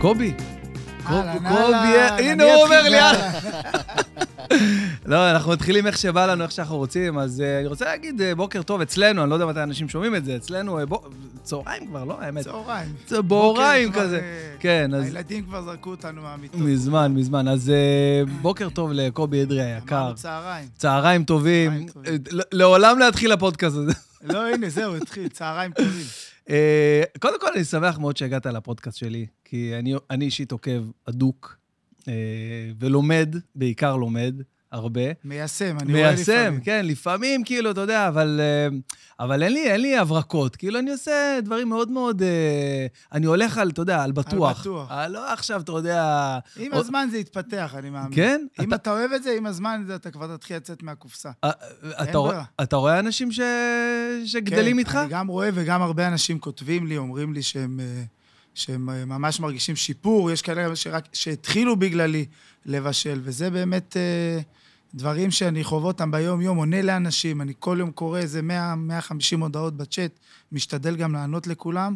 קובי. אהלן, קוב- אהלן, קובי, אה, אני הנה הוא אומר אתחיל לי, ב- אה. לא, אנחנו מתחילים איך שבא לנו, איך שאנחנו רוצים, אז אה, אני רוצה להגיד אה, בוקר טוב אצלנו, אני לא יודע מתי אנשים שומעים את זה, אצלנו אה, בוא- צהריים כבר, לא? האמת. צהריים. זה בוריים בוקר כבר, כזה. אה, כן, אז הילדים כבר זרקו אותנו מהמיטות. מזמן, מזמן. אז אה, בוקר טוב לקובי אדרי היקר. אמרנו צהריים. צהריים טובים. צהריים טובים. אה, לא- לעולם לא יתחיל הפודקאסט הזה. לא, הנה, זהו, התחיל, צהריים טובים. אה, קודם כל, אני שמח מאוד שהגעת לפודקאסט שלי, כי אני, אני אישית עוקב הדוק, אה, ולומד, בעיקר לומד, הרבה. מיישם, אני רואה לפעמים. מיישם, כן, לפעמים, כאילו, אתה יודע, אבל, אה, אבל אין, לי, אין לי הברקות. כאילו, אני עושה דברים מאוד מאוד... אה, אני הולך על, אתה יודע, על בטוח. בטוח. אה, לא עכשיו, אתה יודע... עם או- הזמן זה יתפתח, אני מאמין. כן? אם אתה- אתה אוהב את זה, עם הזמן זה- אתה כבר תתחיל לצאת מהקופסה. אה, אתה, רוא- ברירה. אתה רואה אנשים ש... שגדלים כן, איתך? אני גם רואה וגם הרבה אנשים כותבים לי, אומרים לי שהם, אה, שהם אה, ממש מרגישים שיפור, יש כאלה גם שרק, שהתחילו בגללי לבשל, וזה באמת אה, דברים שאני חווה אותם ביום-יום, עונה לאנשים, אני כל יום קורא איזה 100-150 הודעות בצ'אט, משתדל גם לענות לכולם,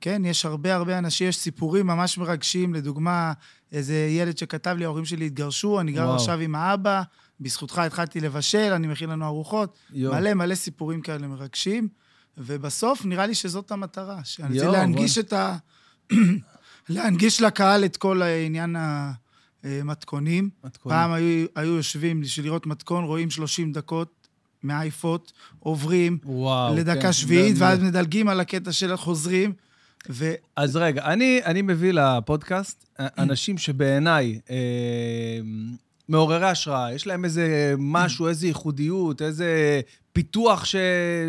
וכן, יש הרבה הרבה אנשים, יש סיפורים ממש מרגשים, לדוגמה, איזה ילד שכתב לי, ההורים שלי התגרשו, אני גר וואו. עכשיו עם האבא, בזכותך התחלתי לבשל, אני מכין לנו ארוחות. יו. מלא מלא סיפורים כאלה מרגשים, ובסוף נראה לי שזאת המטרה, שאני רוצה יואו, להנגיש את ה... להנגיש לקהל את כל העניין המתכונים. מתכונים. פעם היו, היו יושבים בשביל לראות מתכון, רואים 30 דקות מעייפות, עוברים וואו. לדקה כן. שביעית, זה- ואז מדלגים על הקטע של חוזרים, ו... אז רגע, אני, אני מביא לפודקאסט אנשים שבעיניי אה, מעוררי השראה, יש להם איזה משהו, איזה ייחודיות, איזה פיתוח ש,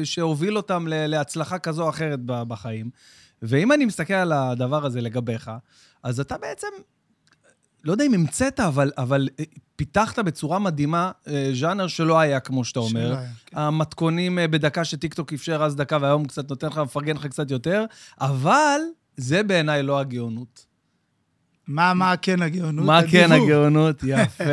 שהוביל אותם ל, להצלחה כזו או אחרת ב- בחיים. ואם אני מסתכל על הדבר הזה לגביך, אז אתה בעצם, לא יודע אם המצאת, אבל, אבל אה, פיתחת בצורה מדהימה אה, ז'אנר שלא היה, כמו שאתה אומר. שלא היה, כן. המתכונים אה, בדקה שטיקטוק אפשר אז דקה, והיום קצת נותן לך, מפרגן לך קצת יותר, אבל זה בעיניי לא הגאונות. מה, מה כן הגאונות? מה כן הדיבור. הגאונות? יפה.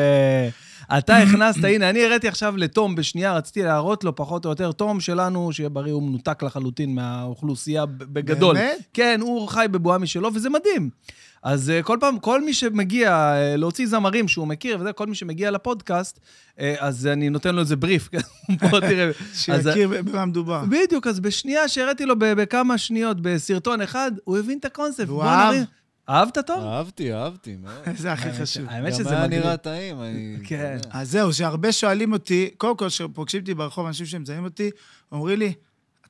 אתה הכנסת, הנה, אני הראיתי עכשיו לתום בשנייה, רציתי להראות לו פחות או יותר, תום שלנו, שיהיה בריא, הוא מנותק לחלוטין מהאוכלוסייה ב- בגדול. באמת? כן, הוא חי בבועה משלו, וזה מדהים. אז אה, כל פעם, כל מי שמגיע אה, להוציא זמרים שהוא מכיר, וזה, כל מי שמגיע לפודקאסט, אה, אז אני נותן לו איזה בריף. כן? בוא תראה. אז- שיכיר במה מדובר. בדיוק, אז בשנייה שהראיתי לו ב- בכמה שניות, בסרטון אחד, הוא הבין את הקונספט. והוא בוא אהב? נראה- אהבת טוב? אהבתי, אהבתי, מאוד. זה הכי חשוב. אה, האמת גם שזה היה מגניב. נראה טעים, אני... כן. אתה יודע. אז זהו, שהרבה שואלים אותי, קודם כל, כשפוגשים אותי ברחוב, אנשים שמזהים אותי, אומרים לי,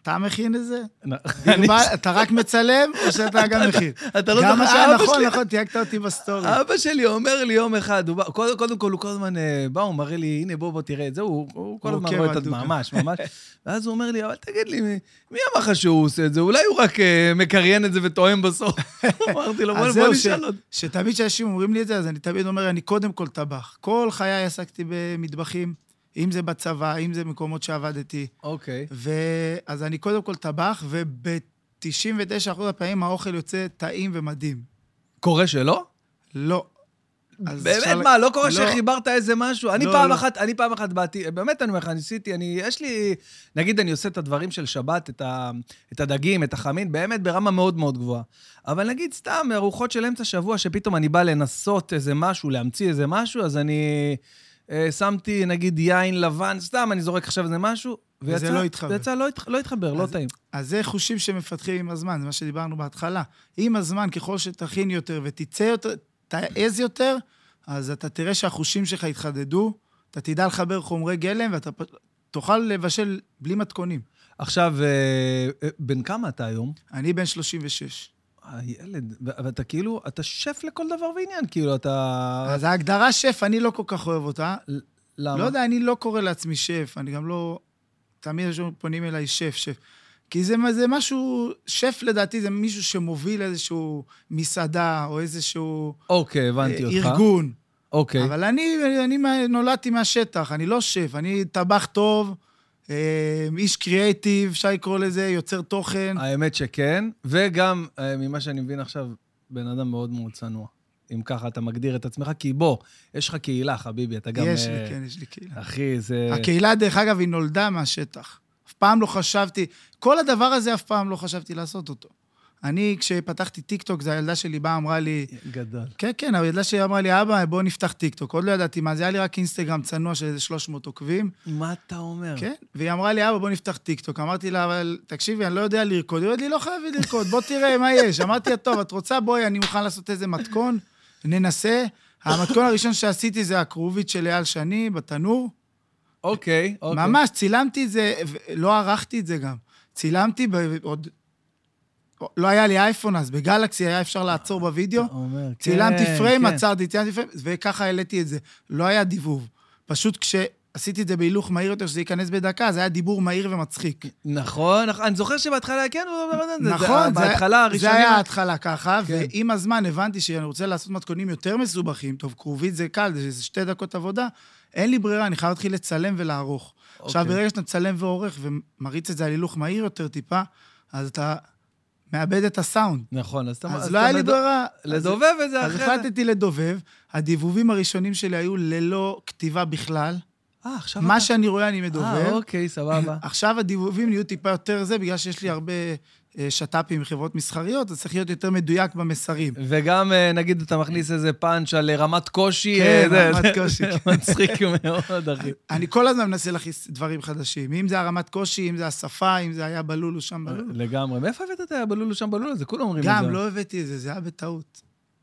אתה מכין את זה? אה, אני- כאילו, מה, אתה רק מצלם, או שאתה גם מכין? אתה לא גם זוכר, אתה- אבא נכון, שלי- נכון, תייגת אותי בסטורי. אבא שלי אומר לי יום אחד, הוא בא- קודם קודם כל, הוא כל הזמן אה, בא, הוא מראה לי, הנה, בוא, בוא, תראה את זה, הוא הוא כל הוא הזמן עוקב רואה את זה, הדוק. ממש, ממש. ואז הוא אומר לי, אבל תגיד לי, מי- מי אמר לך שהוא עושה את זה? אולי הוא רק אה, מקריין את זה וטועם בסוף. אמרתי לו, בוא אז בוא זהו, ש- נשאל עוד. שתמיד כשאנשים אומרים לי את זה, אז אני תמיד אומר, אני קודם כל טבח. כל חיי עסקתי במטבחים, אם זה בצבא, אם זה במקומות שעבדתי. אוקיי. ואז אני קודם כל טבח, וב-99% הפעמים האוכל יוצא טעים ומדהים. קורה שלא? לא. אז באמת, אפשר- מה, לא קורה לא. שחיברת איזה משהו? אני לא, פעם לא. אחת, אני פעם אחת באתי, באמת, אני אומר לך, ניסיתי, אני, יש לי, נגיד, אני עושה את הדברים של שבת, את ה- את הדגים, את החמין, באמת ברמה מאוד מאוד גבוהה. אבל נגיד, סתם, ארוחות של אמצע שבוע, שפתאום אני בא לנסות איזה משהו, להמציא איזה משהו, אז אני אה, שמתי, נגיד, יין לבן, סתם, אני זורק עכשיו איזה משהו, וזה ויצא, לא התחבר. ויצא, לא, התח, לא התחבר, לא אז- טעים. אז זה חושים שמפתחים עם הזמן, זה מה שדיברנו בהתחלה. עם הזמן, ככל שתכין יותר ותצא יותר, תעז יותר, אז אתה תראה שהחושים שלך יתחדדו, אתה תדע לחבר חומרי גלם ואתה פ- תוכל לבשל בלי מתכונים. עכשיו, אה, אה, בן כמה אתה היום? אני בן 36. הילד, ו- ואתה כאילו, אתה שף לכל דבר ועניין, כאילו, אתה... אז ההגדרה שף, אני לא כל כך אוהב אותה. למה? לא יודע, אני לא קורא לעצמי שף, אני גם לא... תמיד יש פונים אליי שף, שף. כי זה, מה- זה משהו, שף לדעתי זה מישהו שמוביל איזשהו מסעדה או איזשהו אוקיי, הבנתי אה, אותך. ארגון. אוקיי. אבל אני, אני מה- נולדתי מהשטח, אני לא שף, אני טבח טוב, אה, איש קריאייטיב, אפשר לקרוא לזה, יוצר תוכן. האמת שכן, וגם, אה, ממה שאני מבין עכשיו, בן אדם מאוד מאוד צנוע. אם ככה אתה מגדיר את עצמך, כי בוא, יש לך קהילה, חביבי, אתה גם... יש אה, לי, כן, אה, יש לי קהילה. אחי, זה... הקהילה, דרך אגב, היא נולדה מהשטח. אף פעם לא חשבתי, כל הדבר הזה אף פעם לא חשבתי לעשות אותו. אני, כשפתחתי טיקטוק, זה הילדה שלי באה, אמרה לי, גדול. כן, כן, הילדה שלי אמרה לי, אבא, בוא נפתח טיקטוק. עוד לא ידעתי מה זה, היה לי רק אינסטגרם צנוע של איזה 300 עוקבים. מה אתה אומר? כן, והיא אמרה לי, אבא, בוא נפתח טיקטוק. אמרתי לה, אבל תקשיבי, אני לא יודע לרקוד. היא אומרת לי, לא חייבים לרקוד, בוא תראה מה יש. אמרתי לה, טוב, את רוצה? בואי, אני מוכן לעשות איזה מתכון, ננסה. המתכון הראשון שעשיתי זה הכרובית של אייל שני בתנור. אוקיי, אוקיי. ממש, צילמתי את זה, ו- לא ערכתי את זה גם. צילמתי ב- עוד... לא היה לי אייפון אז, בגלקסי היה אפשר לעצור בווידאו. אתה אומר, כן, לא. צילמתי פריים, כן. עצרתי, צילמתי פריים, וככה העליתי את זה. לא היה דיבוב. פשוט כשעשיתי את זה בהילוך מהיר יותר, שזה ייכנס בדקה, זה היה דיבור מהיר ומצחיק. נכון, נכון. אני זוכר שבהתחלה, כן, הוא- זה- נכון, זה- בהתחלה הראשונים... זה היה ההתחלה ככה, כן. ועם הזמן הבנתי שאני רוצה לעשות מתכונים יותר מסובכים. טוב, כרובית זה קל, זה- זה שתי דקות עבודה. אין לי ברירה, אני חייב להתחיל לצלם ולערוך. עכשיו, אוקיי. ברגע שאתה מצלם ועורך ומריץ את זה על הילוך מהיר יותר טיפה, אז אתה מאבד את הסאונד. נכון, אז אתה... אז אז לא אתה היה לי לד- ברירה. אז- לדובב את זה אז אחרי... החלטתי לדובב, הדיבובים הראשונים שלי היו ללא כתיבה בכלל. אה, עכשיו... מה אתה- שאני רואה אני אה, מדובב. אוקיי, סבבה. עכשיו הדיבובים נהיו טיפה יותר זה, בגלל שיש לי הרבה אה, שת"פים עם חברות מסחריות, אז צריך להיות יותר מדויק במסרים. וגם, אה, נגיד, אתה מכניס איזה פאנץ' על אה, רמת קושי. כן, אה, זה- רמת זה- קושי, זה כן. מצחיק מאוד, אחי. אני כל הזמן מנסה להכניס דברים חדשים. אם זה הרמת קושי, אם זה השפה, אם זה היה בלולו שם אה, בלולו. לגמרי. מאיפה הבאת את הבלולו שם בלולו? זה כולם אומרים את זה. גם, לא הבאתי את זה, זה היה בטעות.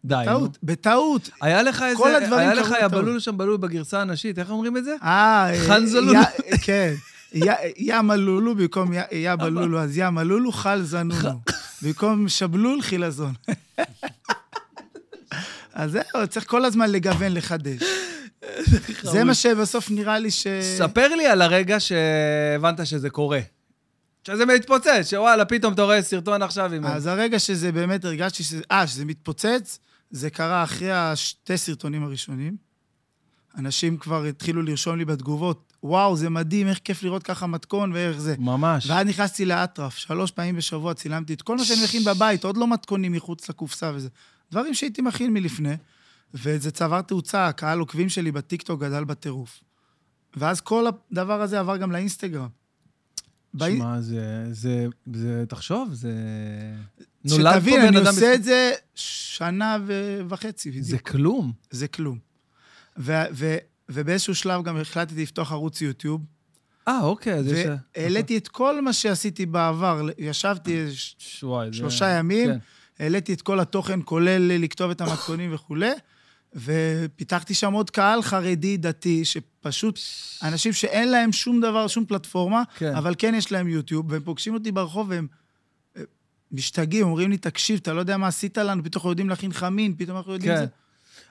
די. אה, נו. טעות, בטעות. היה לך איזה... כל הדברים היה קרו לך בטעות. יא בלולו שם בלולו בגרסה הנשית, איך אומרים את זה? אה, אה, חנזלולו. יא- כן. יא- ים הלולו במקום יא- ים הלולו, אז ים הלולו חל זנונו. במקום שבלול חילזון. אז זהו, צריך כל הזמן לגוון, לחדש. זה מה שבסוף נראה לי ש... ספר לי על הרגע שהבנת שזה קורה. שזה מתפוצץ, שוואלה, פתאום אתה רואה סרטון עכשיו עם... אז הרגע שזה באמת הרגשתי שזה... אה, שזה מתפוצץ, זה קרה אחרי השתי סרטונים הראשונים. אנשים כבר התחילו לרשום לי בתגובות, וואו, זה מדהים, איך כיף לראות ככה מתכון ואיך זה. ממש. ואז נכנסתי לאטרף, שלוש פעמים בשבוע צילמתי את כל מה שאני מכין בבית, עוד לא מתכונים מחוץ לקופסה וזה. דברים שהייתי מכין מלפני, וזה צבר תאוצה, הקהל עוקבים שלי בטיקטוק גדל בטירוף. ואז כל הדבר הזה עבר גם לאינסטגרם. באי- שמע, זה, זה, זה, תחשוב, זה... נולד פה שתבין, בן אני אדם עושה בזכות- את זה שנה ו- וחצי, בדיוק. זה כלום. זה כלום. ו- ו- ובאיזשהו שלב גם החלטתי לפתוח ערוץ יוטיוב, אה, אוקיי, אז יש... והעליתי את כל מה שעשיתי בעבר. ישבתי ש- ש- וואי, זה- שלושה ימים, כן. העליתי את כל התוכן, כולל לכתוב את המתכונים וכולי, ופיתחתי שם עוד קהל חרדי דתי, שפשוט אנשים שאין להם שום דבר, שום פלטפורמה, כן. אבל כן יש להם יוטיוב, והם פוגשים אותי ברחוב והם אה, משתגעים, אומרים לי, תקשיב, אתה לא יודע מה עשית לנו, פתאום אנחנו יודעים להכין חמין, פתאום אנחנו יודעים את כן. זה.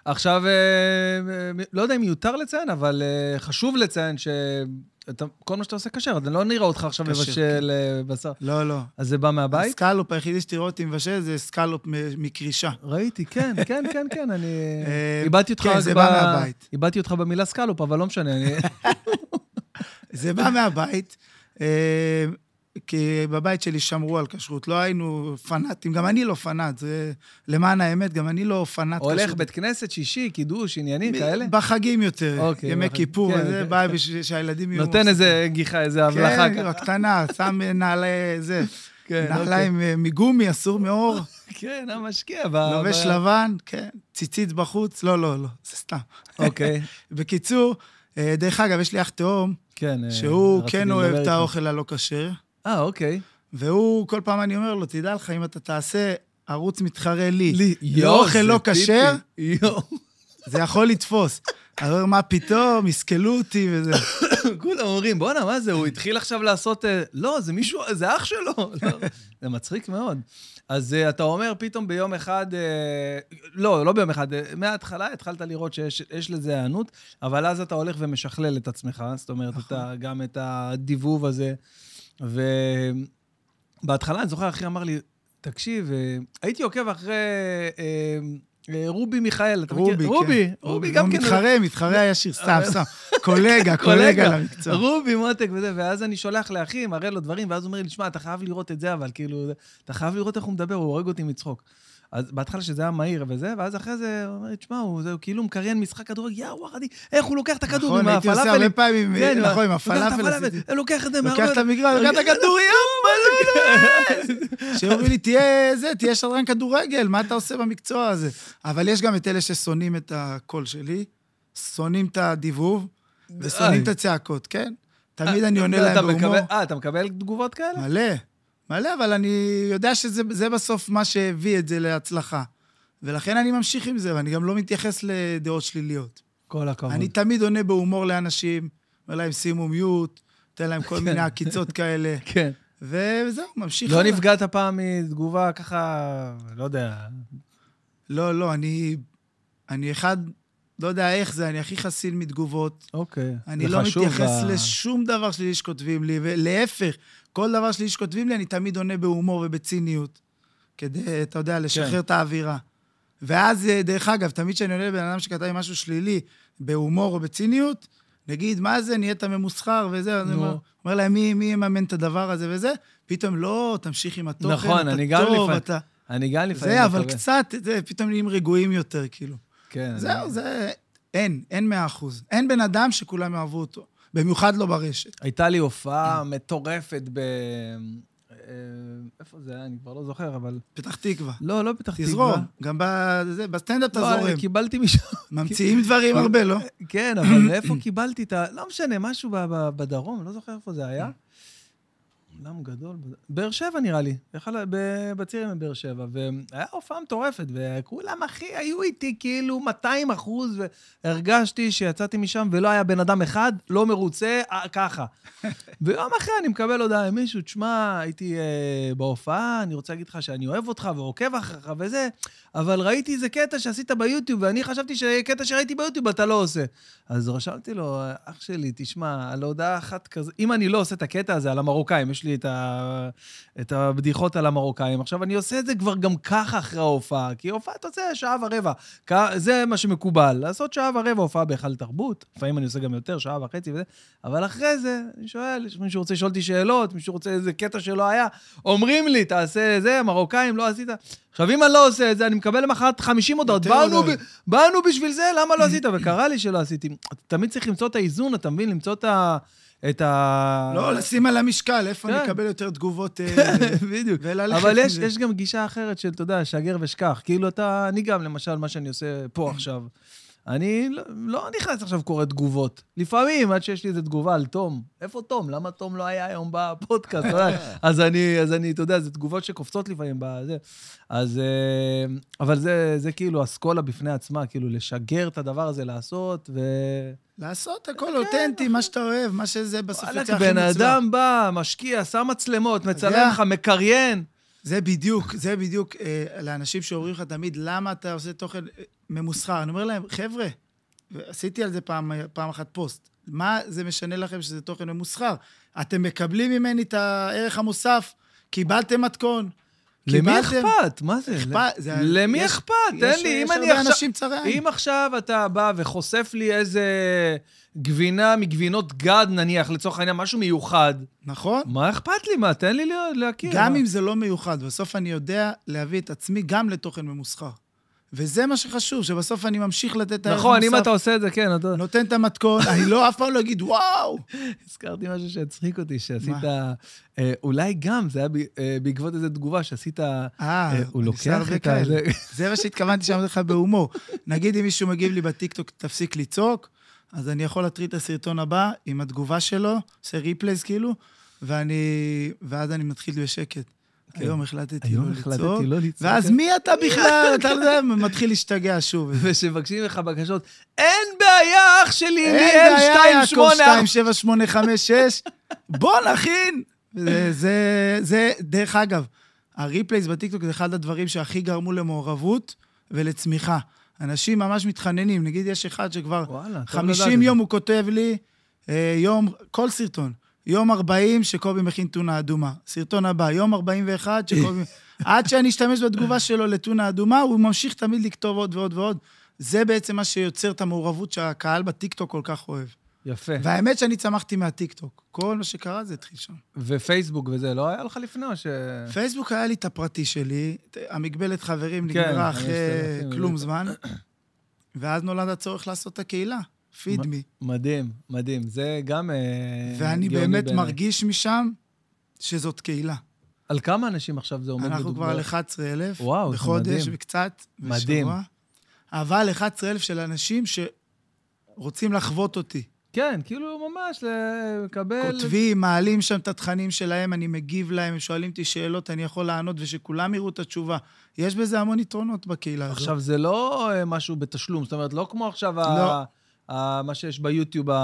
עכשיו, אה, אה, לא יודע אם מיותר לציין, אבל אה, חשוב לציין שכל מה שאתה עושה כשר, אז לא נראה אותך עכשיו כשר, מבשל אה, בשר. לא, לא. אז זה בא מהבית? הסקלופ היחידי שתראה אותי מבשל זה סקלופ מ- מקרישה. ראיתי, כן, כן, כן, כן, אני... אה, איבדתי אותך כן, רק זה ב- בא מהבית. איבדתי אותך במילה סקלופ, אבל לא משנה. אני- זה בא מהבית, אה, כי בבית שלי שמרו על כשרות, לא היינו פנאטים, גם אני לא פנאט, זה... למען האמת, גם אני לא פנאט כשרות. הולך בית כנסת, שישי, קידוש, עניינים כאלה? בחגים יותר, אוקיי, ימי בחג- כיפור, כן, וזה כן. בא בשביל שהילדים יהיו... נותן איזה גיחה, איזה הבלחה. כן, ככה. הקטנה, שם נעלי... זה. כן, נעליים אה, מגומי, אסור מאור, כן, המשקיע. ב- לובש ב- לבן, כן, ציצית בחוץ, לא, לא, לא, זה סתם. אוקיי, בקיצור, אה, דרך אגב, יש לי אח תאום, כן. אה, שהוא רציתי כן אוהב לדבר את איתך. האוכל הלא כשר, אה, אוקיי. והוא, כל פעם אני אומר לו, תדע לך, אם אתה תעשה ערוץ מתחרה לי, יואו, לאוכל זה לא טיפי. כשר, יואו, זה יכול לתפוס. אני אומר, מה פתאום, יסכלו אותי וזה. כולם אומרים, בואנה, מה זה, הוא התחיל עכשיו לעשות... אה, לא, זה מישהו, זה אח שלו. לא, זה מצחיק מאוד. אז אה, אתה אומר פתאום ביום אחד, אה, לא, לא ביום אחד, אה, מההתחלה התחלת לראות שיש יש לזה היענות, אבל אז אתה הולך ומשכלל את עצמך, זאת אומרת, נכון. אתה גם את הדיבוב הזה. ובהתחלה, אני זוכר, אחי אמר לי, תקשיב, אה, הייתי עוקב אחרי אה, אה, רובי מיכאל, אתה מכיר? רובי, כן. רובי, רובי גם כן. הוא מתחרה, מתחרה הישיר, סתם, סתם. קולגה, קולגה קולגה, למקצוע. רובי מותק וזה, ואז אני שולח לאחי, מראה לו דברים, ואז הוא אומר לי, שמע, אתה חייב לראות את זה, אבל כאילו, אתה חייב לראות איך הוא מדבר, הוא הורג אותי מצחוק. אז בהתחלה שזה היה מהיר וזה, ואז אחרי זה, הוא אומר לי, תשמע, הוא, זה, הוא כאילו מקריין משחק כדורגל, יא וואחדי, איך הוא לוקח את הכדור נכון, עם הייתי עושה הפלאפלים. הרבה פעמים, כן, נכון, עם הוא לוקח את הפלאפל עשיתי. לוקח את זה לא, לוקח את המגרש, לוקח את הכדור, יואו, שאומרים לי, תהיה זה, תהיה שדרן כדורגל, מה אתה עושה במקצוע הזה? אבל יש גם את אלה ששונאים את הקול שלי, שונאים את הדיבוב, ושונאים את הצעקות, כן? אה, תמיד אני עונה אתה להם מקבל- בהומור. אה, אתה מקבל תגובות כאלה? מלא, מלא, אבל אני יודע שזה זה בסוף מה שהביא את זה להצלחה. ולכן אני ממשיך עם זה, ואני גם לא מתייחס לדעות שליליות. כל הכבוד. אני תמיד עונה בהומור לאנשים, אומר להם שימו מיוט, נותן להם כל מיני עקיצות כאלה, כן. וזהו, ממשיך. לא הלאה. נפגעת פעם מתגובה ככה, לא יודע. לא, לא, אני... אני אחד, לא יודע איך זה, אני הכי חסין מתגובות. אוקיי. אני זה לא חשוב מתייחס ב- לשום דבר שלי שכותבים לי, ולהפך, כל דבר שלי שכותבים לי, אני תמיד עונה בהומור ובציניות, כדי, אתה יודע, לשחרר כן. את האווירה. ואז, אה, דרך אגב, תמיד כשאני עונה לבן אדם שכתב לי משהו שלילי, בהומור או בציניות, נגיד, מה זה, נהיית ממוסחר וזה, אז אני נו. אומר, אומר להם, מי, מי יממן את הדבר הזה וזה? פתאום, לא, תמשיך עם התוכן, נכון, אתה אני גם טוב, לפעמים- אתה... אני גם לפעמים... זה, אבל מקבל. קצת, זה, פתאום נהיים רגועים יותר, כאילו. כן. זהו, אני- זה... אין, אין מאה אחוז. אין בן אדם שכולם יאהבו אותו. במיוחד לא ברשת. הייתה לי כן. הופעה מטורפת ב... אה, איפה זה היה? אני כבר לא זוכר, אבל... פתח תקווה. לא, לא פתח תקווה. תזרום. גם בזה, בסטנדאפ אתה לא, אני זורם. קיבלתי משם. ממציאים אה, דברים הרבה, לא? כן, אבל מאיפה קיבלתי את ה... לא משנה, משהו ב- ב- בדרום, לא זוכר איפה זה היה. אולם גדול. בד- באר שבע נראה לי, אחד ה- ב- בציר עם באר שבע, והיה הופעה מטורפת, וכולם הכי היו איתי כאילו 200 אחוז, והרגשתי שיצאתי משם ולא היה בן אדם אחד, לא מרוצה, אה, ככה. ויום אחרי אני מקבל הודעה ממישהו, תשמע, הייתי אה, בהופעה, אני רוצה להגיד לך שאני אוהב אותך ועוקב אחריך וזה, אבל ראיתי איזה קטע שעשית ביוטיוב, ואני חשבתי שקטע שראיתי ביוטיוב אתה לא עושה. אז רשמתי לו, אח שלי, תשמע, על הודעה אחת כזה, אם אני לא עושה את הקטע הזה על המרוקאים, יש לי את, ה... את הבדיחות על המרוקאים, עכשיו אני עושה את זה כבר גם ככה אחרי ההופעה, כי הופעה אתה עושה שעה ורבע, כ... זה מה שמקובל, לעשות שעה ורבע הופעה בהיכל תרבות, לפעמים אני עושה גם יותר, שעה וחצי וזה, אבל אחרי זה, אני שואל, יש מישהו רוצה לשאול אותי שאלות, מישהו רוצה איזה קטע שלא היה, אומרים לי, תעשה זה, מרוקאים, לא עשית. עכשיו, אם אני לא עושה את זה, אני מקבל למחרת 50 הודעות, יותר באנו, ב... הודעות. באנו בשביל זה, למה לא עשית? וקרה לי שלא עשיתי. אתה תמיד צריך למצוא את האיזון, אתה מבין? למצוא את ה... את ה... לא, לשים על המשקל, איפה כן. אני אקבל יותר תגובות... אה, בדיוק. וללכת אבל עם יש, זה. יש גם גישה אחרת של, אתה יודע, שגר ושכח. כאילו, אתה, אני גם, למשל, מה שאני עושה פה עכשיו, אני לא, לא נכנס עכשיו קורא תגובות. לפעמים, עד שיש לי איזו תגובה על תום, איפה תום? למה תום לא היה היום בפודקאסט? אתה יודע? אז אני, אז אני, אתה יודע, זה תגובות שקופצות לפעמים בזה. אז... אה, אבל זה, זה כאילו אסכולה בפני עצמה, כאילו, לשגר את הדבר הזה, לעשות, ו... לעשות הכל אותנטי, מה שאתה אוהב, מה שזה בסוף יוצא הכי כן. וואלכ, מצווה. בן אדם בא, משקיע, שם מצלמות, מצלם יודע? לך, מקריין. זה בדיוק, זה בדיוק אה, לאנשים שאומרים לך תמיד, למה אתה עושה תוכן אה, ממוסחר? אני אומר להם, חבר'ה, עשיתי על זה פעם, אה, פעם אחת פוסט, מה זה משנה לכם שזה תוכן ממוסחר? אתם מקבלים ממני את הערך המוסף, קיבלתם מתכון. למי קיבלתם- אכפת? מה זה? אכפת- זה- למי יש- אכפת? יש- תן לי, אם אני יש הרבה עכשיו... אנשים צרי עין. אם עכשיו אתה בא וחושף לי איזה גבינה מגבינות גד, נניח, לצורך העניין, משהו מיוחד, נכון? מה אכפת לי? מה, תן לי לה- להכיר. גם מה? אם זה לא מיוחד, בסוף אני יודע להביא את עצמי גם לתוכן ממוסחר. וזה מה שחשוב, שבסוף אני ממשיך לתת את הערך המוסף. נכון, אם אתה עושה את זה, כן, אתה... נותן את המתכון, אני לא, אף פעם לא אגיד, וואו! הזכרתי משהו שהצחיק אותי, שעשית... אה, אולי גם, זה היה ב- אה, בעקבות איזו תגובה שעשית... אה, אה, הוא אני לוקח עושה הרבה את ה- כאלה. זה מה שהתכוונתי שאמרתי לך בהומור. נגיד אם מישהו מגיב לי בטיקטוק, תפסיק לצעוק, אז אני יכול להטריד את הסרטון הבא עם התגובה שלו, עושה ריפלייז כאילו, ואני... ואז אני מתחיל בשקט. היום החלטתי כן. היום לא לצעוק. החלטתי לא לצעוק. ואז מי אתה בכלל? אתה לא יודע, מתחיל להשתגע שוב. ושמבקשים לך בקשות, אין בעיה, אח שלי, לי אין בעיה, יעקב 28 27856, בוא נכין. זה, זה, זה, דרך אגב, הריפלייס בטיקטוק זה אחד הדברים שהכי גרמו למעורבות ולצמיחה. אנשים ממש מתחננים, נגיד יש אחד שכבר וואלה, טוב 50 לדעת. יום הוא כותב לי, אה, יום, כל סרטון, יום 40 שקובי מכין טונה אדומה. סרטון הבא, יום 41 שקובי... עד שאני אשתמש בתגובה שלו לטונה אדומה, הוא ממשיך תמיד לכתוב עוד ועוד ועוד. זה בעצם מה שיוצר את המעורבות שהקהל בטיקטוק כל כך אוהב. יפה. והאמת שאני צמחתי מהטיקטוק. כל מה שקרה זה התחיל שם. ופייסבוק וזה, לא היה לך לפני או ש... פייסבוק היה לי את הפרטי שלי, ת- המגבלת חברים כן, נגמרה חמשת אחרי אלפים, כלום בדיוק. זמן, ואז נולד הצורך לעשות את הקהילה, פיד מי. מדהים, מדהים. זה גם אה, גאוני ואני באמת בעיניי. מרגיש משם שזאת קהילה. על כמה אנשים עכשיו זה עומד אנחנו כבר על 11,000 וואו, זה בחודש מדהים. וקצת, בשבוע. מדהים. אבל 11,000 של אנשים שרוצים לחוות אותי. כן, כאילו ממש לקבל... כותבים, מעלים שם את התכנים שלהם, אני מגיב להם, הם שואלים אותי שאלות, אני יכול לענות, ושכולם יראו את התשובה. יש בזה המון יתרונות בקהילה הזאת. עכשיו, זה לא אה, משהו בתשלום, זאת אומרת, לא כמו עכשיו לא. ה... ה... מה שיש ביוטיוב, ה...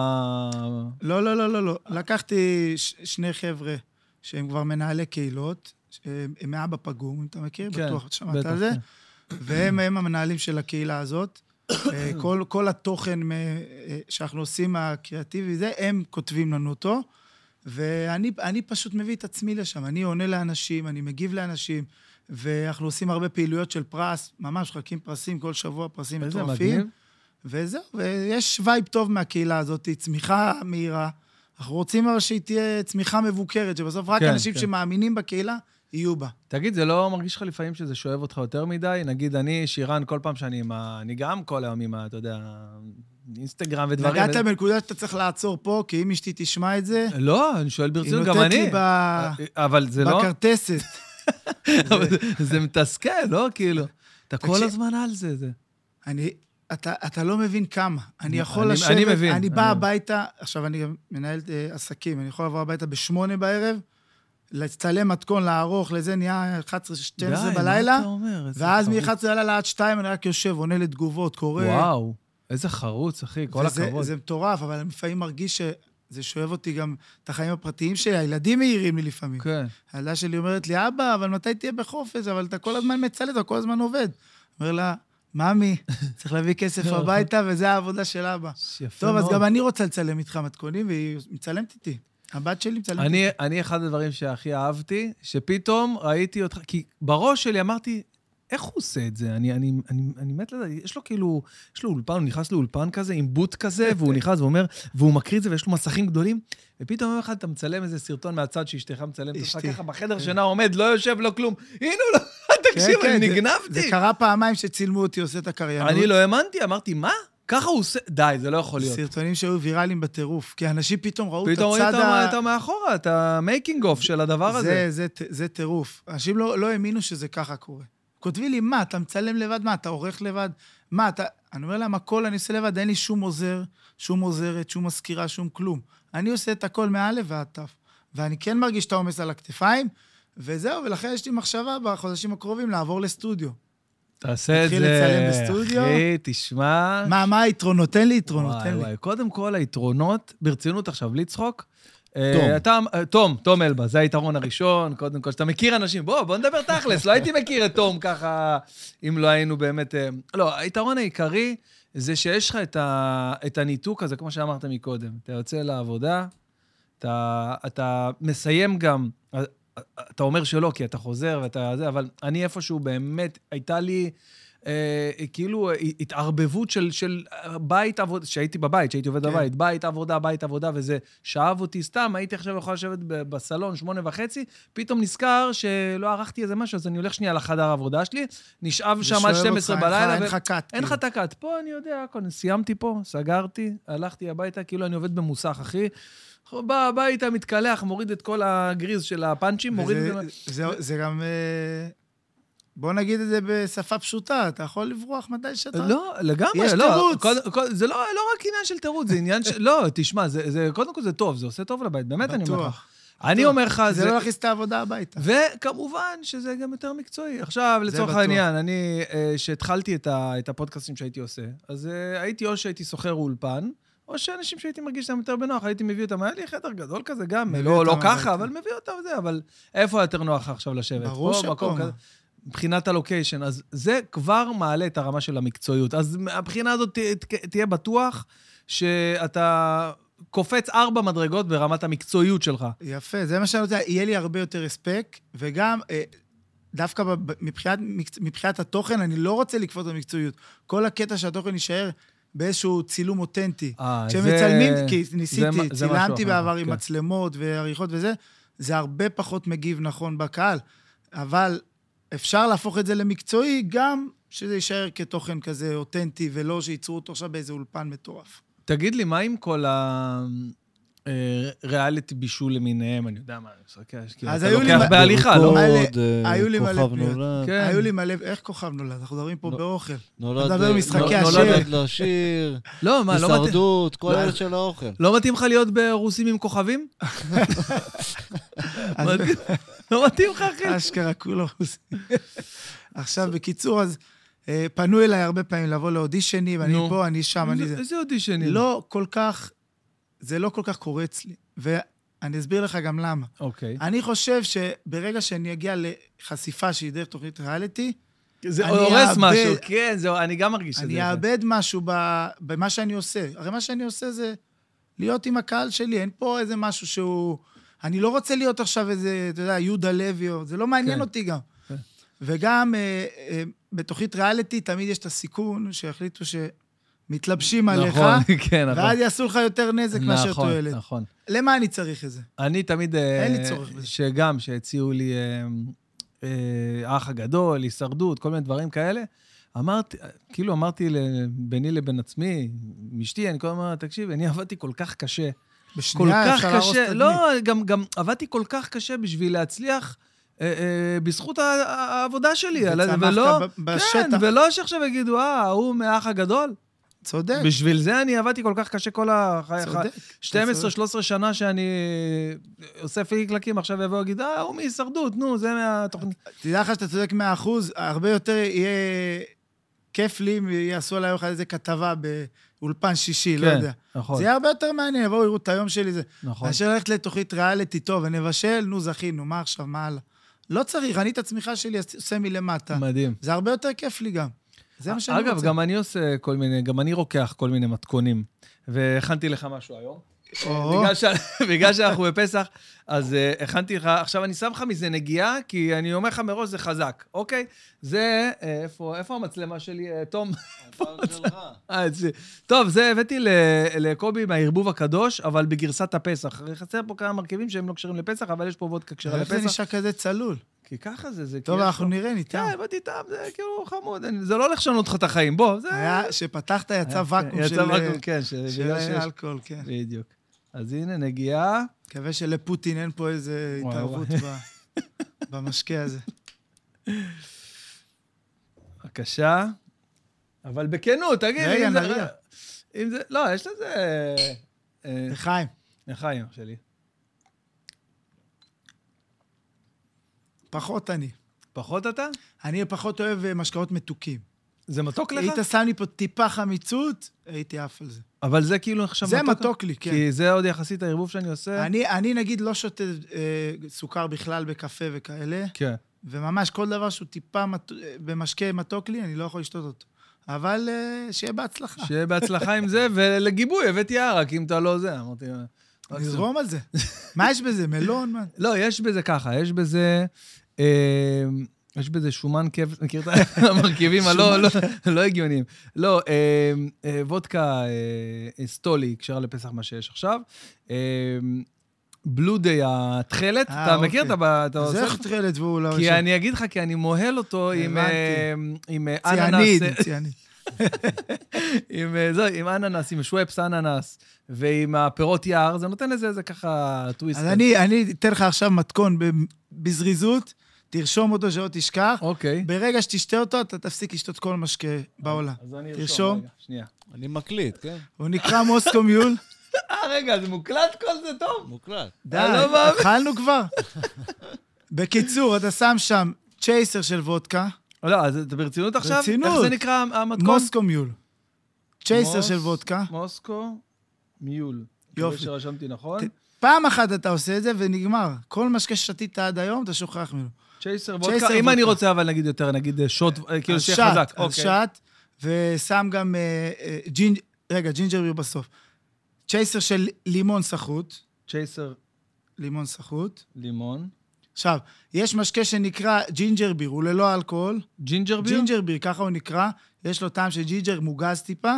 לא, לא, לא, לא, לא. לקחתי ש- שני חבר'ה שהם כבר מנהלי קהילות, ש- הם הם מאבא פגום, אם אתה מכיר, כן, בטוח שמעת בטח, על זה, כן. והם הם המנהלים של הקהילה הזאת. אה, כל, כל התוכן מ- אה, שאנחנו עושים, הקריאטיבי, זה, הם כותבים לנו אותו, ואני אני פשוט מביא את עצמי לשם. אני עונה לאנשים, אני מגיב לאנשים, ואנחנו עושים הרבה פעילויות של פרס, ממש מחלקים פרסים כל שבוע, פרסים איזה מטורפים. מגניב. וזהו, ויש וייב טוב מהקהילה הזאת, צמיחה מהירה. אנחנו רוצים אבל שהיא תהיה צמיחה מבוקרת, שבסוף רק כן, אנשים כן. שמאמינים בקהילה יהיו בה. תגיד, זה לא מרגיש לך לפעמים שזה שואב אותך יותר מדי? נגיד, אני, שירן, כל פעם שאני עם ה... אני גם כל היום עם ה... אתה יודע, אינסטגרם ודברים. נגעת בנקודה שאתה צריך לעצור פה, כי אם אשתי תשמע את זה, לא, אני שואל היא ברצינות, גם נותנת אני. לי ב- אבל זה לא... בכרטסת. אבל זה- זה מתסכל, לא? כאילו, אתה כל תקשיב- הזמן על זה. זה. אני, אתה, אתה לא מבין כמה. אני אני- יכול לשבת, אני מבין, אני בא אני- הביתה, עכשיו אני גם מנהל אה, עסקים, אני יכול לבוא הביתה בשמונה בערב, לצלם מתכון, לערוך, לזה נהיה 11, 12 די, בלילה. מה אתה אומר? איזה ואז חרוץ. מ-11 לילה עד 2 אני רק יושב, עונה לתגובות, קורא. וואו, איזה חרוץ, אחי, כל וזה- הכבוד. זה מטורף, אבל אני לפעמים מרגיש שזה שואב אותי גם את החיים הפרטיים שלי. הילדים מעירים לי לפעמים. כן. הילדה שלי אומרת לי, אבא, אבל מתי תהיה בחופש? אבל אתה כל הזמן מצלם, אתה כל הזמן עובד. אומר לה, ממי, צריך להביא כסף הביתה, וזה העבודה של אבא. יפה טוב, לא. מאוד. אז גם אני רוצה לצלם איתך מתכונים, והיא מצלמת איתי. הבת שלי מצלמת איתי. אני, אני, אחד הדברים שהכי אהבתי, שפתאום ראיתי אותך, כי בראש שלי אמרתי, איך הוא עושה את זה? אני, אני, אני, אני מת לדעת, יש לו כאילו, יש לו אולפן, הוא נכנס לאולפן כזה, עם בוט כזה, והוא נכנס ואומר, והוא מקריא את זה, ויש לו מסכים גדולים, ופתאום יום אחד אתה מצלם איזה סרטון מהצד שאשתך מצלמת אותך אשתי. ככה, בחדר שינה עומד, לא יושב, לא כלום. הנה הוא לא... תקשיב, אני כן, כן, זה- זה נגנבתי. קרה פעמיים שצילמו אותי עושה את הקריינות. לא אני לא האמנתי, אמרתי, מה? ככה הוא עושה... די, זה לא יכול להיות. סרטונים שהיו ויראליים בטירוף, כי אנשים פתאום ראו את פתאום רואים הצד את ה- את המאחורה, את המייקינג אוף של הדבר הזה. זה, זה, ט- זה טירוף. אנשים לא, לא האמינו שזה ככה קורה. כותבים לי, מה, אתה מצלם לבד? מה, אתה עורך לבד? מה, אתה... אני אומר להם, הכל אני עושה לבד, אין לי שום עוזר, שום עוזרת, שום מזכירה, שום כלום. אני עושה את הכל מאלף ועד תף. ואני כן מרגיש את העומס על הכתפיים, וזהו, ולכן יש לי מחשבה בחודשים הקרובים לעבור לסטודיו. תעשה את מתחיל זה, לצלם בסטודיו. אחי, תשמע. מה, מה היתרונות? תן לי יתרונות, אה, וואי, תן לי. וואי, קודם כל, היתרונות, ברצינות עכשיו, בלי צחוק. תום. תום. אה, תום, תום אלבה, זה היתרון הראשון, קודם כל, שאתה מכיר אנשים. בוא, בוא נדבר תכלס, לא הייתי מכיר את תום ככה, אם לא היינו באמת... אה, לא, היתרון העיקרי זה שיש לך את, ה, את הניתוק הזה, כמו שאמרת מקודם. אתה יוצא לעבודה, אתה, אתה מסיים גם, אתה אומר שלא, כי אתה חוזר ואתה זה, אבל אני איפשהו באמת, הייתה לי אה, כאילו אה, התערבבות של, של אה, בית עבודה, שהייתי בבית, שהייתי עובד כן. בבית, בית עבודה, בית עבודה, וזה שאב אותי סתם, הייתי עכשיו יכול לשבת ב- בסלון שמונה וחצי, פתאום נזכר שלא ערכתי איזה משהו, אז אני הולך שנייה לחדר העבודה שלי, נשאב שם עד ושואב 12 אותך, אין לך- בלילה. אין ו- לך קאט. אין לך כאילו. תקת. פה אני יודע הכל, אני סיימתי פה, סגרתי, הלכתי הביתה, כאילו אני עובד במוסך, אחי. בא הביתה, מתקלח, מוריד את כל הגריז של הפאנצ'ים, מוריד את וזה- זה. זה- זה גם... אה, בוא נגיד את זה בשפה פשוטה, אתה יכול לברוח מתי שאתה... לא, לגמרי, יש לא. תירוץ. קוד- קוד- זה לא, לא רק עניין של תירוץ, זה עניין של... לא, תשמע, זה, זה, קודם כל זה טוב, זה עושה טוב לבית, באמת אני אומר לך. אה, בטוח. אני אומר לך, זה לא להכניס את העבודה הביתה. וכמובן שזה גם יותר מקצועי. עכשיו, לצורך בטוח. העניין, אני, כשהתחלתי את, ה- את הפודקאסטים שהייתי עושה, אז אה, הייתי או שהייתי שוכר אולפן, או שאנשים שהייתי מרגיש שהם יותר בנוח, הייתי מביא אותם, היה לי חדר גדול כזה גם, מביא לא, לא אותם ככה, הביתה. אבל מביא אותם וזה, אבל איפה יותר נוח עכשיו לשבת? ברור פה, שפה, מקום מה? כזה. מבחינת הלוקיישן, אז זה כבר מעלה את הרמה של המקצועיות. אז מהבחינה הזאת ת- ת- תהיה בטוח שאתה קופץ ארבע מדרגות ברמת המקצועיות שלך. יפה, זה מה שאני רוצה, יהיה לי הרבה יותר הספק, וגם אה, דווקא בב- מבחינת, מקצ- מבחינת התוכן, אני לא רוצה לקפוץ במקצועיות. כל הקטע שהתוכן יישאר באיזשהו צילום אותנטי. אה, כשמצלמים, זה- כי זה מה- ניסיתי, זה משהו צילמתי אחר, בעבר עם כן. מצלמות ועריכות וזה, זה הרבה פחות מגיב נכון בקהל, אבל אפשר להפוך את זה למקצועי, גם שזה יישאר כתוכן כזה אותנטי, ולא שייצרו אותו עכשיו באיזה אולפן מטורף. תגיד לי, מה עם כל ה... אה, ריאליטי בישול למיניהם, אני יודע מה, אני משחק, יש כאילו, אז אתה היו לי לוקח מ- בהליכה, לא? מלא- ברקוד, אה, היו לי מלא כוכב פניות. נולד. כן. היו לי מלא, איך כוכב נולד? אנחנו מדברים פה נו- באוכל. נולד, אתה מדבר אה, משחקי נולד השיר. עד לשיר, לא, מה, לא מתאים- הישרדות, כל לא, אלה אז- של האוכל. לא מתאים לך להיות ברוסים עם כוכבים? אז- אה, לא מתאים לך, אחי? אשכרה, כולו רוסים. עכשיו, בקיצור, אז אה, פנו אליי הרבה פעמים לבוא לאודישנים, אני נו. פה, אני שם, אני זה. איזה אודישנים? לא כל כך, זה לא כל כך קורה אצלי. ואני אסביר לך גם למה. אוקיי. אני חושב שברגע שאני אגיע לחשיפה שהיא דרך תוכנית ריאליטי, זה אני הורס אאבד- משהו, כן, זהו, אני גם מרגיש את זה. אני אאבד משהו ב- במה שאני עושה. הרי מה שאני עושה זה להיות עם הקהל שלי, אין פה איזה משהו שהוא... אני לא רוצה להיות עכשיו איזה, אתה יודע, יהודה לוי, או- זה לא מעניין כן. אותי גם. כן. וגם אה, אה, בתוכנית ריאליטי תמיד יש את הסיכון שיחליטו שמתלבשים עליך, נכון, כן, נכון. ואז יעשו לך יותר נזק מאשר נכון, תועלת. נכון. למה אני צריך את זה? אני תמיד... אה, אין לי צורך בזה. שגם, שהציעו לי אה, אה, האח הגדול, הישרדות, כל מיני דברים כאלה, אמרתי, כאילו אמרתי ל- ביני לבין עצמי, עם אשתי, אני כל הזמן אומר, תקשיב, אני עבדתי כל כך קשה. כל בשנייה כך אפשר להרוס קשה, תדמית. לא, גם, גם עבדתי כל כך קשה בשביל להצליח. אה, אה, בזכות ה- ה- העבודה שלי, על- וצמחת ולא, ב- כן, בשטח. ולא שעכשיו יגידו, אה, ההוא מהאח הגדול. צודק, בשביל זה אני עבדתי כל כך קשה כל החיים. כן. צודק. 12-13 שנה שאני אה, עושה פיקלקים, עכשיו יבוא ויגיד, אה, הוא מהישרדות, נו, זה מהתוכנית. תדע לך שאתה צודק 100 אחוז, הרבה יותר יהיה כיף לי אם יעשו עליי אחד איזה כתבה באולפן שישי, לא כן, יודע. נכון, זה יהיה הרבה יותר מעניין, יבואו, יראו את היום שלי, זה. נכון. מאשר ללכת לתוכנית ריאליטי, טוב, נבשל, נו, זכינו, מה עכשיו, מה הלאה? לא צריך, אני את הצמיחה שלי עושה מלמטה. מדהים. זה הרבה יותר כיף לי גם. זה מה שאני רוצה. אגב, גם אני עושה כל מיני, גם אני רוקח כל מיני מתכונים. והכנתי לך משהו היום. או, בגלל ש- בגלל שאנחנו בפסח, אז אה, הכנתי לך, עכשיו אני שם לך מזה נגיעה, כי אני אומר לך מראש, זה חזק, אוקיי? זה, אה, איפה איפה המצלמה שלי, אה, תום? אה, אצלי. טוב, זה הבאתי ל- לקובי מהערבוב הקדוש, אבל בגרסת הפסח. חסר פה כמה מרכיבים שהם לא קשרים לפסח, אבל יש פה וודקה כשרה איך זה לפסח. נשאר כזה צלול? כי ככה זה, זה טוב, כאילו- אנחנו נראה, ניתן. כן, באתי טעם, זה כאילו חמוד, אני- זה לא הולך לשנות לך את החיים, בוא, זה... אה, היה, שפתחת, יצא ואקום של... כן, אה, יצא ואקום, כן, ש- של בגלל שיש- אלכוהול, כן. בדיוק. אז הנה, נגיעה. מקווה שלפוטין אין פה איזה וואי, התערבות ב- במשקה הזה. בבקשה. אבל בכנות, תגיד. רגע, אם זה- נרגיע. אם זה... לא, יש לזה... אה, לחיים, לחיים שלי. פחות אני. פחות אתה? אני פחות אוהב אה, משקאות מתוקים. זה מתוק לך? היית שם לי פה טיפה חמיצות, הייתי עף על זה. אבל זה כאילו עכשיו זה מתוק לי, כן. כי זה עוד יחסית הערבוב שאני עושה. אני, אני נגיד לא שותה אה, סוכר בכלל בקפה וכאלה, כן. וממש כל דבר שהוא טיפה מת, אה, במשקה מתוק לי, אני לא יכול לשתות אותו. אבל אה, שיהיה בהצלחה. שיהיה בהצלחה עם זה, ולגיבוי הבאתי ערק, אם אתה לא זה. אמרתי... מקסימום. נזרום על זה. מה יש בזה? מלון? מה? לא, יש בזה ככה, יש בזה... אה, יש בזה שומן כיף, מכיר את המרכיבים הלא לא- לא הגיוניים. לא, אה, אה, וודקה אה, סטולי, קשרה לפסח מה שיש עכשיו. אה, בלודיי, התכלת, אה, אתה מכיר? אוקיי. אתה ב- אתה אז עושה? איך טרלת והוא לא... כי אני אגיד לך, כי אני מוהל אותו עם, הבנתי. אה, עם אה, ציאניד, אננס, ציאניד. עם, אה, זה, עם אננס, עם שוואפס אננס, ועם הפירות יער, זה נותן לזה איזה ככה טוויסט. אז אני, אני אתן לך עכשיו מתכון ב- בזריזות, תרשום אותו שלא תשכח. אוקיי. ברגע שתשתה אותו, אתה תפסיק לשתות כל משקה בעולם. אז אני תרשום. רגע, שנייה. אני מקליט, כן? הוא נקרא מוסקו מיול. אה, רגע, זה מוקלט כל זה טוב? מוקלט. די, לא מאמין. התחלנו כבר. בקיצור, אתה שם שם צ'ייסר של וודקה, לא, אז אתה ברצינות עכשיו? ברצינות. איך זה נקרא המתכון? מוסקו מיול. צ'ייסר מוס- של וודקה. מוסקו מיול. יופי. יופי. שרשמתי נכון. ת- פעם אחת אתה עושה את זה ונגמר. כל משקה ששתית עד היום, אתה שוכח ממנו. צ'ייסר צ'ייסר וודקה. אם וודקה. אני רוצה, אבל נגיד יותר, נגיד אה, שוט, אה, כאילו אז שיהיה שט, חזק. אז אוקיי. שט, ושם גם אה, אה, ג'ינג... רגע, ג'ינג'ר ביר בסוף. צ'ייסר של לימון סחוט. צ'ייסר לימון סחוט. לימון. עכשיו, יש משקה שנקרא ג'ינג'ר ביר, הוא ללא אלכוהול. ג'ינג'ר ביר? ג'ינג'ר ביר, ככה הוא נקרא, יש לו טעם של ג'ינג'ר מוגז טיפה,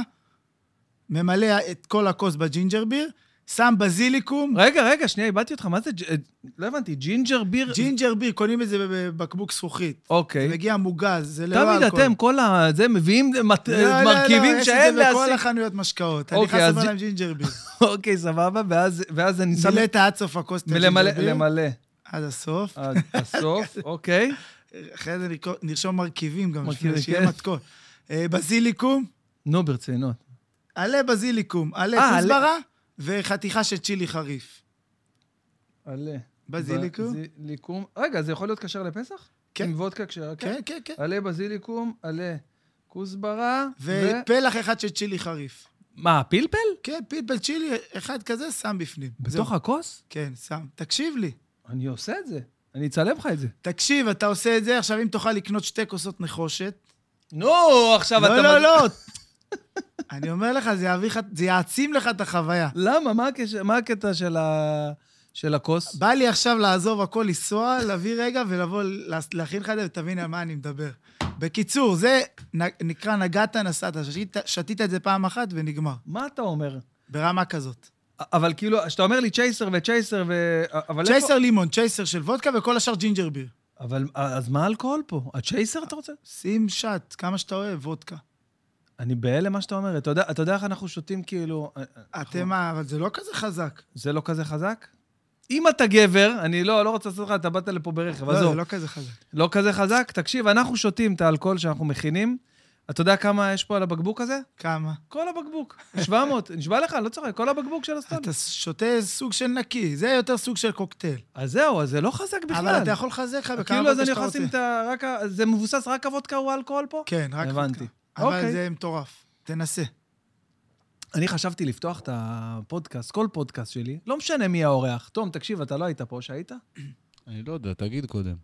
ממלא את כל הכוס בג'ינג'ר ביר, שם בזיליקום, רגע, רגע, שנייה, איבדתי אותך, מה זה? ג'- אה, לא הבנתי, ג'ינג'ר ביר? ג'ינג'ר ביר, קונים את זה בבקבוק זכוכית. זה אוקיי. מגיע מוגז, זה ללא אלכוהול. תמיד אתם, כל ה... זה, מביאים מת- מרכיבים שאין לא, לא, לא, יש את זה בכל להשיג. החנויות משקאות. אני אוקיי, חס אז עליהם ג'ינג'ר ביר. אוקיי, סבבה, ואז- ואז אני שם... מילאת עד סוף הכוס את מלמלא, אה. הג'ינג'ר ביר, למלא. עד הסוף. עד הסוף, אוקיי. אחרי זה נרקו- נרשום מרכיבים גם, בשביל מרכיבים, שיהיה כן. מתכון. אה, בזיליקום, נו, ברצינות. עלה בזיליקום, אה, עלה עלה. כוסברה וחתיכה של צ'ילי חריף. עלה. בזיליקום? בזיליקום. רגע, זה יכול להיות כשר לפסח? כן. עם וודקה כשרה? כן, כן, כן. עלה בזיליקום, עלה כוסברה, ו... ופלח אחד של צ'ילי חריף. מה, פלפל? כן, פלפל צ'ילי, אחד כזה, שם בפנים. זהו. בתוך הכוס? כן, שם. תקשיב לי. אני עושה את זה. אני אצלם לך את זה. תקשיב, אתה עושה את זה, עכשיו אם תוכל לקנות שתי כוסות נחושת... נו, עכשיו אתה... לא, לא, לא. אני אומר לך, זה יביא לך, זה יעצים לך את החוויה. למה? מה הקש- מה הקטע של ה- של הכוס? בא לי עכשיו לעזוב הכל, לנסוע, להביא רגע ולבוא, לה- להכין לך את זה ותבין על מה אני מדבר. בקיצור, זה נ- נקרא נגעת, נסעת. שתית, שתית את זה פעם אחת ונגמר. מה אתה אומר? ברמה כזאת. אבל כאילו, כשאתה אומר לי צ'ייסר וצ'ייסר ו... אבל איפה- צ'ייסר לימון, צ'ייסר של וודקה וכל השאר ג'ינג'ר ביר. אבל אז מה האלכוהול פה? הצ'ייסר אתה רוצה? שים שט, כמה שאתה אוהב, וודקה. אני בהלם מה שאתה אומר. אתה יודע- אתה יודע איך אנחנו שותים כאילו... אתם מה, אבל זה לא כזה חזק. זה לא כזה חזק? אם אתה גבר, אני לא, לא רוצה לעשות לך, אתה באת לפה ברכב, לא, עזוב. זה לא כזה חזק. לא כזה חזק? תקשיב, אנחנו שותים את האלכוהול שאנחנו מכינים. אתה יודע כמה יש פה על הבקבוק הזה? כמה? כל הבקבוק. 700, נשבע לך, לא צוחק, כל הבקבוק של הסטון. אתה שותה סוג של נקי, זה יותר סוג של קוקטייל. אז זהו, אז זה לא חזק בכלל. אבל אתה יכול לחזק לך בכמה כאילו, אז וודקה אני שאתה יכול לשים את רוצה. ה... רק ה- זה מבוסס רק הוודקה או האלכוהול פה? כן, רק וודקה. הבנתי. אבל אוקיי. זה מטורף. תנסה. אני חשבתי לפתוח את הפודקאסט, כל פודקאסט שלי, לא משנה מי האורח. תום, תקשיב, אתה לא היית פה, שהיית? אני לא יודע, תגיד קודם.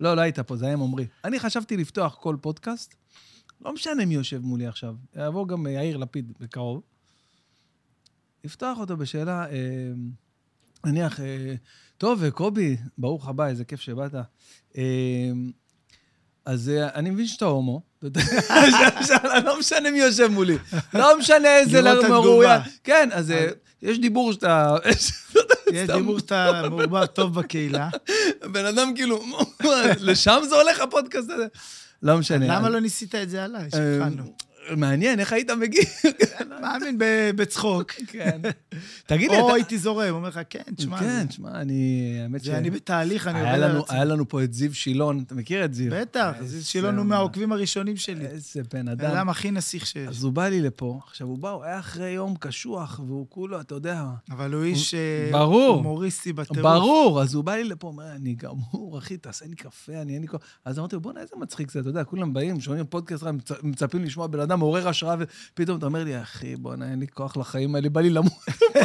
לא, לא היית פה, זה היה עם עמרי. אני חשבתי לפתוח כל פודקאסט, לא משנה מי יושב מולי עכשיו, יבוא גם אה, יאיר לפיד בקרוב, לפתוח אותו בשאלה, אה, נניח, אה, טוב, אה, קובי, ברוך הבא, איזה כיף שבאת. אה, אז אה, אני מבין שאתה הומו, אתה יודע, לא משנה מי יושב מולי, לא משנה איזה לראות את התגובה. מרואיין. כן, אז אה, יש דיבור שאתה... יש סתם. כן. דיבור שאתה מעורבב טוב בקהילה. בן אדם כאילו, לשם זה הולך הפודקאסט הזה? לא משנה. למה לא ניסית את זה עליי, שהתחלנו? אה, מעניין, איך היית מגיע? מאמין ב- בצחוק. כן. תגיד לי, או אתה... הייתי זורם, אומר לך, כן, תשמע, כן, תשמע, אני... האמת ש... זה- אני בתהליך, אני היה עובד על לנו- אה, עצמי. היה לנו פה את זיו שילון, אתה מכיר את זיו? בטח, זה שילון הוא מהעוקבים הראשונים שלי. איזה בן בן אדם. אדם הכי נסיך שיש. אה, אז הוא בא לי לפה, עכשיו הוא בא, הוא היה אחרי יום קשוח, והוא כולו, אתה יודע... אבל הוא איש אה, ברור. הומוריסטי בטירוף. ברור, אז הוא בא לי לפה, אומר, אני גמור, אחי, תעשה לי קפה, אני אין לי כוח. אז אמרתי לו, בואנה, איזה מצחיק זה, אתה יודע, כולם באים, שומעים פודקאסט, רע, מצ- מצפים לשמוע בן אדם מעורר השראה, ופתאום אתה אומר לי, אחי, בואנה, אין לי כוח לחיים האלה, בא לי למות.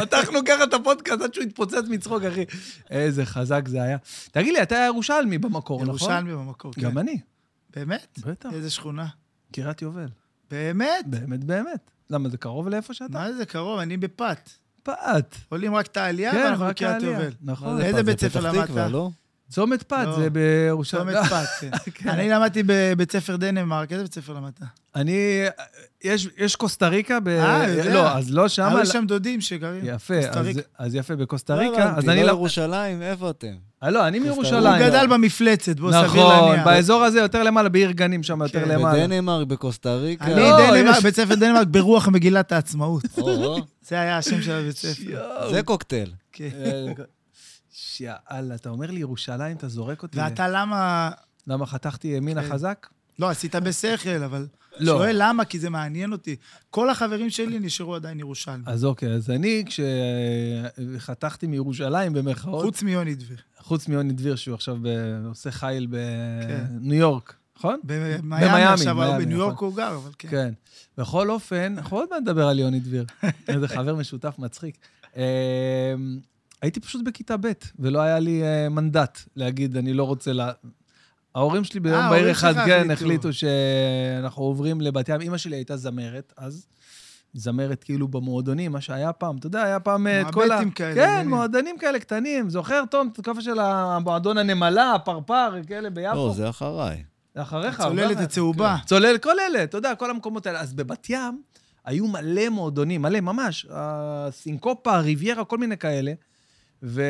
פתחנו ככה את הפודקאסט עד שהוא התפוצץ מצחוק, אחי. איזה חזק זה היה. תגיד לי, אתה ירושלמי במקור, נכון? ירושלמי במקור, כן. גם אני, באמת? בטח. איזה שכונה. קריית יובל. באמת? באמת, באמת. למה, זה קרוב לאיפה שאתה? מה זה קרוב? אני בפת. פת. עולים רק את העלייה, כן, ואנחנו רק בקריית העלייה. יובל. נכון. מה זה איזה פת? אה, זה בית ספר פתח למדת? תקווה, לא? צומת פת, לא. זה בירושלים. צומת פת, כן. כן. אני למדתי בבית ספר דנמרק, איזה בית ספר למדת? אני, יש, יש קוסטה ריקה ב... אה, יודע. לא, אז לא שמה. היו לי שם דודים שגרים. יפה, קוסטה אז, ריקה. אז יפה, בקוסטה לא ריקה. הבנתי, אז אני... לא לא- ירושלים, איפה אתם? אה, לא, אני קוסטה מירושלים. הוא גדל במפלצת, בוא סביר נכון, להניח. באזור הזה יותר למעלה, בעיר גנים שם יותר כן, למעלה. בדנמרק, בקוסטה ריקה. אני לא, דנמרק, יש- בית ספר דנמרק ברוח מגילת העצמאות. או, או, זה היה השם של הבית ספר. זה קוקטייל. אה, כן. יאללה, אתה אומר לי ירושלים, אתה זורק אותי. ואתה למה... למה חתכתי ימינה כן. חזק? לא, עשית בשכל, אבל... לא. שואל למה, כי זה מעניין אותי. כל החברים שלי נשארו עדיין ירושלמים. אז אוקיי, אז אני, כשחתכתי מירושלים, במרכאות, חוץ מיוני דביר. חוץ מיוני דביר, שהוא עכשיו ב- עושה חייל כן. בניו יורק, נכון? במיאמי במיאמי, עכשיו, מיאמי, הוא בניו יורק נכון. הוא גר, אבל כן. כן. בכל אופן, אנחנו עוד מעט נדבר על יוני דביר. איזה חבר משותף מצחיק. אמ, הייתי פשוט בכיתה ב', ולא היה לי אה, מנדט להגיד, אני לא רוצה ל... ההורים שלי ביום אה, ההורים בהיר אחד, שלך כן, החליטו. החליטו שאנחנו עוברים לבת ים. אימא שלי הייתה זמרת אז, זמרת כאילו במועדונים, מה שהיה פעם, אתה יודע, היה פעם אה, את כל ה... מועבטים כאלה, כן, עניינים. מועדונים כאלה קטנים. זוכר, תום, תקופה של המועדון הנמלה, הפרפר, כאלה ביפו? לא, זה אחריי. אחריך. אבל- צוללת הצהובה. כן. צולל, כל אלה, אתה יודע, כל המקומות האלה. אז בבת ים, היו מלא מועדונים, מלא, ממש. הסינקופה, ריביירה, כל מיני כאלה. ו...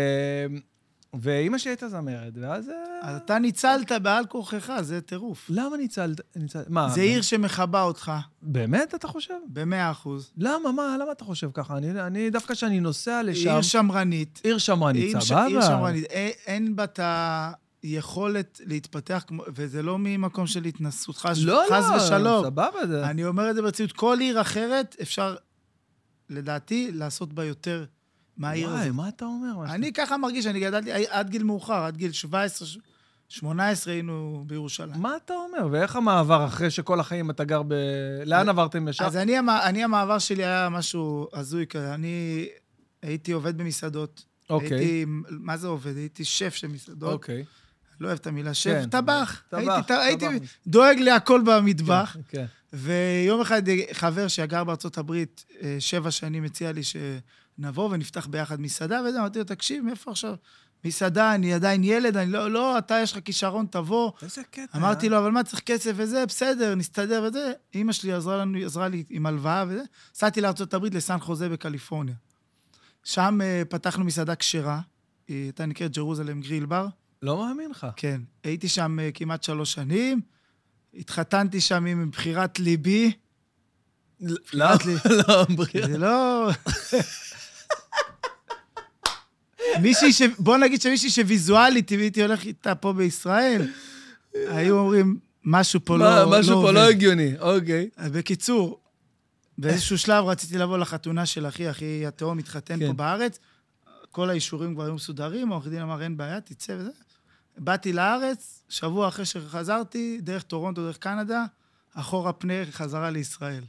ואימא שלי הייתה זמרת, ואז... אה, אז אתה ניצלת בעל כורחך, זה טירוף. למה ניצלת? ניצלת? מה? זה עיר שמכבה אותך, באמת, אתה חושב? במאה אחוז. למה? מה? למה אתה חושב ככה? אני, אני דווקא כשאני נוסע לשם... היא עיר שמרנית. עיר שמרנית, עיר ש- סבבה. עיר שמרנית. אה, אין בה את היכולת להתפתח, כמו- וזה לא ממקום של התנסות, חס לא, חס לא, ושלום. סבבה, זה... אני אומר את זה ברצינות. כל עיר אחרת, אפשר, לדעתי, לעשות בה יותר מהעיר וואי, לא. הזאת. מה אתה אומר? מה אני ככה מרגיש, אני גדלתי הי- עד גיל מאוחר, עד גיל 17, ש- 18 היינו בירושלים. מה אתה אומר? ואיך המעבר אחרי שכל החיים אתה גר ב... לאן עברתם ישר? אז אני, המ- אני, המעבר שלי היה משהו הזוי כזה. אני הייתי עובד במסעדות. אוקיי, הייתי, מה זה עובד? הייתי שף של מסעדות. אוקיי. לא אוהב את המילה שף, כן. טבח. טבח, הייתי- טבח. הייתי דואג להכל במטבח. כן, כן. ויום אחד חבר שגר בארצות הברית אה, שבע שנים הציע לי שנבוא ונפתח ביחד מסעדה, וזה, אמרתי לו, תקשיב, מאיפה עכשיו? מסעדה, אני עדיין ילד, אני לא, לא, אתה יש לך כישרון, תבוא. איזה קטע. אמרתי לו, אבל מה, צריך כסף וזה, בסדר, נסתדר וזה. אימא שלי עזרה, לנו, עזרה לי עם הלוואה וזה. נסעתי לארצות הברית, לסן חוזה בקליפורניה. שם אה, פתחנו מסעדה כשרה, היא הייתה נקראת ג'רוזלם גריל בר. לא מאמין לך. כן, הייתי שם אה, כמעט שלוש שנים, התחתנתי שם עם בחירת ליבי. לא, אמרת לי. לא, בריאה. זה לא... מישהי ש... בוא נגיד שמישהי שוויזואלית, אם הייתי הולך איתה פה בישראל, היו אומרים, משהו פה מה, לא... משהו פה לא עובד." הגיוני, אוקיי. אז בקיצור, באיזשהו שלב רציתי לבוא לחתונה של אחי, אחי התהום התחתן כן. פה בארץ, כל האישורים כבר היו מסודרים, העורך דין אמר, אין בעיה, תצא וזה. באתי לארץ, שבוע אחרי שחזרתי, דרך טורונטו, דרך קנדה, אחורה פנה חזרה לישראל.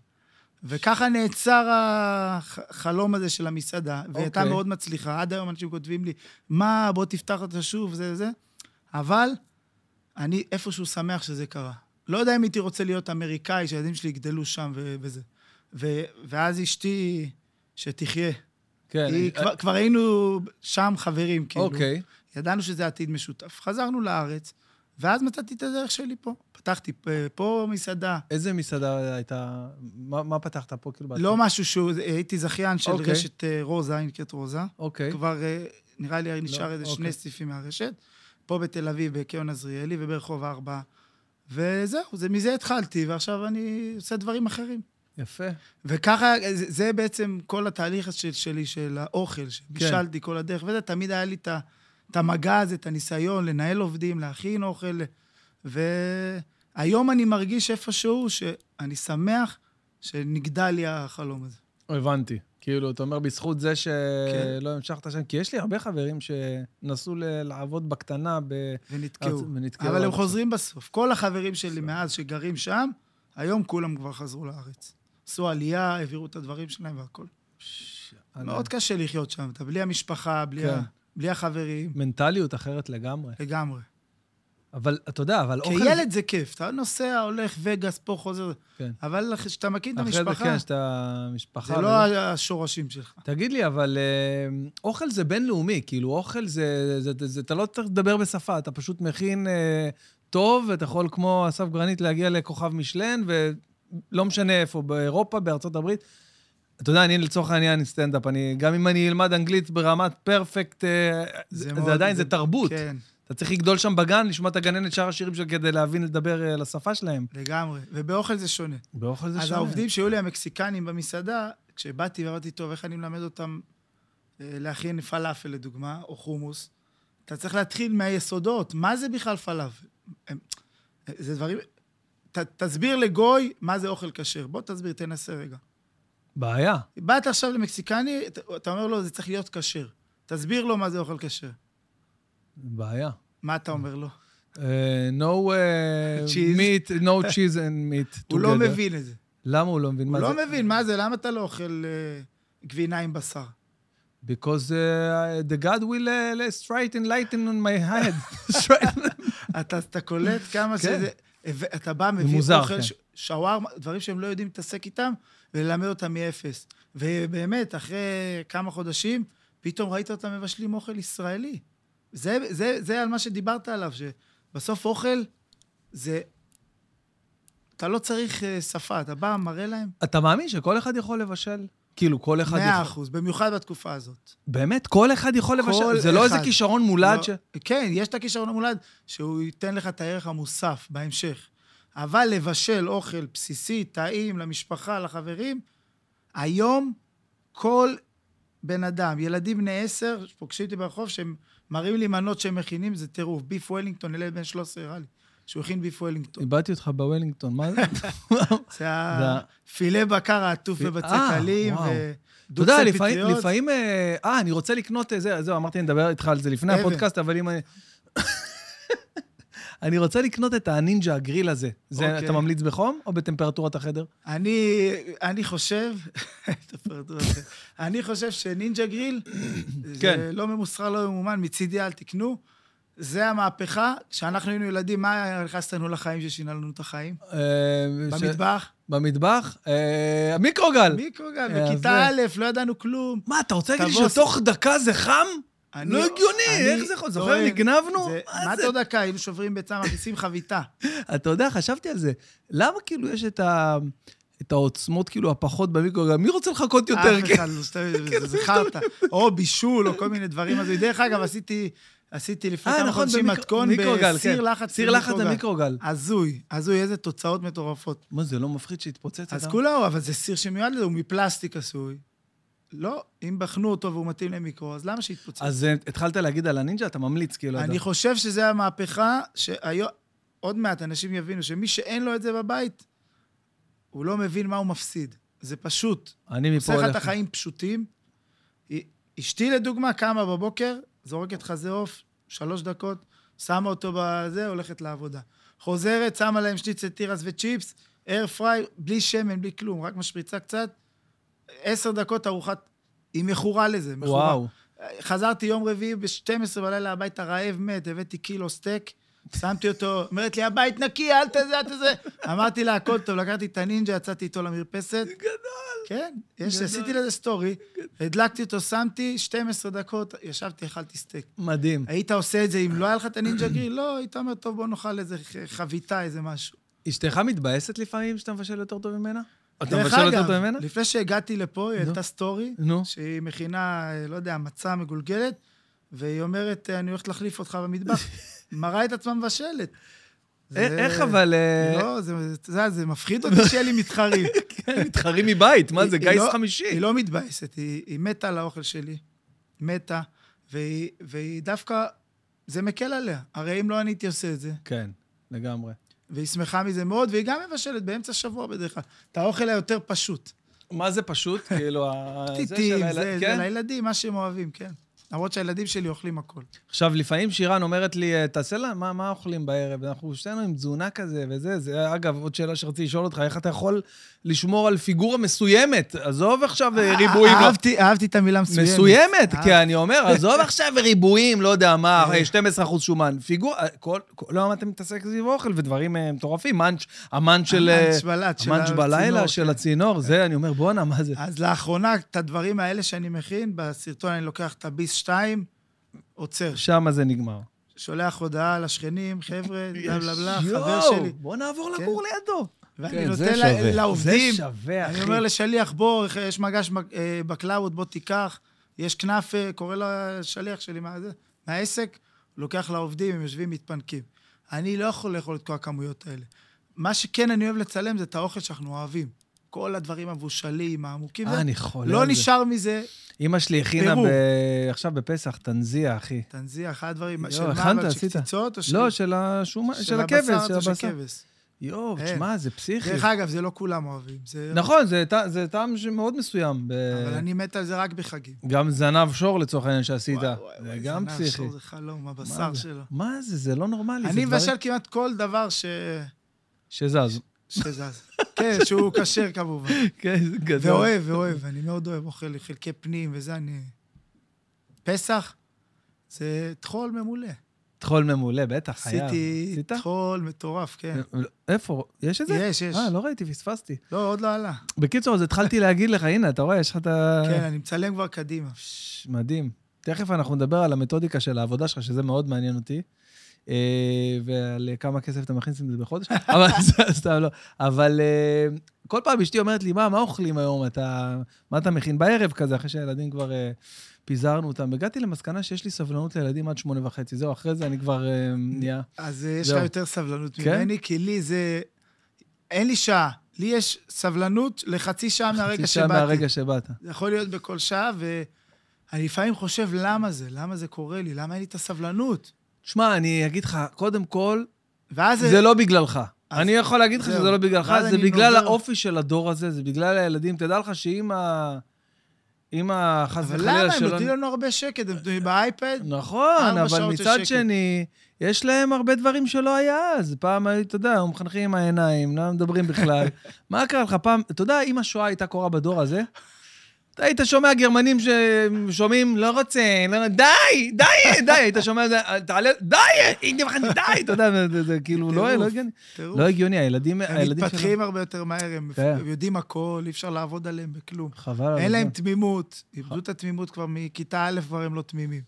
וככה נעצר החלום הזה של המסעדה, והיא הייתה אוקיי. מאוד מצליחה. עד היום אנשים כותבים לי, מה, בוא תפתח אותה שוב, זה זה. אבל אני איפשהו שמח שזה קרה. לא יודע אם הייתי רוצה להיות אמריקאי, שהילדים שלי יגדלו שם ו- וזה. ו- ואז אשתי, שתחיה. כן. היא, אני- כבר, כבר היינו שם חברים, כאילו. אוקיי. ידענו שזה עתיד משותף. חזרנו לארץ, ואז מצאתי את הדרך שלי פה. פתחתי אה, פה מסעדה. איזה מסעדה הייתה... מה מה פתחת פה כאילו? בעצמך? לא משהו שהוא, הייתי זכיין של אוקיי. רשת אה, רוזה, נקראת רוזה. אוקיי. כבר, אה, נראה לי, נשאר לא, איזה אוקיי. שני סניפים מהרשת. פה בתל אביב, בקיון עזריאלי וברחוב ארבע. וזהו, זה, מזה התחלתי, ועכשיו אני עושה דברים אחרים. יפה. וככה, זה, זה בעצם כל התהליך של, שלי, של האוכל, שבישלתי כל הדרך, וזה, תמיד היה לי את ה- את המגע הזה, את הניסיון לנהל עובדים, להכין אוכל, והיום אני מרגיש איפשהו שאני שמח שנגדל לי החלום הזה. הבנתי. כאילו, אתה אומר, בזכות זה כן. שלא המשכת שם, כי יש לי הרבה חברים שנסעו ל- לעבוד בקטנה ב... ונתקעו. ונתקעו. אבל הם חוזרים בסוף. כל החברים שלי מאז שגרים שם, היום כולם כבר חזרו לארץ. עשו עלייה, העבירו את הדברים שלהם והכול. מאוד קשה לחיות שם, אתה בלי המשפחה, בלי, כן. ה... בלי החברים, מנטליות אחרת לגמרי. לגמרי. אבל אתה יודע, אבל אוכל... כילד זה כיף, אתה נוסע, הולך וגאס, פה חוזר, אוקיי. כן. אבל אח- כשאתה מכיר את אחרי זה המשפחה, כן, שאתה משפחה. זה לא וזה. ה- השורשים שלך. תגיד לי, אבל אה, אוכל זה בינלאומי, כאילו, אוכל זה, זה, זה, זה... אתה לא צריך לדבר בשפה, אתה פשוט מכין אה, טוב, ואתה יכול כמו אסף גרנית להגיע לכוכב משלן, ולא משנה איפה, באירופה, בארצות הברית. אתה יודע, אני לצורך העניין סטנדאפ, אני, גם אם אני אלמד אנגלית ברמת פרפקט, אה, זה, זה, מאוד- זה עדיין, זה, זה תרבות. כן. כן, אתה צריך לגדול שם בגן, לשמוע את הגננת שר השירים שלו כדי להבין לדבר אה, לשפה שלהם. לגמרי, ובאוכל זה שונה. באוכל זה אז שונה. העובדים שהיו לי המקסיקנים במסעדה, כשבאתי ואמרתי, טוב, איך אני מלמד אותם אה, להכין פלאפל לדוגמה, או חומוס, אתה צריך להתחיל מהיסודות, מה זה בכלל פלאפל? הם- זה דברים... ת, תסביר לגוי מה זה אוכל כשר. בוא תסביר, תנסה רגע. בעיה. באת עכשיו למקסיקני, אתה- אתה אומר לו, זה צריך להיות כשר. תסביר לו מה זה אוכל כשר. בעיה. מה אתה אומר לו? Uh, no uh, Cheese. meat, no cheese and meat together. הוא לא מבין את זה. למה הוא לא מבין הוא מה זה? לא מבין מה זה, למה אתה לא אוכל אה, גבינה עם בשר? Because uh, the God will uh, straighten lighten on my head. Straighten- אתה, אתה קולט כן. כמה שזה... ו- אתה בא, מביא מוזר, אוכל, כן. ש- שווארמה, דברים שהם לא יודעים להתעסק איתם, וללמד אותם מאפס. ובאמת, אחרי כמה חודשים, פתאום ראית אותם מבשלים אוכל ישראלי. זה, זה, זה על מה שדיברת עליו, שבסוף אוכל זה אתה לא צריך אה, שפה, אתה בא, מראה להם. אתה מאמין שכל אחד יכול לבשל? כאילו, כל אחד מאה יכול... אחוז, במיוחד בתקופה הזאת. באמת, כל אחד יכול כל לבשל? זה לא איזה אחד. כישרון מולד לא- ש... כן, יש את הכישרון המולד, שהוא ייתן לך את הערך המוסף בהמשך. אבל לבשל אוכל בסיסי, טעים, למשפחה, לחברים, היום כל בן אדם, ילדים בני עשר, פוגשים אותי ברחוב, שהם מראים לי מנות שהם מכינים, זה טירוף. ביף וולינגטון, ילד בן 13 הראה לי, שהוא הכין ביף וולינגטון. איבדתי אותך בוולינגטון, מה זה? זה הפילה בקר העטוף אה, בבצקלים, וואו. אתה ודוצה יודע, לפעמים, פטריות. לפעמים... אה, אה, אני רוצה לקנות אה, זה, אז זהו, אמרתי, נדבר איתך על זה לפני אבן. הפודקאסט, אבל אם אני... אני רוצה לקנות את הנינג'ה הגריל הזה. זה, אוקיי. אתה ממליץ בחום או בטמפרטורת החדר? אני, אני חושב, טמפרטורה אחרת. אני חושב שנינג'ה גריל, כן. זה לא ממוסחר, לא ממומן, מצידי אל תקנו. זה המהפכה, כשאנחנו היינו ילדים, מה נכנסת לנו לחיים ששינה לנו את החיים? אה, ש- במטבח? במטבח? אה, המיקרוגל. מיקרוגל, אה, בכיתה זה. א', לא ידענו כלום. מה, אתה רוצה להגיד לי תבוא- שתוך דקה זה חם? אני- לא הגיוני, אני איך זה יכול? זוכר, טוען, נגנבנו? זה- מה מה זה? אתה יודע, דקה, היינו שוברים ביצה, מכניסים חביתה. אתה יודע, חשבתי על זה. למה כאילו יש את ה... את העוצמות כאילו הפחות במיקרוגל? מי רוצה לחכות יותר? אף אחד לא מסתובב, זה חרטא. או בישול, או כל מיני דברים. אז דרך אגב, עשיתי, עשיתי לפני אה, כמה נכון, חודשים במיקרו- מתכון מיקרוגל, בסיר כן. לחץ. סיר לחץ במיקרוגל. הזוי, הזוי, איזה תוצאות מטורפות. מה, זה לא מפחיד שהתפוצץ? אז אדם? כולו, אבל זה סיר שמיועד לזה, הוא מפלסטיק עשוי. לא, אם בחנו אותו והוא מתאים למיקרו, אז למה שיתפוצץ? אז אה, התחלת להגיד על הנינג'ה, אתה ממליץ, כאילו, אני אדם. חושב שזו המהפכה שהיום... עוד מעט אנשים יבינו שמי שאין לו את זה בבית, הוא לא מבין מה הוא מפסיד. זה פשוט. אני מפה עושה לך את הולך. החיים פשוטים. אשתי, לדוגמה, קמה בבוקר, זורקת חזה עוף, שלוש דקות, שמה אותו בזה, הולכת לעבודה. חוזרת, שמה להם שניצל תירס וצ'יפס, אייר פריי, בלי שמן, בלי כלום, רק משפריצה קצת. עשר דקות ארוחת... היא מכורה לזה, מכורה. וואו. חזרתי יום רביעי ב-12 בלילה הביתה רעב מת, הבאתי קילו סטייק, שמתי אותו, אומרת לי, הבית נקי, אל תזה, אל תזה. אמרתי לה, הכל טוב, לקחתי את הנינג'ה, יצאתי איתו למרפסת. גדול. כן, יש, גדול. עשיתי לזה סטורי, הדלקתי אותו, שמתי, 12 דקות, ישבתי, אכלתי סטייק. מדהים. היית עושה את זה אם לא היה לך את הנינג'ה גריל? לא, היית אומר, טוב, בוא נאכל איזה ח- חביתה, איזה משהו. אשתך מתבאסת לפעמים שאתה מבשל יותר טוב ממנה? אתה דרך מבשל יותר אגב, טוב ממנה? לפני שהגעתי לפה, היא נו. העלתה סטורי, נו. שהיא מכינה, אה, לא יודע, מצה מגולגלת, והיא אומרת, אני הולכת להחליף אותך במטבח. מראה את עצמה אה, מבשלת. זה- איך אבל... אה, לא, זה- אתה יודע, זה מפחיד אותי שיהיה לי מתחרים. כן, מתחרים מבית, מה היא- זה, היא גיס לא- חמישי. היא לא מתבאסת, היא היא מתה על האוכל שלי. מתה. והיא- והיא דווקא, זה מקל עליה. הרי אם לא אני הייתי עושה את זה. כן, לגמרי. והיא שמחה מזה מאוד, והיא גם מבשלת באמצע השבוע בדרך כלל. את האוכל היותר פשוט. מה זה פשוט? כאילו, ה- זה של טיטים, הילד- זה, זה כן? לילדים, מה שהם אוהבים, כן. למרות שהילדים שלי אוכלים הכל. עכשיו, לפעמים שירן אומרת לי, אה, תעשה לה, מה, מה אוכלים בערב? אנחנו שנינו עם תזונה כזה וזה. זה, אגב, עוד שאלה שרציתי לשאול אותך, איך אתה יכול לשמור על פיגורה מסוימת? עזוב עכשיו אה, ריבועים. לא- אהבתי, אהבתי את המילה מסוימת. מסוימת, אה. כי אני אומר, עזוב עכשיו ריבועים, לא יודע מה, 12 אחוז שומן, פיגור, אה, כל, כל, לא, למה אתה מתעסק סביב אוכל ודברים אה, מטורפים, מאנץ', המן של... אה, המאנץ' בלט של המאנץ' בלילה הצינור, כן. אה. של הצינור, זה, אני אומר, בואנה, מה זה? אז לאחרונה, את הדברים האלה שאני מכין, בסרטון אני לוקח את הביס 2, עוצר, שם זה נגמר. שולח הודעה לשכנים, חבר'ה, בלה בלה בלה, חבר יואו, שלי. בוא נעבור כן. לגור לידו. ואני כן, זה נותן לה- שווה. לעובדים, זה שווה, אחי. אני אומר לשליח, בוא, יש מגש בק- אה, בקלאוד, בוא תיקח, יש כנאפה, קורא לשליח שלי מה זה- מהעסק, לוקח לעובדים, הם יושבים, מתפנקים. אני לא יכול לאכול את כל הכמויות האלה. מה שכן אני אוהב לצלם זה את האוכל שאנחנו אוהבים. כל הדברים המבושלים, העמוקים. אה, זה- אני חולה לא על זה. נשאר מזה, אמא שלי הכינה פירור. ב- עכשיו בפסח, תנזיה, אחי. תנזיע, אחד הדברים, יואו, של מה, הכנת, אבל, של עשית? קציצות או של... לא, של השומן, של הכבש, הבשר של או של הבשר. כבש. יואו, אין. תשמע, זה פסיכי. דרך אגב, זה לא כולם אוהבים. זה- נכון, זה טע- זה טעם שמאוד מסוים. ב- אבל אני מת על זה רק בחגים. גם זנב שור לצורך העניין שעשית, וואי, וואי, זה וואי, גם זנב פסיכי. שור זה חלום, מה הבשר זה? שלו. מה זה? זה לא נורמלי. זה אני דברים מבשל כמעט כל דבר ש... שזז. שזז. כן, שהוא כשר כמובן. כן, זה גדול. ואוהב, ואוהב, אני מאוד אוהב אוכל, חלקי פנים וזה, אני... פסח זה טחול ממולא. טחול ממולא, בטח, חייב. עשיתי עשית? טחול מטורף, כן. איפה? יש את זה? יש, יש. אה, לא ראיתי, פספסתי. לא, עוד לא עלה. בקיצור, אז התחלתי להגיד לך, הנה, אתה רואה, יש לך את ה... כן, אני מצלם כבר קדימה. ש- מדהים. תכף אנחנו נדבר על המתודיקה של העבודה שלך, שזה מאוד מעניין אותי. אה, ועל אה, כמה כסף אתה מכניס עם זה בחודש, אבל ס- סתם לא. אבל אה, כל פעם אשתי אומרת לי, מה, מה אוכלים היום? אתה, מה אתה מכין בערב כזה, אחרי שהילדים כבר אה, פיזרנו אותם? הגעתי למסקנה שיש לי סבלנות לילדים עד שמונה וחצי, זהו, אחרי זה אני כבר אה, נהיה... אז אה, יש זהו. לך יותר סבלנות כן? ממני, כי לי זה... אין לי שעה. לי יש סבלנות לחצי שעה מהרגע חצי שעה שבאתי. מהרגע שבאת. זה יכול להיות בכל שעה, ואני לפעמים חושב, למה זה? למה זה קורה לי? למה אין לי את הסבלנות? שמע, אני אגיד לך, קודם כל, ואז... זה לא בגללך. אז- אני יכול להגיד לך זהו. שזה לא בגללך, ואז זה אני בגלל נובר- האופי של הדור הזה, זה בגלל הילדים. תדע לך שאם ה... אם ה... חס אבל וחלילה למה? הם לא שלא... נותנים לנו הרבה שקט, הם תלויים באייפד. נכון, ארבע אבל שעות של מצד שקט. שני, יש להם הרבה דברים שלא היה אז. פעם היו, אתה יודע, היו מחנכים עם העיניים, לא מדברים בכלל. מה קרה לך פעם? אתה יודע, אם השואה הייתה קורה בדור הזה, אתה היית שומע גרמנים ששומעים, לא רוצה, לא, די, די, די, היית שומע את זה, תעלה, די, הנה מחנך, די, אתה יודע, זה- זה- זה כאילו לא לא טירוף. הגיוני. תראו, לא הגיוני, הילדים הם הילדים מתפתחים הרבה יותר מהר, הם כן. אה, הם יודעים הכל, אי אפשר לעבוד עליהם בכלום. חבל על אין הזמן. להם תמימות, איבדו את התמימות כבר מכיתה א', כבר הם לא תמימים.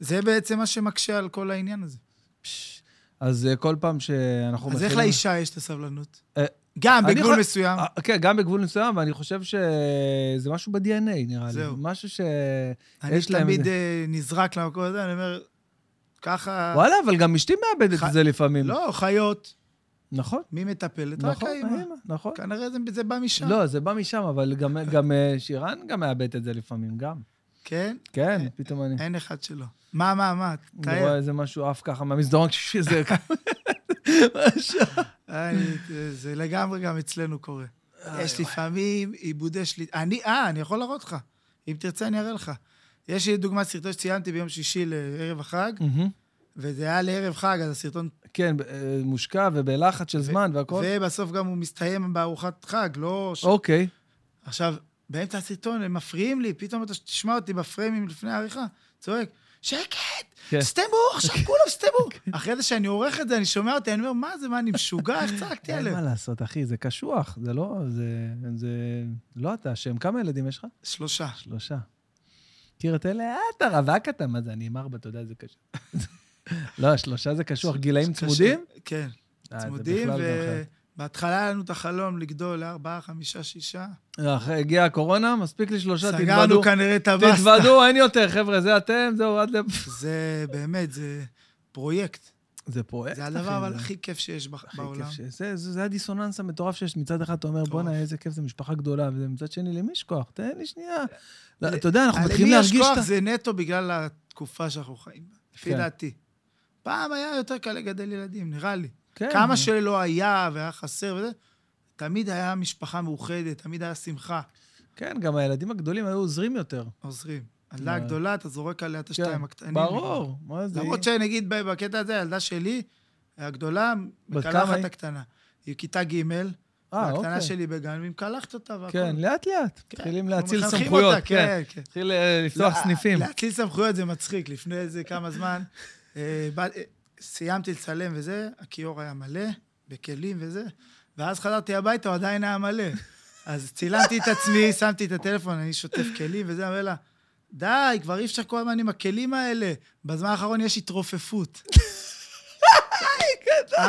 זה בעצם מה שמקשה על כל העניין הזה. פש. אז אה, כל פעם שאנחנו... אז איך מתחילים- לאישה יש את הסבלנות? אה, גם, אני בגבול יכול- מסוים. אה, כן, גם בגבול מסוים, ואני חושב שזה משהו ב-DNA, נראה לי. זהו. משהו ש... אני יש להם את תמיד זה. אה, נזרק למקום הזה, אני אומר, ככה... וואלה, אבל גם אשתי מאבדת אה. ח- את זה לפעמים. לא, חיות. נכון, מי מטפלת? רק נכון, האמא. האמא, נכון. כנראה זה- זה בא משם. לא, זה בא משם, אבל גם- גם אה, שירן גם מאבדת את זה לפעמים, גם. כן? כן, פתאום אני... אין אחד שלא. מה, מה, מה? אני רואה תאר. איזה משהו עף ככה מהמסדרון, כשזה... משהו. אה, זה- זה לגמרי גם אצלנו קורה. אה, יש לפעמים עיבודי שליטה. אני, אה, אני יכול להראות לך. אם תרצה, אני אראה לך. יש לי דוגמת סרטון שציינתי ביום שישי לערב החג, מהמם. וזה היה לערב חג, אז הסרטון... כן, אה, מושקע ובלחץ של זמן והכל. ובסוף גם הוא מסתיים בארוחת חג, לא... ש- אוקיי. עכשיו, באמצע הסרטון הם מפריעים לי, פתאום אתה תשמע אותי בפריימים לפני העריכה, צועק, שקט, כן. סטמבו, עכשיו כולם סטמבו. אחרי זה שאני עורך את זה, אני שומע אותי, אני אומר, מה זה, מה, אני משוגע? איך צעקתי אין עליהם? מה לעשות, אחי, זה קשוח. זה לא... זה... זה... לא אתה אשם. כמה ילדים יש לך? שלושה. שלושה. מכיר את אלה? אה, אתה רווק אתה, מה זה, אני עם ארבע, אתה יודע, זה קשה. לא, שלושה זה קשוח. גילאים קשה. צמודים? כן, אה, זה צמודים, בכלל גם אחרת. ובהתחלה היה לנו את החלום לגדול לארבעה, חמישה, שישה. אה, אחרי- הגיעה הקורונה, מספיק לי שלושה, לא תתוודו. סגרנו כנראה את הבאסטה. תתוודו, אין יותר, חבר'ה, זה אתם, זהו, עד ל... זה באמת, זה פרויקט. זה פרויקט, זה אחי, הדבר אבל הכי כיף שיש בח- הכי בעולם. כיף ש- זה- זה זה הדיסוננס המטורף שיש. מצד אחד אתה אומר, מטורף. בואנה, איזה כיף, זו משפחה גדולה, ומצד שני, למי יש כוח? תן לי שנייה. לא, אתה יודע, אנחנו כן. למי מתחילים יש להרגיש כוח את ה... זה נטו בגלל התקופה שאנחנו חיים בה, לפי כן. דעתי. פעם היה יותר קל לגדל ילדים, נראה לי. כן, כמה שלא היה והיה חסר וזה, תמיד היה משפחה מאוחדת, תמיד היה שמחה. כן, גם הילדים הגדולים היו עוזרים יותר. עוזרים. אה. הילדה הגדולה, אתה זורק עליה את כן, השתיים הקטנים. ברור, מה זה... למרות שנגיד ב- בקטע הזה, הילדה שלי, הגדולה, בת כמה מקלחת היא? את הקטנה. היא כיתה ג', אה, והקטנה אוקיי. שלי בגן, והיא מקלחת אותה והכל. כן, לאט-לאט. כן, מתחילים אנחנו להציל מחנכים סמכויות. אותה, כן, כן, כן. התחיל אה, לפתוח לא, סניפים. להטיל סמכויות זה מצחיק. לפני איזה כמה זמן, אה, בא- אה, סיימתי לצלם וזה, הכיור היה מלא, בכלים וזה, ואז חזרתי הביתה, הוא עדיין היה מלא. אז צילמתי את עצמי, שמתי את הטלפון, אני שוטף כלים וזה, אומר לה, די, כבר אי אפשר כל הזמן עם הכלים האלה. בזמן האחרון יש התרופפות.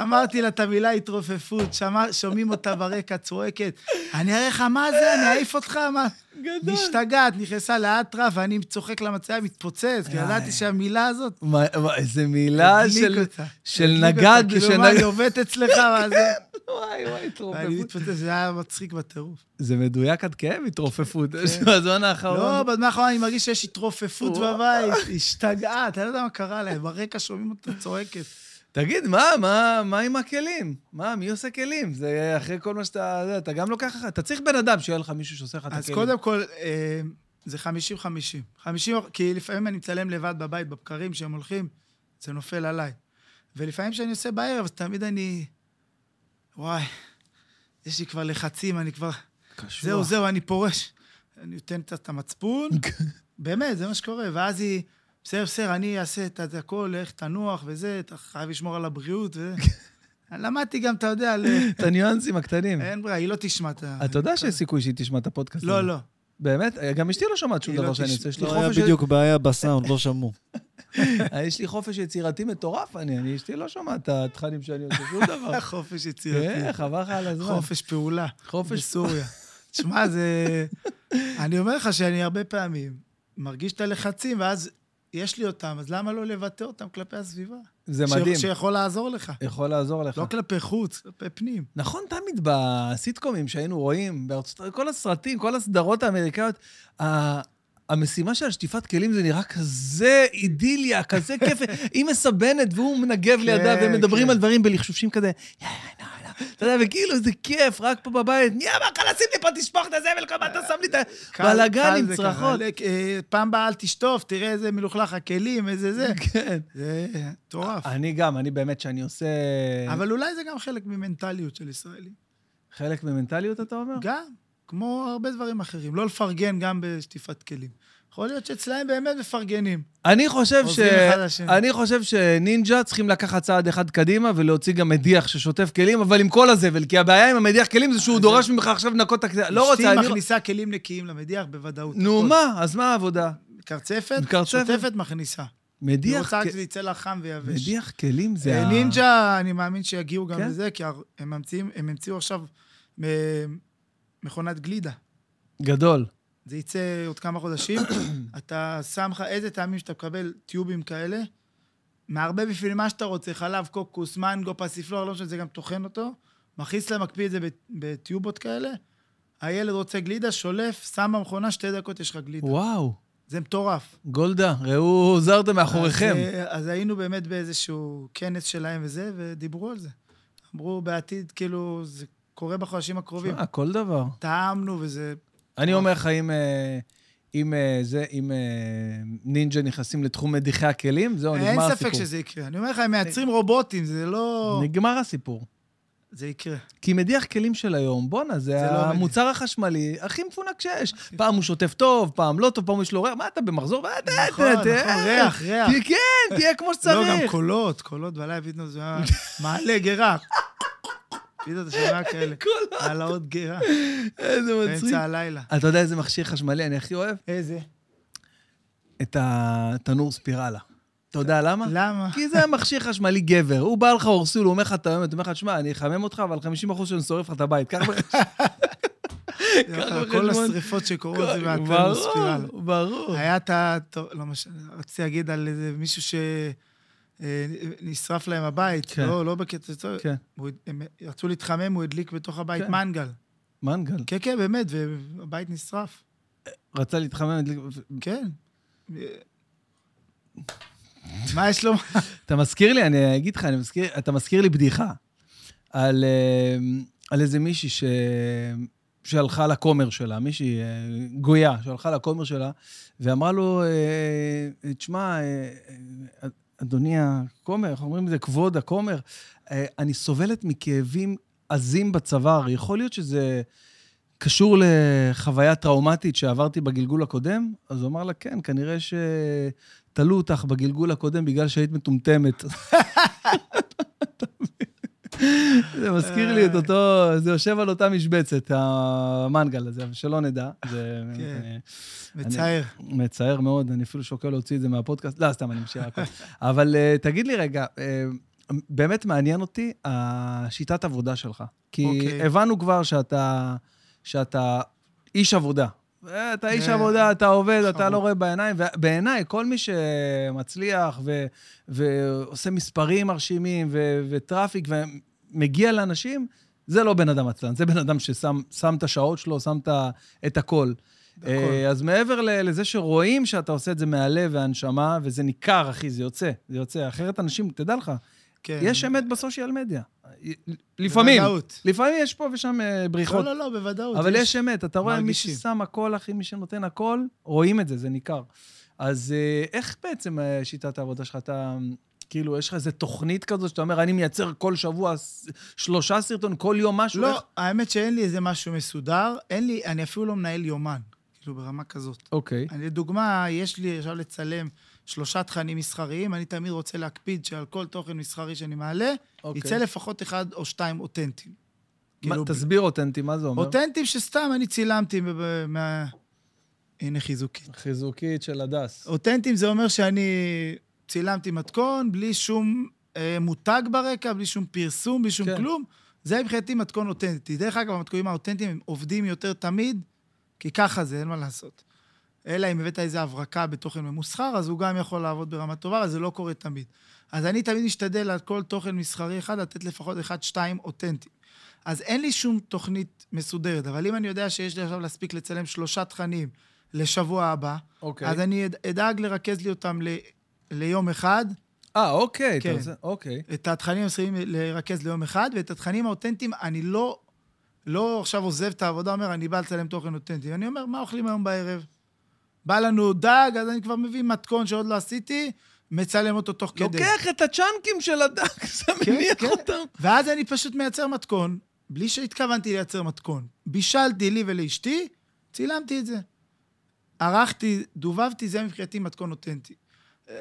אמרתי לה את המילה התרופפות, שמע- שומעים אותה ברקע צועקת, אני אראה לך מה זה, אני אעיף אותך, מה... גדול. משתגעת, נכנסה לאטרף, ואני צוחק למצב, מתפוצץ, כי איי. ידעתי שהמילה הזאת מה- מה, איזה מילה הדליק של... אותה. של הדליק אותה, נגד, של כאילו, מה, נגד. היא עובדת אצלך, מה זה? וואי, וואי, ואני התרופפות. מתפוצץ, זה היה מצחיק בטירוף. זה מדויק עד כאב, התרופפות. בזמן האחרון. כן. לא, בזמן האחרון אני מרגיש שיש התרופפות וואו. בבית, היא השתגעה, אתה לא יודע מה קרה להם, ברקע שומעים אותה צועקת. תגיד, מה, מה, מה עם הכלים? מה, מי עושה כלים? זה אחרי כל מה שאתה... זה, אתה גם לוקח לך... אתה צריך בן אדם שיהיה לך מישהו שעושה לך את הכלים. אז קודם כל, אה, זה 50-50. 50, כי לפעמים אני מצלם לבד בבית, בבקרים, שהם הולכים, זה נופל עליי. ולפעמים כשאני עושה בערב, אז תמיד אני... וואי, יש לי כבר לחצים, אני כבר... קשוח. זהו, זהו, אני פורש. אני נותן את את המצפון, באמת, זה מה שקורה. ואז היא, בסדר, בסדר, אני אעשה את את הכל, לך תנוח וזה, אתה חייב לשמור על הבריאות וזה. למדתי גם, אתה יודע, ל- את הניואנסים הקטנים. אין ברירה, היא לא תשמע את ה... אתה יודע שיש סיכוי שהיא תשמע את הפודקאסט הזה. לא, לא. באמת? גם אשתי לא שומעת שום היא לא דבר שאני תשמע. עושה. יש לי לא היה חופש... בדיוק בעיה בסאונד, לא שמעו. אה, יש לי חופש יצירתי מטורף, אני, אני אשתי לא שומעת את התכנים שאני עושה, שום דבר. חופש כן, יצירתי. חבל לך על הזמן. חופש פעולה. חופש- בסוריה. תשמע, זה... אני אומר לך שאני הרבה פעמים מרגיש את הלחצים, ואז יש לי אותם, אז למה לא לבטא אותם כלפי הסביבה? זה ש- מדהים, אה. שיכול לעזור לך. יכול לעזור לך. לא כלפי חוץ, כלפי פנים. נכון, תמיד בסיטקומים שהיינו רואים, בארצות הברית, כל הסרטים, כל הסדרות האמריקאיות, ה- המשימה של השטיפת כלים זה נראה כזה אידיליה, כזה כיף. היא מסבנת והוא מנגב לידה, והם מדברים כן. על דברים בלחשושים כזה, "יא, יא, יא, יא." אתה יודע, וכאילו, זה כיף, רק פה בבית, מי אמר לך לשים לי פה, תשפוך את הזבל, כל מה אתה שם לי את ה... קל- בלאגן קל עם זה צרחות. ככה, לק- אה, פעם באה אל תשטוף, תראה איזה מלוכלך הכלים, איזה זה. כן. זה מטורף. אני גם, אני באמת, שאני עושה אה. אבל אולי זה גם חלק ממנטליות של ישראלים. חלק ממנטליות, אתה אומר? גם, כמו הרבה דברים אחרים. לא לפרגן גם בשטיפת כלים. יכול להיות שאצלהם באמת מפרגנים. אני חושב ש... עוזרים אחד לשני. אני חושב שנינג'ה צריכים לקחת צעד אחד קדימה ולהוציא גם מדיח ששוטף כלים, אבל עם כל הזבל, כי הבעיה עם המדיח כלים זה שהוא דורש ממך עכשיו לנקות את הכ... לא רוצה, אשתי אני... לא- מכניסה כלים נקיים למדיח בוודאות. נו, הכל. מה? אז מה העבודה? קרצפת, קרצפת. שוטפת מכניסה. היא מדיח רוצה רק כ- שזה יצא לך חם ויבש. מדיח כלים זה... אה, ה- נינג'ה, אני מאמין שיגיעו גם כן? לזה, כי הר- הם ממציאים- הם המציאו עכשיו אה, מכונת גלידה. גדול. זה יצא עוד כמה חודשים, אתה שם לך איזה טעמים שאתה מקבל, טיובים כאלה, מערבב בשביל מה שאתה רוצה, חלב, קוקוס, מנגו, פסיפלור, לא משנה, זה גם טוחן אותו, מכניס להם, מקפיא את זה בט- בטיובות כאלה, הילד רוצה גלידה, שולף, שם במכונה, שתי דקות יש לך גלידה. וואו, זה מטורף. גולדה, ראו זרדה מאחוריכם. אז, אה, אז היינו באמת באיזשהו כנס שלהם וזה, ודיברו על זה. אמרו, בעתיד, כאילו, זה קורה בחודשים הקרובים. אה, כל דבר. טעמנו וזה... אני אומר לך, אוקיי. אם... אה, אם אה, זה, אם אה, נינג'ה נכנסים לתחום מדיחי הכלים, זהו, לא, נגמר אין הסיפור. ספק שזה יקרה. אני אומר לך, הם מייצרים רובוטים, זה לא... נגמר הסיפור. זה יקרה. כי מדיח כלים של היום, בואנה, זה, זה לא המוצר החשמלי הכי מפונק שיש. פעם הוא שוטף טוב, פעם לא טוב, פעם יש לו ריח, מה אתה במחזור? מה אתה... נכון, אתה- נכון, אתה- ריח, ריח. תהיה- כן, תהיה כמו לא, גם שצריך. קולות, קולות בלילה, פתאום זה היה מעלה גרה. פתאום אתה שומע כאלה, קולות. העלאות גרה, איזה מצחיק. באמצע הלילה. אתה יודע איזה מכשיר חשמלי אני הכי אוהב? איזה? את התנור ספירלה. אתה יודע למה? למה? כי זה מכשיר חשמלי גבר. הוא בא לך אורסול, הוא אומר לך, אתה אומר לך, שמע, אני אחמם אותך, אבל 50% שאני שורף לך את הבית. קח לך... כן, כל השריפות שקורות זה מהטרמוס ספירלה. ברור, ברור. היה את ה... טוב, לא משנה, רציתי להגיד על איזה מישהו ש... אה, נשרף להם הבית, כן. לא, לא בקטע טוב. כן. הוא- הם רצו להתחמם, הוא הדליק בתוך הבית כן. מנגל. מנגל. כן, כן, באמת, והבית נשרף. רצה להתחמם, הדליק- כן. מה יש לו? אתה מזכיר לי, אני אגיד לך, אני מזכיר, אתה מזכיר לי בדיחה על, אה, על איזה מישהי ש... שהלכה לכומר שלה, מישהי אה, גויה, שהלכה לכומר שלה, ואמרה לו, אה, תשמע, אה, אה, אדוני הכומר, איך אומרים את זה? כבוד הכומר, אה, אני סובלת מכאבים עזים בצוואר, יכול להיות שזה קשור לחוויה טראומטית שעברתי בגלגול הקודם? אז הוא אמר לה, כן, כנראה ש... תלו אותך בגלגול הקודם בגלל שהיית מטומטמת. זה מזכיר לי את אותו, זה יושב על אותה משבצת, המנגל הזה, אבל שלא נדע. זה כן. אני- מצער. מצער מאוד, אני אפילו שוקל להוציא את זה מהפודקאסט. לא, סתם, אני משאיר הכל. אבל אה, תגיד לי רגע, אה, באמת מעניין אותי השיטת עבודה שלך. כי אוקיי. הבנו כבר שאתה שאתה איש עבודה. אה, אתה איש אה, עבודה, אתה עובד, אתה חמור. לא רואה בעיניים. ובעיניי, כל מי שמצליח ו- ועושה מספרים מרשימים ו- וטראפיק ומגיע לאנשים, זה לא בן אדם עצלן, זה בן אדם ששם שם את השעות שלו, שם את ה- את הכל. הכל. אה, אז מעבר ל- לזה שרואים שאתה עושה את זה מהלב והנשמה, וזה ניכר, אחי, זה יוצא, זה יוצא. אחרת אנשים, תדע לך, כן. יש אמת בסושיאל מדיה. לפעמים, בוודאות. לפעמים יש פה ושם אה, לא, בריחות. לא, לא, בוודאות. אבל יש אמת, אתה רואה מי מרגישים. ששם הכל, אחי, מי שנותן הכל, רואים את זה, זה ניכר. אז אה, איך בעצם אה, שיטת העבודה שלך? אתה, אה, כאילו, יש לך איזו תוכנית כזו שאתה אומר, אני מייצר כל שבוע ס- שלושה סרטון, כל יום משהו? לא, איך- האמת שאין לי איזה משהו מסודר. אין לי, אני אפילו לא מנהל יומן. כאילו, ברמה כזאת. אוקיי. אני, לדוגמה, יש לי עכשיו לצלם שלושה תכנים מסחריים, אני תמיד רוצה להקפיד שעל כל תוכן מסחרי שאני מעלה, אוקיי. יצא לפחות אחד או שתיים אותנטיים. מה- כאילו, תסביר אותנטי, מה זה אומר? אותנטיים שסתם אני צילמתי ב- מה... הנה חיזוקי. חיזוקית של הדס. אוקיי. אותנטיים זה אומר שאני צילמתי מתכון בלי שום אה, מותג ברקע, בלי שום פרסום, בלי שום כן. כן. כלום. זה מבחינתי מתכון אותנטי. דרך אגב, המתכונים האותנטיים הם עובדים יותר תמיד, כי ככה זה, אין מה לעשות. אלא אם הבאת איזו הברקה בתוכן ממוסחר, אז הוא גם יכול לעבוד ברמה טובה, אבל זה לא קורה תמיד. אז אני תמיד משתדל על כל תוכן מסחרי אחד לתת לפחות אחד, שתיים אותנטי. אז אין לי שום תוכנית מסודרת, אבל אם אני יודע שיש לי עכשיו להספיק לצלם שלושה תכנים לשבוע הבא, אוקיי. אז אני אד- אדאג לרכז לי אותם ל, ליום אחד, אה, אוקיי, אתה כן. עושה- אוקיי. את התכנים המסחריים לרכז ליום אחד, ואת התכנים האותנטיים אני לא, לא עכשיו עוזב את העבודה, אומר, אני בא לצלם תוכן אותנטי. אני אומר, מה אוכלים היום בערב? בא לנו דג, אז אני כבר מביא מתכון שעוד לא עשיתי, מצלם אותו תוך כדי. לוקח את הצ'אנקים של הדק, זה כן, מניח כן. אותם. ואז אני פשוט מייצר מתכון, בלי שהתכוונתי לייצר מתכון. בישלתי לי ולאשתי, צילמתי את זה. ערכתי, דובבתי, זה מבחינתי מתכון אותנטי.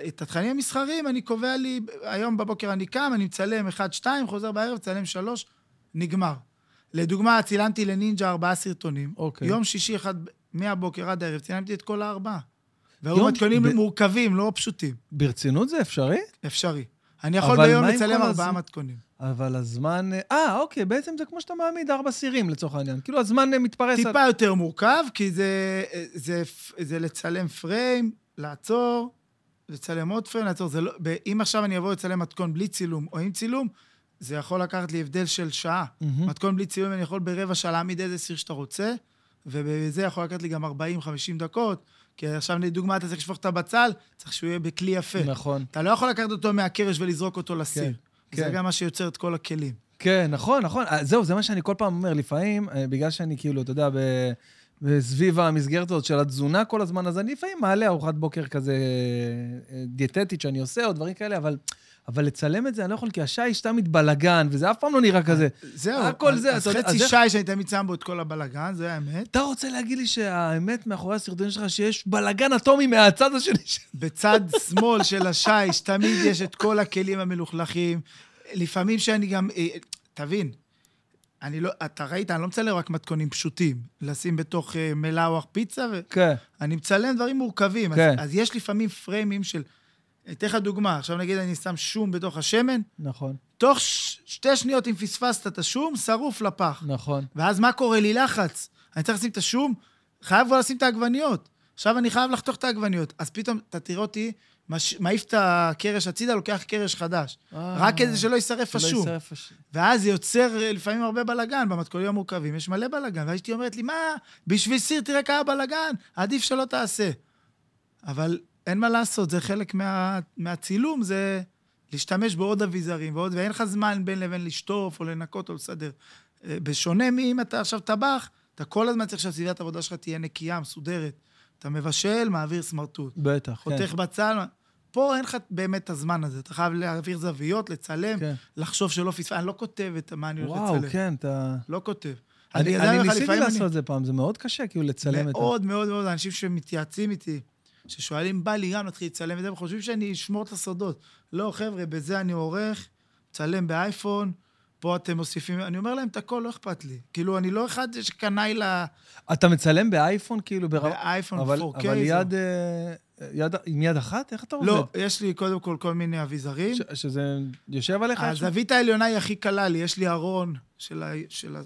את התכנים המסחריים אני קובע לי, היום בבוקר אני קם, אני מצלם 1-2, חוזר בערב, מצלם 3, נגמר. לדוגמה, צילמתי לנינג'ה ארבעה סרטונים. אוקיי. יום שישי אחד, מהבוקר עד הערב, צילמתי את כל הארבעה. והיו יום- מתכונים ב- מורכבים, לא פשוטים. ברצינות זה אפשרי? אפשרי. אני יכול אבל ביום מה עם לצלם כל ארבעה הזמן? מתכונים. אבל הזמן... אה, אוקיי, בעצם זה כמו שאתה מעמיד ארבע סירים לצורך העניין. כאילו הזמן אה, מתפרס... על- טיפה יותר מורכב, כי זה, זה, זה לצלם פריים, לעצור, לצלם עוד פריים, לעצור. זה לא, ב- אם עכשיו אני אבוא לצלם מתכון בלי צילום או עם צילום, זה יכול לקחת לי הבדל של שעה. מהמם. מתכון בלי צילום, אני יכול ברבע שעה להעמיד איזה סיר שאתה רוצה, ובזה יכול לקחת לי גם 40-50 דקות, כי עכשיו לדוגמה אתה צריך לשפוך את הבצל, צריך שהוא יהיה בכלי יפה. נכון. אתה לא יכול לקחת אותו מהקרש ולזרוק אותו לסיר. כן, זה כן. גם מה שיוצר את כל הכלים. כן, נכון, נכון. אה, זהו, זה מה שאני כל פעם אומר. לפעמים, אה, בגלל שאני כאילו, אתה יודע, ב- בסביב המסגרת הזאת של התזונה כל הזמן, אז אני לפעמים מעלה ארוחת בוקר כזה אה, דיאטטית שאני עושה, או דברים כאלה, אבל... אבל לצלם את זה אני לא יכול, כי השיש תמיד בלאגן, וזה אף פעם לא נראה כזה. זהו. הכל אז- זה, אז אתה יודע, חצי אז איך- שי שאני תמיד שם בו את כל הבלגן, זה האמת. אתה רוצה להגיד לי שהאמת מאחורי הסרטונים שלך שיש בלאגן אטומי מהצד השני של... בצד שמאל של השיש תמיד יש את כל הכלים המלוכלכים. לפעמים שאני גם... אה, תבין, אני לא... אתה ראית, אני לא מצלם רק מתכונים פשוטים. לשים בתוך אה, מלאווח פיצה, כן. ואני מצלם דברים מורכבים. כן. אז, אז יש לפעמים פריימים של... אני אתן לך דוגמה, עכשיו נגיד אני שם שום בתוך השמן, נכון, תוך ש... שתי שניות אם פספסת את השום, שרוף לפח. נכון. ואז מה קורה לי? לחץ. אני צריך לשים את השום, חייב כבר לשים את העגבניות. עכשיו אני חייב לחתוך את העגבניות. אז פתאום אתה תראה אותי, מש- מעיף את הקרש הצידה, לוקח קרש חדש. אה, רק כדי שלא יישרף שלא השום. לא יישרף השום. ואז זה יוצר אה, לפעמים הרבה בלאגן, במתכונים המורכבים יש מלא בלאגן. ואשתי אומרת לי, מה, בשביל סיר תראה כמה בלאגן, עדיף שלא תעשה. אבל אין מה לעשות, זה חלק מה, מהצילום, זה להשתמש בעוד אביזרים ועוד, ואין לך זמן בין לבין לשטוף או לנקות או לסדר. אה, בשונה מאם אתה עכשיו טבח, אתה כל הזמן צריך שהסביבת העבודה שלך תהיה נקייה, מסודרת. אתה מבשל, מעביר סמרטוט. בטח, כן. חותך בצל. פה אין לך באמת את הזמן הזה, אתה חייב להעביר זוויות, לצלם, כן. לחשוב שלא פספס, אני לא כותב את מה אני הולך וואו, לצלם. כן, אתה... לא כותב. אז אני, בגלל זה אני אומר לך, ניסיתי לפעמים אני- לעשות את זה פעם, זה מאוד קשה כאילו לצלם את זה. מאוד מאוד מאוד, אנשים שמתייעצים איתי, ששואלים, בא לי גם להתחיל לצלם את זה, וחושבים שאני אשמור את הסודות. לא, חבר'ה, בזה אני עורך, מצלם באייפון, פה אתם מוסיפים, אני אומר להם את הכל, לא אכפת לי. כאילו, אני לא אחד שקנאי ל- אתה מצלם באייפון כאילו ברמה... לאייפון 4K. אבל, אבל זה- יד, אה, יד... עם יד אחת? איך אתה עובד? לא, יש לי קודם כל כל מיני אביזרים. ש, שזה יושב עליך? איכשהו? הזווית העליונה היא הכי קלה לי, יש לי ארון של ה- של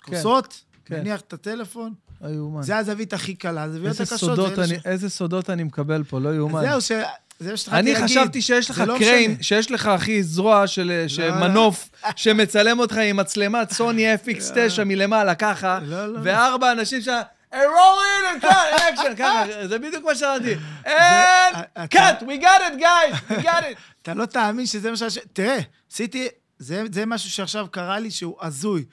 הכוסות, כן. מניח את הטלפון, לא יאומן. זה הזווית הכי קלה, הזוויות איזה הקשות. סודות, זה אלה אני, ש- איזה סודות אני מקבל פה, לא יאומן. זהו, ש- זה מה שהתחלתי אני להגיד. חשבתי שיש לך זה לא קריין, משנה. שיש לך, אחי, זרוע של של לא, לא. מנוף, שמצלם אותך עם מצלמת סוני FX9 מלמעלה, ככה, לא, לא. וארבע אנשים שם, "Hey, roll in and cut, action, ככה, זה בדיוק מה שאמרתי. And א- אתה- cut, we got it, guys, we got it. אתה לא תאמין שזה מה ש... תראה, עשיתי... זה, זה משהו שעכשיו קרה לי שהוא הזוי.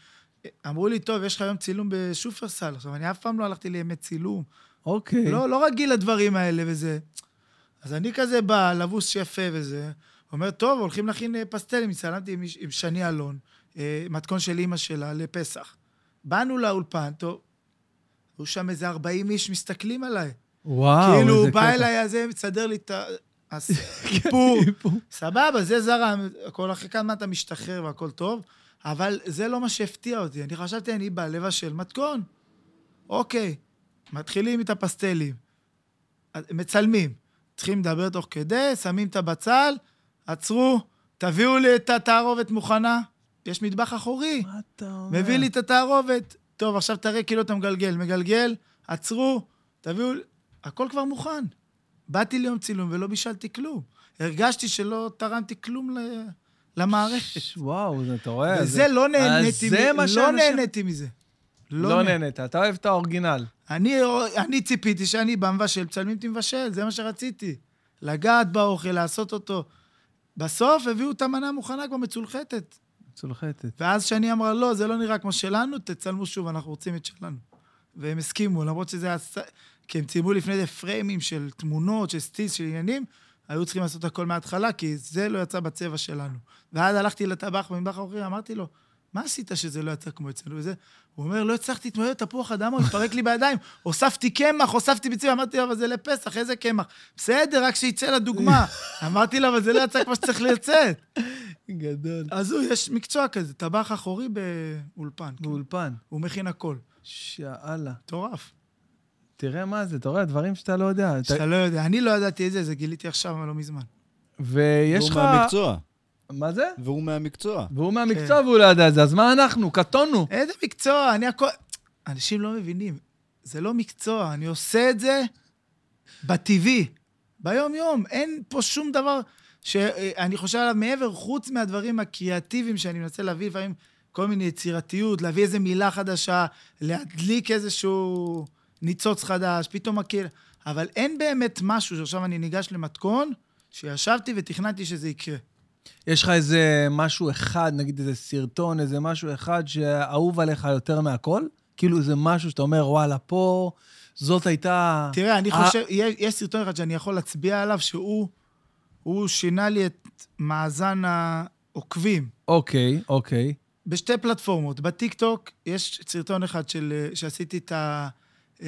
אמרו לי, טוב, יש לך היום צילום בשופרסל. עכשיו, אני אף פעם לא הלכתי לימי צילום. אוקיי. לא, לא רגיל לדברים האלה וזה. אז אני כזה בא, לבוס יפה וזה, אומר, טוב, הולכים להכין אה, פסטלים. הצטלמתי עם, איש- עם שני אלון, אה, מתכון של אימא שלה, לפסח. באנו לאולפן, טוב, היו שם איזה 40 איש מסתכלים עליי. וואו, כאילו, הוא איזה בא קטע. כן, אליי, אז זה מסדר לי את ה... הס- איפור. סבבה, זה זרם, הכל אחרי כמה אתה משתחרר והכל טוב, אבל זה לא מה שהפתיע אותי. אני חשבתי, אני בא לבשל מתכון. אוקיי, מתחילים את הפסטלים, מצלמים. תח- מתחילים לדבר תוך כדי, שמים את הבצל, עצרו, תביאו לי את התערובת מוכנה. יש מטבח אחורי, מה אתה אומר? מביא לי את התערובת. טוב, עכשיו תראה כאילו אתה מגלגל. מגלגל, עצרו, תביאו... לי- הכל כבר מוכן. באתי ליום צילום ולא בישלתי כלום. הרגשתי שלא תרמתי כלום ל- למערכת. וואו, זה- אתה רואה? וזה לא נהניתי, אז מ- זה מה לא שאנשים- נהניתי מזה. לא נהנית, אתה אוהב את האורגינל. אני, אני ציפיתי שאני במבשל, מצלמים אותי מבשל, זה מה שרציתי. לגעת באוכל, לעשות אותו. בסוף הביאו את המנה מוכנה כבר מצולחתת. צולחתת. ואז שני אמרה, לא, זה לא נראה כמו שלנו, תצלמו שוב, אנחנו רוצים את שלנו. והם הסכימו, למרות שזה היה... ס- כי הם צילמו לפני זה פריימים של תמונות, של סטילס, של עניינים, היו צריכים לעשות הכל מההתחלה, כי זה לא יצא בצבע שלנו. ואז הלכתי לטבח במטבח האחורי, אמרתי לו, מה עשית שזה לא יצא כמו אצלנו? וזה, הוא אומר, לא הצלחתי להתמודד עם תפוח אדמה, הוא התפרק לי בידיים. הוספתי קמח, הוספתי ביצים, אמרתי לו, אבל זה לפסח, איזה קמח? בסדר, רק שיצא לדוגמה. אמרתי לו, אבל זה לא יצא כמו שצריך לצאת. גדול. אז הוא, יש מקצוע כזה, טבח אחורי באולפן. כאילו. באולפן. הוא מכין הכל. שאללה. מטורף. תראה מה זה, אתה רואה, דברים שאתה לא יודע. אתה- שאתה לא יודע. אני לא ידעתי את זה, זה גיליתי עכשיו, אבל לא מזמן. ויש לך... והוא מהמקצוע. מה זה? והוא מהמקצוע. כן. והוא מהמקצוע והוא לא ידע את זה, אז מה אנחנו? קטונו. איזה מקצוע, אני הכל... אנשים לא מבינים. זה לא מקצוע, אני עושה את זה בטבעי, ביום-יום. אין פה שום דבר שאני חושב עליו מעבר, חוץ מהדברים הקריאטיביים שאני מנסה להביא לפעמים, כל מיני יצירתיות, להביא איזה מילה חדשה, להדליק איזשהו ניצוץ חדש, פתאום מכיר. אבל אין באמת משהו שעכשיו אני ניגש למתכון, שישבתי ותכננתי שזה יקרה. יש לך איזה משהו אחד, נגיד איזה סרטון, איזה משהו אחד שאהוב עליך יותר מהכל? כאילו זה משהו שאתה אומר, וואלה, פה, זאת הייתה... תראה, אני אה. חושב, יש, יש סרטון אחד שאני יכול להצביע עליו, שהוא הוא שינה לי את מאזן העוקבים אוקיי, אוקיי. בשתי פלטפורמות. בטיקטוק יש סרטון אחד של, אה, שעשיתי את ה- אה,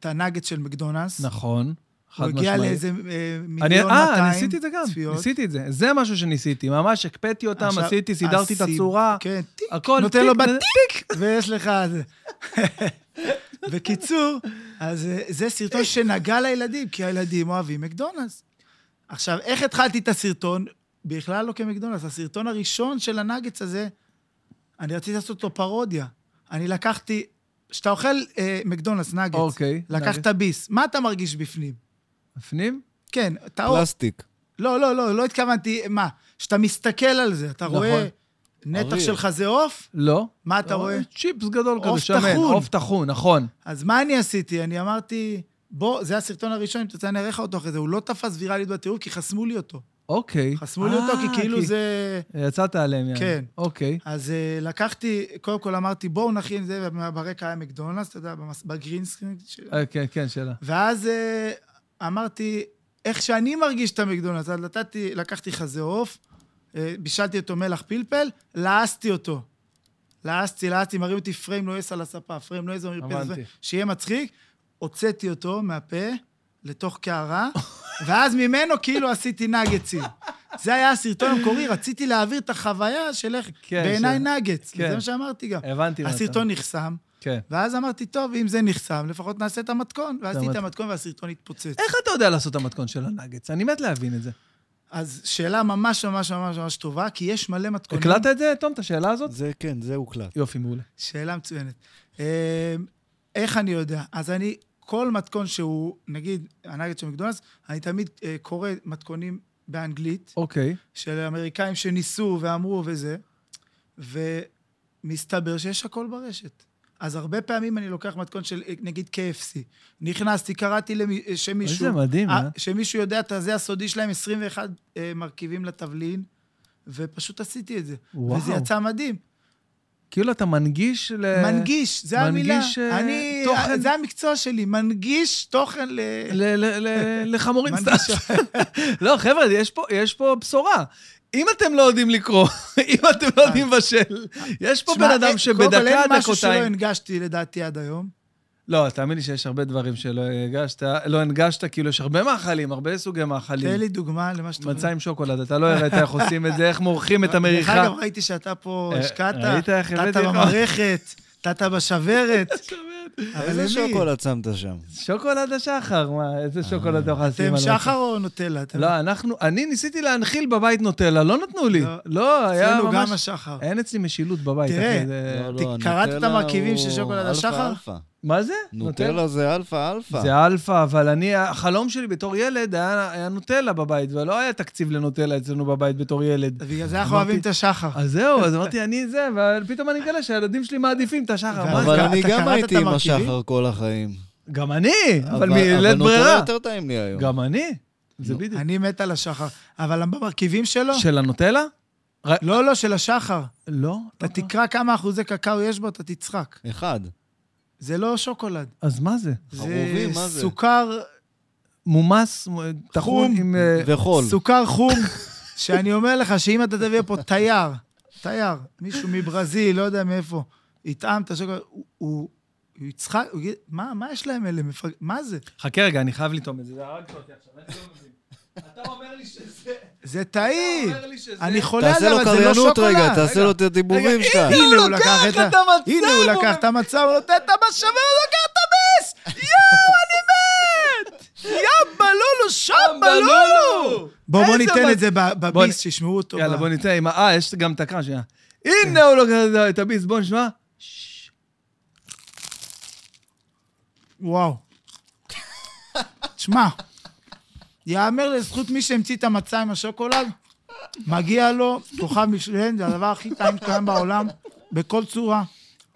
את הנאגט של מקדונלדס. נכון, חד הוא משמעית. הגיע לאיזה אה, אני- מיליון אה, אני 200 ניסיתי את זה גם, צפיות. ניסיתי את זה. זה משהו שניסיתי, ממש הקפאתי אותם, עכשיו, עשיתי, סידרתי את הסיב- הצורה, כן, טיק, הכל. נותן לו טיק, בטיק, ויש לך... זה. בקיצור, אז אה, זה סרטון שנגע לילדים, כי הילדים אוהבים מקדונלדס. עכשיו, איך התחלתי את הסרטון? בכלל לא כמקדונלדס. הסרטון הראשון של הנאגץ הזה, אני רציתי לעשות אותו פרודיה. אני לקחתי... כשאתה אוכל אה, מקדונלדס, נאגץ, אוקיי, לקחת ביס, מה אתה מרגיש בפנים? מפנים? כן, אתה אור... פלסטיק. לא, לא, לא, לא התכוונתי, מה? כשאתה מסתכל על זה, אתה נכון. רואה נתח אריר. שלך זה עוף? לא. מה אתה רואה? צ'יפס גדול כזה, עוף שמן, טחון. עוף טחון, נכון. אז מה אני עשיתי? אני אמרתי, בוא, זה הסרטון הראשון, אם תרצה אני אראה לך אותו אחרי זה. הוא לא תפס ויראלית בטירוף, כי חסמו לי אותו. אוקיי. חסמו לי אותו, אה, כי כאילו זה... יצאת עליהם, יאללה. כן. אוקיי. אז אה, לקחתי, קודם כל אמרתי, בואו נכין זה, וברקע היה מקדונלדס, אתה יודע, במס- בגרינסקרין. ש- אה, כן, כן, שאלה. ואז אה, אמרתי, איך שאני מרגיש את המקדונלדס, אז נתתי, לקחתי חזה עוף, אה, בישלתי אותו מלח פלפל, לעסתי אותו. לעסתי, לעסתי, מרים אותי פריים נועס על הספה, פריים נועס במרפסת, הבנתי. שיהיה מצחיק. הוצאתי אותו מהפה לתוך קערה, ואז ממנו כאילו עשיתי נגצים. זה היה הסרטון המקורי, רציתי להעביר את החוויה של איך... כן, בעיניי של- נגץ, כן. זה מה שאמרתי גם. הבנתי מה אתה... הסרטון נחסם, כן. ואז אמרתי, טוב, אם זה נחסם, לפחות נעשה את המתכון. ואז עשיתי את המתכון והסרטון התפוצץ. איך אתה יודע לעשות את המתכון של הנאגץ? אני מת להבין את זה. אז שאלה ממש ממש ממש ממש טובה, כי יש מלא מתכונים. הקלטת את זה, תום, את השאלה הזאת? זה כן, זה הוקלט. יופי, מעולה. שאלה מצוינת. אמ, איך אני יודע? אז אני, כל מתכון שהוא, נגיד, הנגד של מקדונלדס, אני תמיד אה, קורא מתכונים באנגלית, אוקיי. של אמריקאים שניסו ואמרו וזה, ומסתבר שיש הכל ברשת. אז הרבה פעמים אני לוקח מתכון של, אה, נגיד, KFC. נכנסתי, קראתי למי, אה, שמישהו... איזה מדהים, אה? אה, שמישהו יודע את הזה הסודי שלהם, 21 אה, מרכיבים לתבלין, ופשוט עשיתי את זה. וואו. וזה יצא מדהים. כאילו אתה מנגיש ל... מנגיש, זה המילה. מנגיש, אה, אני, תוכן. אה, זה המקצוע שלי, מנגיש תוכן ל... ל- ל- ל- לחמורים מנגיש- סתם. לא, חבר'ה, יש פה- יש פה בשורה. אם אתם לא יודעים לקרוא, אם אתם לא יודעים בשל, יש פה אה. שמע, בן אדם אה, קודם כל, שבדקה, אין משהו שלא דקותיים... הנגשתי לדעתי עד היום. לא, תאמין לי שיש הרבה דברים שלא הנגשת, לא הנגשת, כאילו יש הרבה מאכלים, הרבה סוגי מאכלים. תן לי דוגמה למה שאתה מצה עם שוקולד, אתה לא הראית איך עושים את זה, איך מורחים את אה, דרך המריחה. אגב, ראיתי שאתה פה אה, השקעת, ראית איך תת הבאתי לך? במערכת, תת בשוורת. אבל איזה למי? שוקולד שמת שם? שוקולד השחר, מה, איזה שוקולד אתה יכול לשים אתם על שחר או נוטלה? אתם- לא, אנחנו, אני ניסיתי להנחיל בבית נוטלה, לא נתנו לי. לא. לא, היה אצלנו גם ממש... השחר. אין אצלי משילות בבית. תראה. אחי, זה- לא, לא, אה, קראת את נוטלה המרכיבים של הוא שוקולד אלפא, השחר? אלפא. מה זה? נוטלה זה אלפא אלפא. זה אלפא, אבל אני, החלום שלי בתור ילד היה, היה נוטלה בבית, ולא היה תקציב לנוטלה אצלנו בבית בתור ילד. אז בגלל זה אנחנו אוהבים את השחר. אז זהו, אז אמרתי, אני זה, ופתאום אני מגלה שהילדים שלי מעדיפים את השחר. ואז- מה זה? אבל אתה אני קראת גם את הייתי עם המרכיבים? השחר כל החיים. גם אני, אבל אבל מלית נוטלה ברירה. יותר טעים לי היום. גם אני, זה בדיוק. אני מת על השחר. אבל למה במרכיבים שלו? של הנוטלה? לא, לא, של השחר. לא. אתה תקרא כמה אחוזי קקאו יש בו, אתה תצחק. אחד. זה לא שוקולד. אז מה זה? זה חרובים, מה זה? סוכר, מומס, טחון עם... אה, וחול. סוכר חום, שאני אומר לך שאם אתה תביא פה תייר, תייר, מישהו מברזיל, לא יודע מאיפה, יטעם את השוקולד, הוא- הוא הוא יצחק, הוא יגיד, מה מה יש להם אלה? מפג- מה זה? חכה רגע, אני חייב לטעום את זה, זה הרגת אותי עכשיו, איך לא מבין? אתה אומר לי שזה... זה אתה טעים. אומר לי שזה... אני חולה תעשה עליו, אבל לו זה לא קריינות שוקולד. רגע, תעשה לו את הדיבורים רגע, שלך. הנה, הנה הוא הוא לקח לקח את את ה... המצב, הנה הוא לקח את המצב, הוא נותן את המשאבה, הוא לקח את המס! יואו, אני מת! יא בלולו, שם בלולו! בואו, בואו איזה ניתן מס- את זה ב- בוא נ- בביס, שישמעו אותו. יאללה, ב- בוא נצא עם ה... אה, יש גם את הקרן שנייה. הנה הוא לוקח את הביס, בוא נשמע. וואו. תשמע, יאמר לזכות מי שהמציא את המצה עם השוקולד, מגיע לו כוכב משלן, זה הדבר הכי טעים שקיים בעולם, בכל צורה.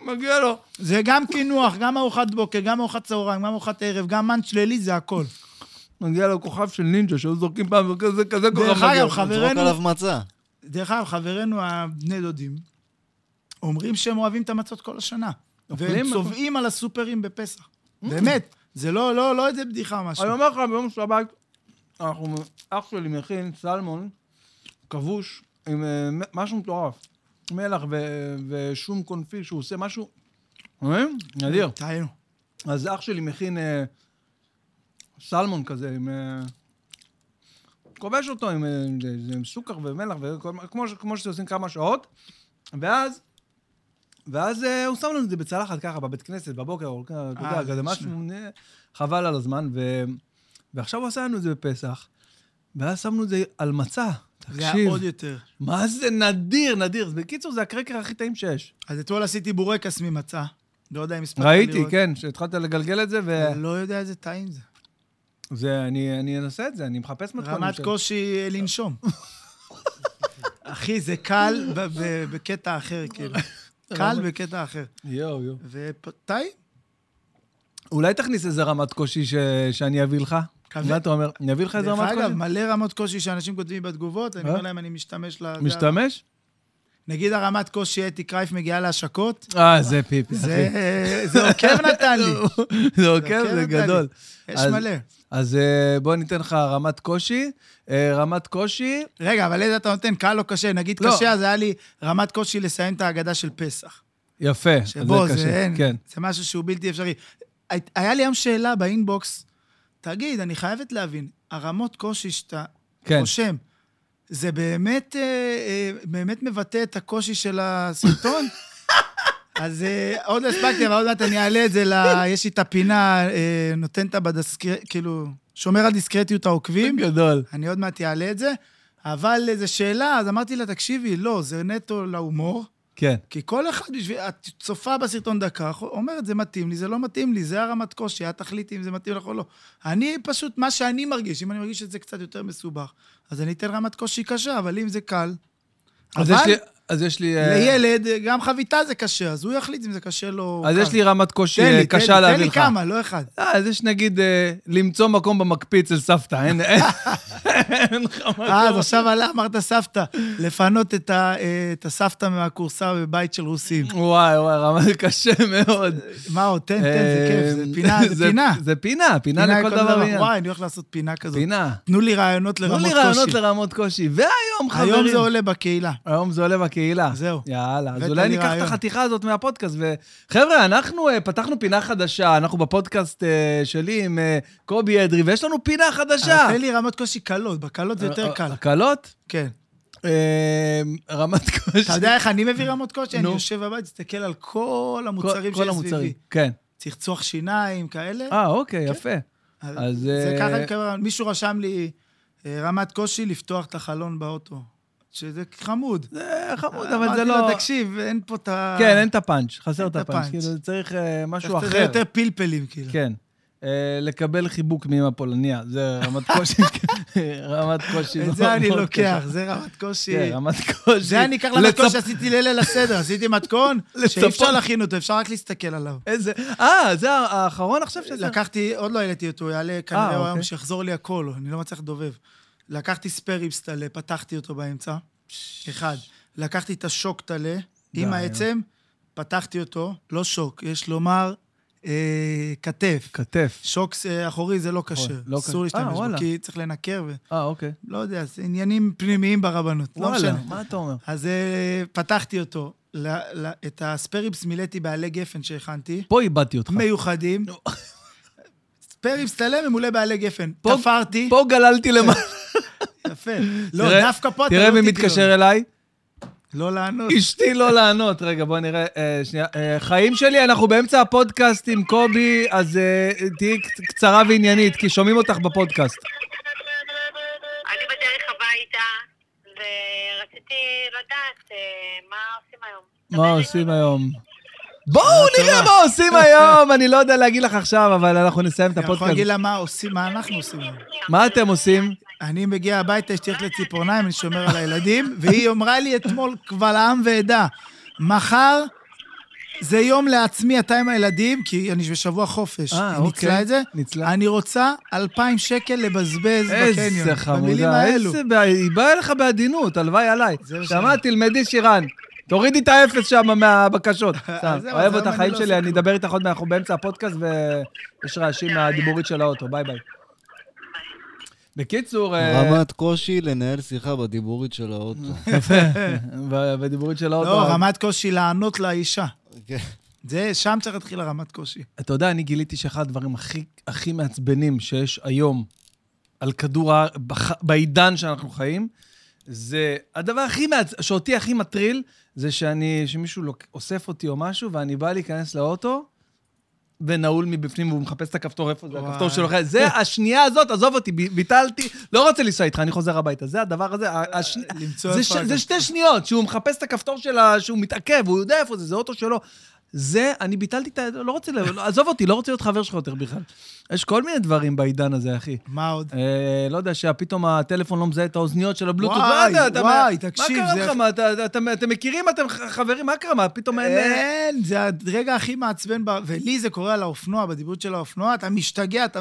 מגיע לו. זה גם קינוח, גם ארוחת בוקר, גם ארוחת צהריים, גם ארוחת ערב, גם מאנץ' לילי, זה הכל. מגיע לו כוכב של נינג'ה, שהיו זורקים פעם, וכזה כזה כוכב דרך מגיע אגב, לו. זרוק חברנו, עליו מצה. דרך אגב, חברינו הבני דודים, אומרים שהם אוהבים את המצות כל השנה. והם אוכלים? צובעים על הסופרים בפסח. באמת, זה לא, לא, לא איזה בדיחה או משהו. אני אומר לך, ביום שבת, אנחנו, אח שלי מכין סלמון, כבוש, עם אה, מ- משהו מטורף. מלח ו- ושום קונפיל שהוא עושה משהו, רואים? נדיר. טעינו. אז אח שלי מכין אה, סלמון כזה, עם... אה, כובש אותו עם, אה, זה- זה עם סוכר ומלח, וכל, מה- כמו, ש- כמו שעושים כמה שעות, ואז... ואז אה, הוא שם לנו את זה בצלחת ככה, בבית כנסת, בבוקר, או כ- אתה יודע, זה כזה נשמע. משהו, אה, חבל על הזמן, ו... ועכשיו הוא עשה לנו את זה בפסח, ואז שמנו את זה על מצה. זה היה תקשיב, עוד יותר. מה זה נדיר, נדיר. בקיצור, זה הקרקר הכי טעים שיש. אז אתמול עשיתי בורקס ממצה. לא יודע אם הספקת לראות. ראיתי, כן, שהתחלת לגלגל את זה, ו... אני לא יודע איזה טעים זה. זה, אני, אני אנסה את זה, אני מחפש מתכונים רמת של- קושי אה, לנשום. אחי, זה קל ב- ב- בקטע אחר, כאילו. קל בקטע אחר. יואו, יואו. וטעים. אולי תכניס איזה רמת קושי ש... שאני אביא לך? כבד. מה אתה אומר? אני אביא לך איזה דרך רמת אגב, קושי? מלא רמת קושי שאנשים כותבים בתגובות, אני אה? אומר להם, אני משתמש ל... משתמש? נגיד הרמת קושי אתי קרייף מגיעה להשקות, אה, זה פיפי, זה אחי. זה עוקב נתן לי. זה עוקב, זה עוקב כן נתן לי. גדול. יש אז- מלא. אז אה, בוא ניתן לך רמת קושי. אה, רמת קושי, רגע, אבל איזה אתה נותן, קל או קשה? נגיד לא. קשה, אז היה לי רמת קושי לסיים את ההגדה של פסח. יפה. אז שבו זה, קשה, אין, כן. זה משהו שהוא בלתי אפשרי. הי- היה לי היום שאלה באינבוקס, תגיד, אני חייבת להבין, הרמות קושי שאתה כן. רושם, זה באמת, אה, אה, באמת מבטא את הקושי של הסרטון? אז אה, עוד לא הספקתי, אבל עוד מעט אני אעלה את זה ל... יש לי את הפינה, אה, נותן אותה בדיסקרט... כאילו, שומר על דיסקרטיות העוקבים. גדול. אני עוד מעט אעלה את זה. אבל איזו שאלה, אז אמרתי לה, תקשיבי, לא, זה נטו להומור. כן. כי כל אחד בשביל... את צופה בסרטון דקה, אומרת, זה מתאים לי, זה לא מתאים לי, זה הרמת קושי, את תחליטי אם זה מתאים לך או לא. אני פשוט, מה שאני מרגיש, אם אני מרגיש שזה קצת יותר מסובך, אז אני אתן רמת קושי קשה, אבל אם זה קל... אז אבל יש לי... אז יש לי... אה, לילד, גם חביתה זה קשה, אז הוא יחליט אם זה קשה לו או אז קל. יש לי רמת קושי תן לי, אה, תן לי, קשה תן להביא לי לך. כמה, לא אחד. אה, אז יש נגיד אה, למצוא מקום במקפיא אצל סבתא, אין אין- אין לך מקום. אה, אז עכשיו עלה, אמרת סבתא, לפנות את ה- אה, את הסבתא מהכורסה בבית של רוסים. אה, וואי, וואי, רמה זה קשה מאוד. מה עוד? תן, תן, כן, זה כיף, זה אה, פינה, זה פינה. זה פינה, פינה לכל דבר. עניין. וואי, אני הולך לעשות פינה כזאת. פינה. תנו לי רעיונות תנו לרמות לי קושי. רעיונות לרמות קושי. והיום, חברים. היום זה עולה בקהילה. היום זה עולה בקהילה. זהו. יאללה, אז הבאת אולי לי ניקח את רעיון. החתיכה הזאת מהפודקאסט. וחבר'ה, אנחנו אה, פתחנו פינה חדשה, אנחנו בפודקאסט אה, שלי עם אה, קובי אדרי, ויש לנו פינה חדשה. אבל אה, תן לי רמות קושי קלות, בקלות זה אה, יותר קל. הקלות? כן. אה, רמת קושי. אתה יודע איך אני מביא רמות קושי? אני נו. יושב בבית, מסתכל על כל המוצרים כל- כל שיש סביבי. כן. צחצוח שיניים, כאלה. אה, אוקיי, יפה. אז אז... זה אה, ככה, אני מקבל. מישהו רשם לי אה, רמת קושי לפתוח את החלון באוטו, שזה חמוד. זה חמוד, אבל זה אמרתי לא... לו, תקשיב, אין פה את ה... כן, אין את הפאנץ', חסר אין את את הפאנץ'. הפאנץ'. כאילו, זה צריך אה, משהו זה אחר. יותר פלפלים, כאילו. כן. אה, לקבל חיבוק מאמא פולניה, זה רמת קושי, רמת קושי. את מאוד זה אני מאוד לוקח, קשה. זה רמת קושי. לא, כן, רמת קושי. זה אני אקח למתכון לצפ- שעשיתי לליל הסדר, עשיתי מתכון שאי לצפות. אפשר להכין אותו, אפשר רק להסתכל עליו. איזה... אה, זה האחרון עכשיו שזה... לקחתי, עוד לא העליתי אותו, הוא יעלה כנראה הוא אוקיי. היום שיחזור לי הכל, אני לא מצליח לדובב. לקחתי ספייריבס טלה, פתחתי אותו באמצע, אחד. לקחתי את השוק טלה, די, עם נו. העצם, פתחתי אותו, לא שוק, יש לומר, אה, כתף. כתף. שוק אה, אחורי זה לא כשר, לא כשר. אסור אה, להשתמש וואלה. בו, כי צריך לנקר, ו- אה, אוקיי. לא יודע, זה עניינים פנימיים ברבנות, לא וואלה, משנה. מה אתה אומר? אז אה, פתחתי אותו. ל- ל- את הספייריבס מילאתי בעלי גפן שהכנתי, פה איבדתי אותך. מיוחדים. ספייריבס טלה ממולא בעלי גפן. פה- תפרתי, פה גללתי למעלה. יפה. לא, תראה- דווקא פה אתה לא תראה מי תקלוט. מתקשר אליי. לא לענות. אשתי לא לענות. רגע, בוא נראה. אה, שנייה. אה, חיים שלי, אנחנו באמצע הפודקאסט עם קובי, אז אה, תהיי קצ- קצרה ועניינית, כי שומעים אותך בפודקאסט. אני בדרך הביתה, ורציתי לדעת אה, מה עושים היום. מה עושים היום? בואו נראה מה עושים היום! אני לא יודע להגיד לך עכשיו, אבל אנחנו נסיים את אני יכול הפודקאסט. להגיד לה מה עושים, מה אנחנו עושים. היום. מה אתם עושים? אני מגיע הביתה, אשתי הולכת לציפורניים, אני שומר על הילדים, והיא אמרה לי אתמול קבל עם ועדה, מחר זה יום לעצמי, אתה עם הילדים, כי אני בשבוע חופש. אה, היא ניצלה אוקיי. את זה. ניצלה. אני רוצה 2,000 שקל לבזבז בקניון. איזה במילים חמודה, האלו. איזה בעיה, היא באה לך בעדינות, הלוואי עליי. זה מה שמעת, תלמדי שירן. תורידי את האפס שם מהבקשות. סתם, זהו, אוהב אז אותך, היום חיים אני לא שלי, עושה אני כלום. אדבר איתך עוד מעט, אנחנו באמצע הפודקאסט ויש רעשים מהדיבורית של האוטו, ביי ביי. בקיצור, אה, רמת קושי לנהל שיחה בדיבורית של האוטו. ו- ודיבורית של האוטו. לא, רמת קושי לענות לאישה. כן. זה, שם צריך להתחיל הרמת קושי. אתה יודע, אני גיליתי שאחד הדברים הכי, הכי מעצבנים שיש היום על כדור הארץ, בח- בעידן שאנחנו חיים, זה הדבר הכי מעצ... שאותי הכי מטריל, זה שאני, שמישהו לוק... אוסף אותי או משהו, ואני בא להיכנס לאוטו, ונעול מבפנים, והוא מחפש את הכפתור, איפה זה, וואי. הכפתור שלו, זה השנייה הזאת, עזוב אותי, ב- ביטלתי, לא רוצה לנסוע איתך, אני חוזר הביתה. זה הדבר הזה, ה- השני... למצוא זה, איפה ש... הגב. זה שתי שניות, שהוא מחפש את הכפתור שלה, שהוא מתעכב, הוא יודע איפה זה, זה אוטו שלו. זה, אני ביטלתי את ה... לא רוצה, ל- לא, עזוב אותי, לא רוצה להיות חבר שלך יותר בכלל. יש כל מיני דברים בעידן הזה, אחי. מה עוד? אה, לא יודע, שפתאום הטלפון לא מזהה את האוזניות של הבלוטוס. וואי, לא יודע, אתה- וואי, מה- תקשיב, מה קרה זה- לך? מה, אתה- אתה- אתם מכירים, אתם ח- חברים, מה קרה? מה, פתאום אין... אה, אין, זה הרגע הכי מעצבן, ב- ולי זה קורה על האופנוע, בדיבוט של האופנוע, אתה משתגע, אתה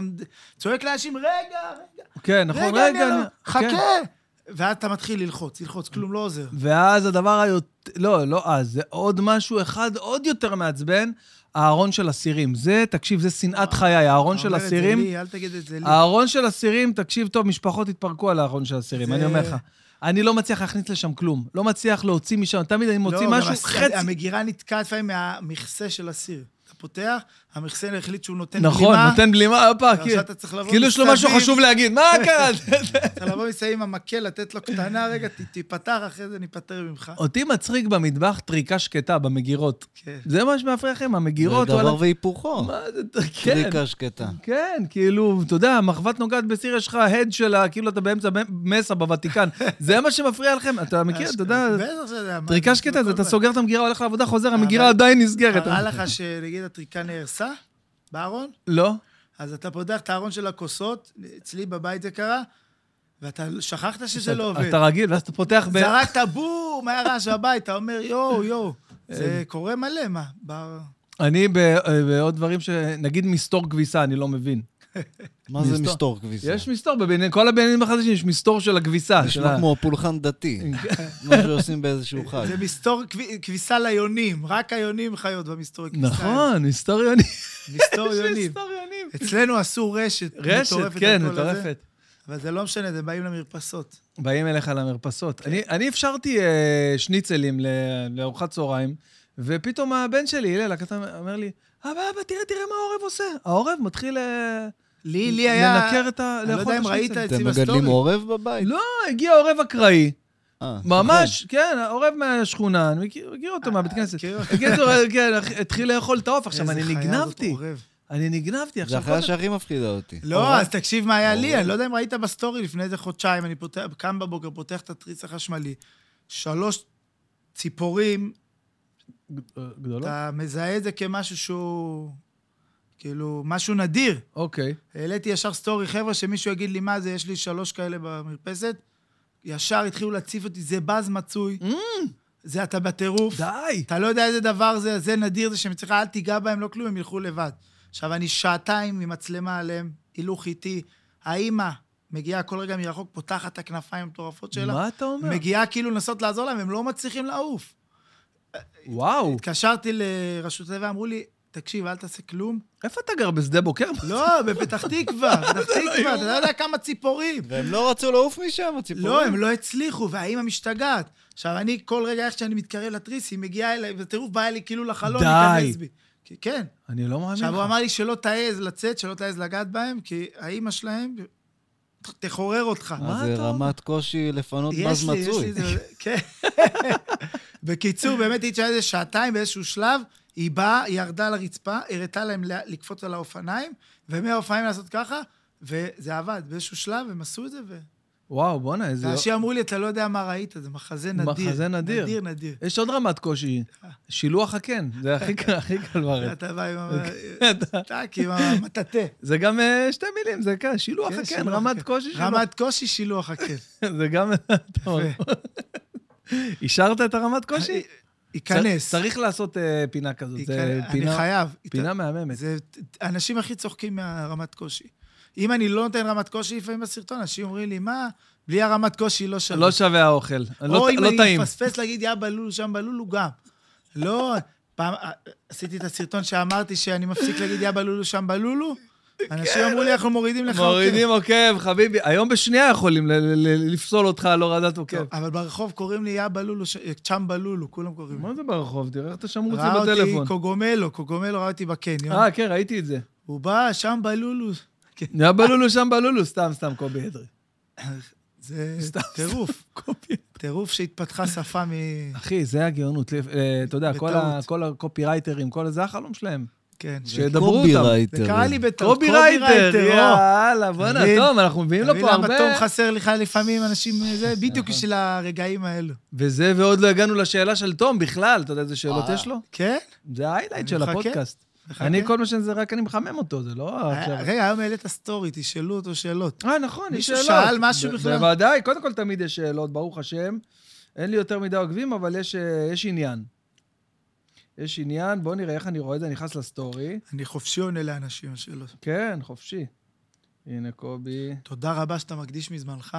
צועק לאנשים, רגע, רגע, כן, נכון, רגע, רגע. אוקיי, רגע, אני- כן. נכון חכה. ואז אתה מתחיל ללחוץ, ללחוץ, כלום לא עוזר. ואז הדבר היותר... לא, לא אז, זה עוד משהו אחד עוד יותר מעצבן, הארון של אסירים. זה, תקשיב, זה שנאת חיי, הארון של אתה אומר את זה אסירים. לי, אל תגיד את זה לי. הארון של אסירים, תקשיב טוב, משפחות התפרקו על הארון של אסירים, זה- אני אומר לך. אני לא מצליח להכניס לשם כלום. לא מצליח להוציא משם, תמיד אני מוציא לא, גם משהו, הס- חצי... המגירה נתקעת לפעמים מהמכסה של הסיר. אתה פותח, המכסה החליט שהוא נותן בלימה. נכון, נותן בלימה, הופה, ועכשיו כאילו- אתה צריך לבוא כאילו יש לו משהו מסביב. חשוב להגיד, מה קרה? אתה לבוא מסביב עם המקל, לתת לו קטנה, רגע, ת- תיפתח, אחרי זה ניפטר ממך. אותי מצחיק במטבח טריקה שקטה, במגירות. כן. זה מה שמפריע לכם, זה המגירות, דבר והיפוכו. מה זה, כן. טריקה שקטה. כן, כאילו, אתה יודע, מחבת נוגעת בסיר, יש לך הד שלה, כאילו אתה באמצע מסה בוותיקן. זה מה שמפריע לכם, אתה מכיר, אתה יודע, בטח שזה היה- טריקה שקטה, זה בכל אתה בית. סוגר את המגירה, הולך לעבודה, חוזר, אבל- המגירה עדיין נסגרת. קרה לך שנגיד הטריקה נהרסה בארון? לא. אז אתה פותח את הארון של הכוסות, אצלי בבית זה קרה, ואתה שכחת שזה לא אתה- עובד. אתה רגיל, ואז אתה פותח ב... זרקת בום, היה רעש בבית, אתה אומר יואו, יואו. זה קורה מלא, מה? ב- אני ב- אה, בעוד דברים ש... נגיד מסתור כביסה, אני לא מבין. מה זה מסתור. מסתור כביסה? יש מסתור, בבניין- כל הבניינים החדשים יש מסתור של הכביסה. של ה- נשמע כמו פולחן דתי. מה שעושים באיזשהו חג. זה מסתור כבי- כביסה ליונים, רק היונים חיות במסתור כביסה. נכון, מסתור יונים. מסתור יונים. מסתור יונים. אצלנו עשו רשת. רשת, מטורפת על כן, כל הזה, מטורפת. אבל זה לא משנה, זה באים למרפסות. באים אליך למרפסות. אני, כן. אני אפשרתי אה, שניצלים ל- לארוחת צהריים, ופתאום הבן שלי, הלל הקטן, אומר לי, אבא, אבא, תראה, תראה מה העורב עושה. העורב מתחיל אה, לי, לי היה... לנקר את ה... אני לא לאכול יודע את אם ראית השניצל. את אתם ציב מגדלים הסטורי. עורב בבית? לא, הגיע לא, עורב אקראי, אה, נכון. ממש, כן, העורב מהשכונה, אני מכיר מכיר אותו מהבית כנסת. אה, מכיר אותו. בקיצור, כן, אח- התחיל לאכול את העוף. עכשיו, איזה אני חיה זאת, נגנבתי, עורב. אני נגנבתי זה עכשיו. כל החיה פעם- שהכי מפחידה אותי. לא, אז תקשיב מה היה לי, אני לא יודע אם ראית בסטורי לפני איזה חודשיים, אני פותח, קם בבוקר, פותח את התריס החשמלי, שלוש ציפורים, גדולות? אתה מזהה את זה כמשהו שהוא, כאילו, משהו נדיר. אוקיי. העליתי ישר סטורי, חבר'ה, שמישהו יגיד לי מה זה, יש לי שלוש כאלה במרפסת, ישר התחילו להציף אותי, זה בז מצוי, זה אתה בטירוף. די! אתה לא יודע איזה דבר זה, זה נדיר, זה שמצליחה, אל תיגע בהם, לא כלום, הם ילכו לבד. עכשיו, אני שעתיים עם מצלמה עליהם, הילוך איתי. האימא מגיעה כל רגע מרחוק, פותחת את הכנפיים המטורפות שלה. מה אתה אומר? מגיעה כאילו לנסות לעזור להם, הם לא מצליחים לעוף. וואו, התקשרתי לרשות הטבע, אמרו לי, תקשיב, אל תעשה כלום. איפה אתה גר? בשדה בוקר? לא, בפתח תקווה, בפתח תקווה, אתה לא יודע כמה ציפורים. והם לא רצו לעוף משם, הציפורים. לא, הם לא הצליחו, והאימא משתגעת. עכשיו, אני כל רגע, איך שאני מתקרב לתריס, היא מגיעה אליי, וטירוף בא לי כאילו לחלון, די. להיכנס בי. כי- כן. אני לא מאמין עכשיו, הוא לך. אמר לי שלא תעז לצאת, שלא תעז לגעת בהם, כי האימא שלהם ת- תחורר אותך. מה אז אה, זה אתה אומר? רמת קושי לפנות יש בז לי, יש לי מצוי. את זה, כן. בקיצור, באמת, היא תשאלה איזה שעתיים באיזשהו שלב, היא באה, היא ירדה לרצפה, הראתה להם ל- לקפוץ על האופניים, ומהאופניים לעשות ככה, וזה עבד. באיזשהו שלב הם עשו את זה, ו... וואו, בואנה, איזה... ואנשים אמרו לי, אתה לא יודע מה ראית, זה מחזה נדיר. מחזה נדיר. נדיר, נדיר. יש עוד רמת קושי, אה. שילוח הקן, זה הכי קל- הכי קל בארץ. אתה בא עם ה- טאק, עם המטאטה. זה גם אה, אה, שתי מילים, זה קל, שילוח כן, הקן, שילוח רמת הקן. קושי שלו. רמת קושי, שילוח אה, הכיף. זה גם... אתה אומר. אישרת את הרמת קושי? ייכנס. צר- צריך לעשות אה, פינה כזאת. ייכנס. זה אה, אני פינה- חייב. פינה מהממת. זה האנשים הכי צוחקים מהרמת קושי. אם אני לא נותן רמת קושי לפעמים בסרטון, אנשים אומרים לי, מה, בלי הרמת קושי לא שווה. לא שווה האוכל, לא או לא אם אני טעים. מפספס להגיד, יא בלולו, שם בלולו גם. לא, פעם אה, עשיתי את הסרטון שאמרתי שאני מפסיק להגיד, יא בלולו, שם בלולו. אנשים אמרו לי, אנחנו מורידים לך עוקב." מורידים עוקב, חביבי. היום בשנייה יכולים ל- ל- ל- לפסול אותך על הורדת עוקב. טוב, כן, אבל ברחוב קוראים לי יא בלולו, ש- שם בלולו, כולם קוראים לי. מה זה ברחוב? תראה איך אתה שם רוצה ראה אותי בטלפון. קוגומלו, קוגומלו ראה אותי בקניון. אה, כן, ראיתי את זה. הוא בא, שם בלולו. כן, יא בלולו שם בלולו, סתם, סתם, קובי אדרי. זה סתם, טירוף, קובי. טירוף שהתפתחה שפה מ... אחי, זה הגאונות. לפ- אה, אתה יודע, כל ה- בטעות. כל הקופירייטרים, כל זה החלום שלהם. כן. שידברו אותם. קובי זה רייטר. קרה לי בטעות. קובי רייטר, או. יאללה, בואנה, מבין? תום, אנחנו מביאים לו אתה פה מבין הרבה... נכון. למה תום חסר לך לפעמים אנשים, זה בדיוק בשביל הרגעים האלו. וזה, ועוד לא הגענו לשאלה של תום בכלל, אתה יודע איזה שאלות יש לו? כן? זה ההיילייט אני של מחכה, הפודקאסט. מחכה. אה, אני, כל מה שזה, רק אני מחמם אותו, זה לא עכשיו... רגע, היום העלית סטורי, תשאלו אותו שאלות. אה, נכון, יש מישהו שאלות. שאל משהו ב- בכלל? בוודאי, קודם כל תמיד יש שאלות, ברוך השם. אין לי יותר מדי עוקבים, אבל יש, אה, יש עניין. יש עניין, בואו נראה איך אני רואה את זה, נכנס לסטורי. אני חופשי עונה לאנשים על שאלות. כן, חופשי. הנה קובי. תודה רבה שאתה מקדיש מזמנך.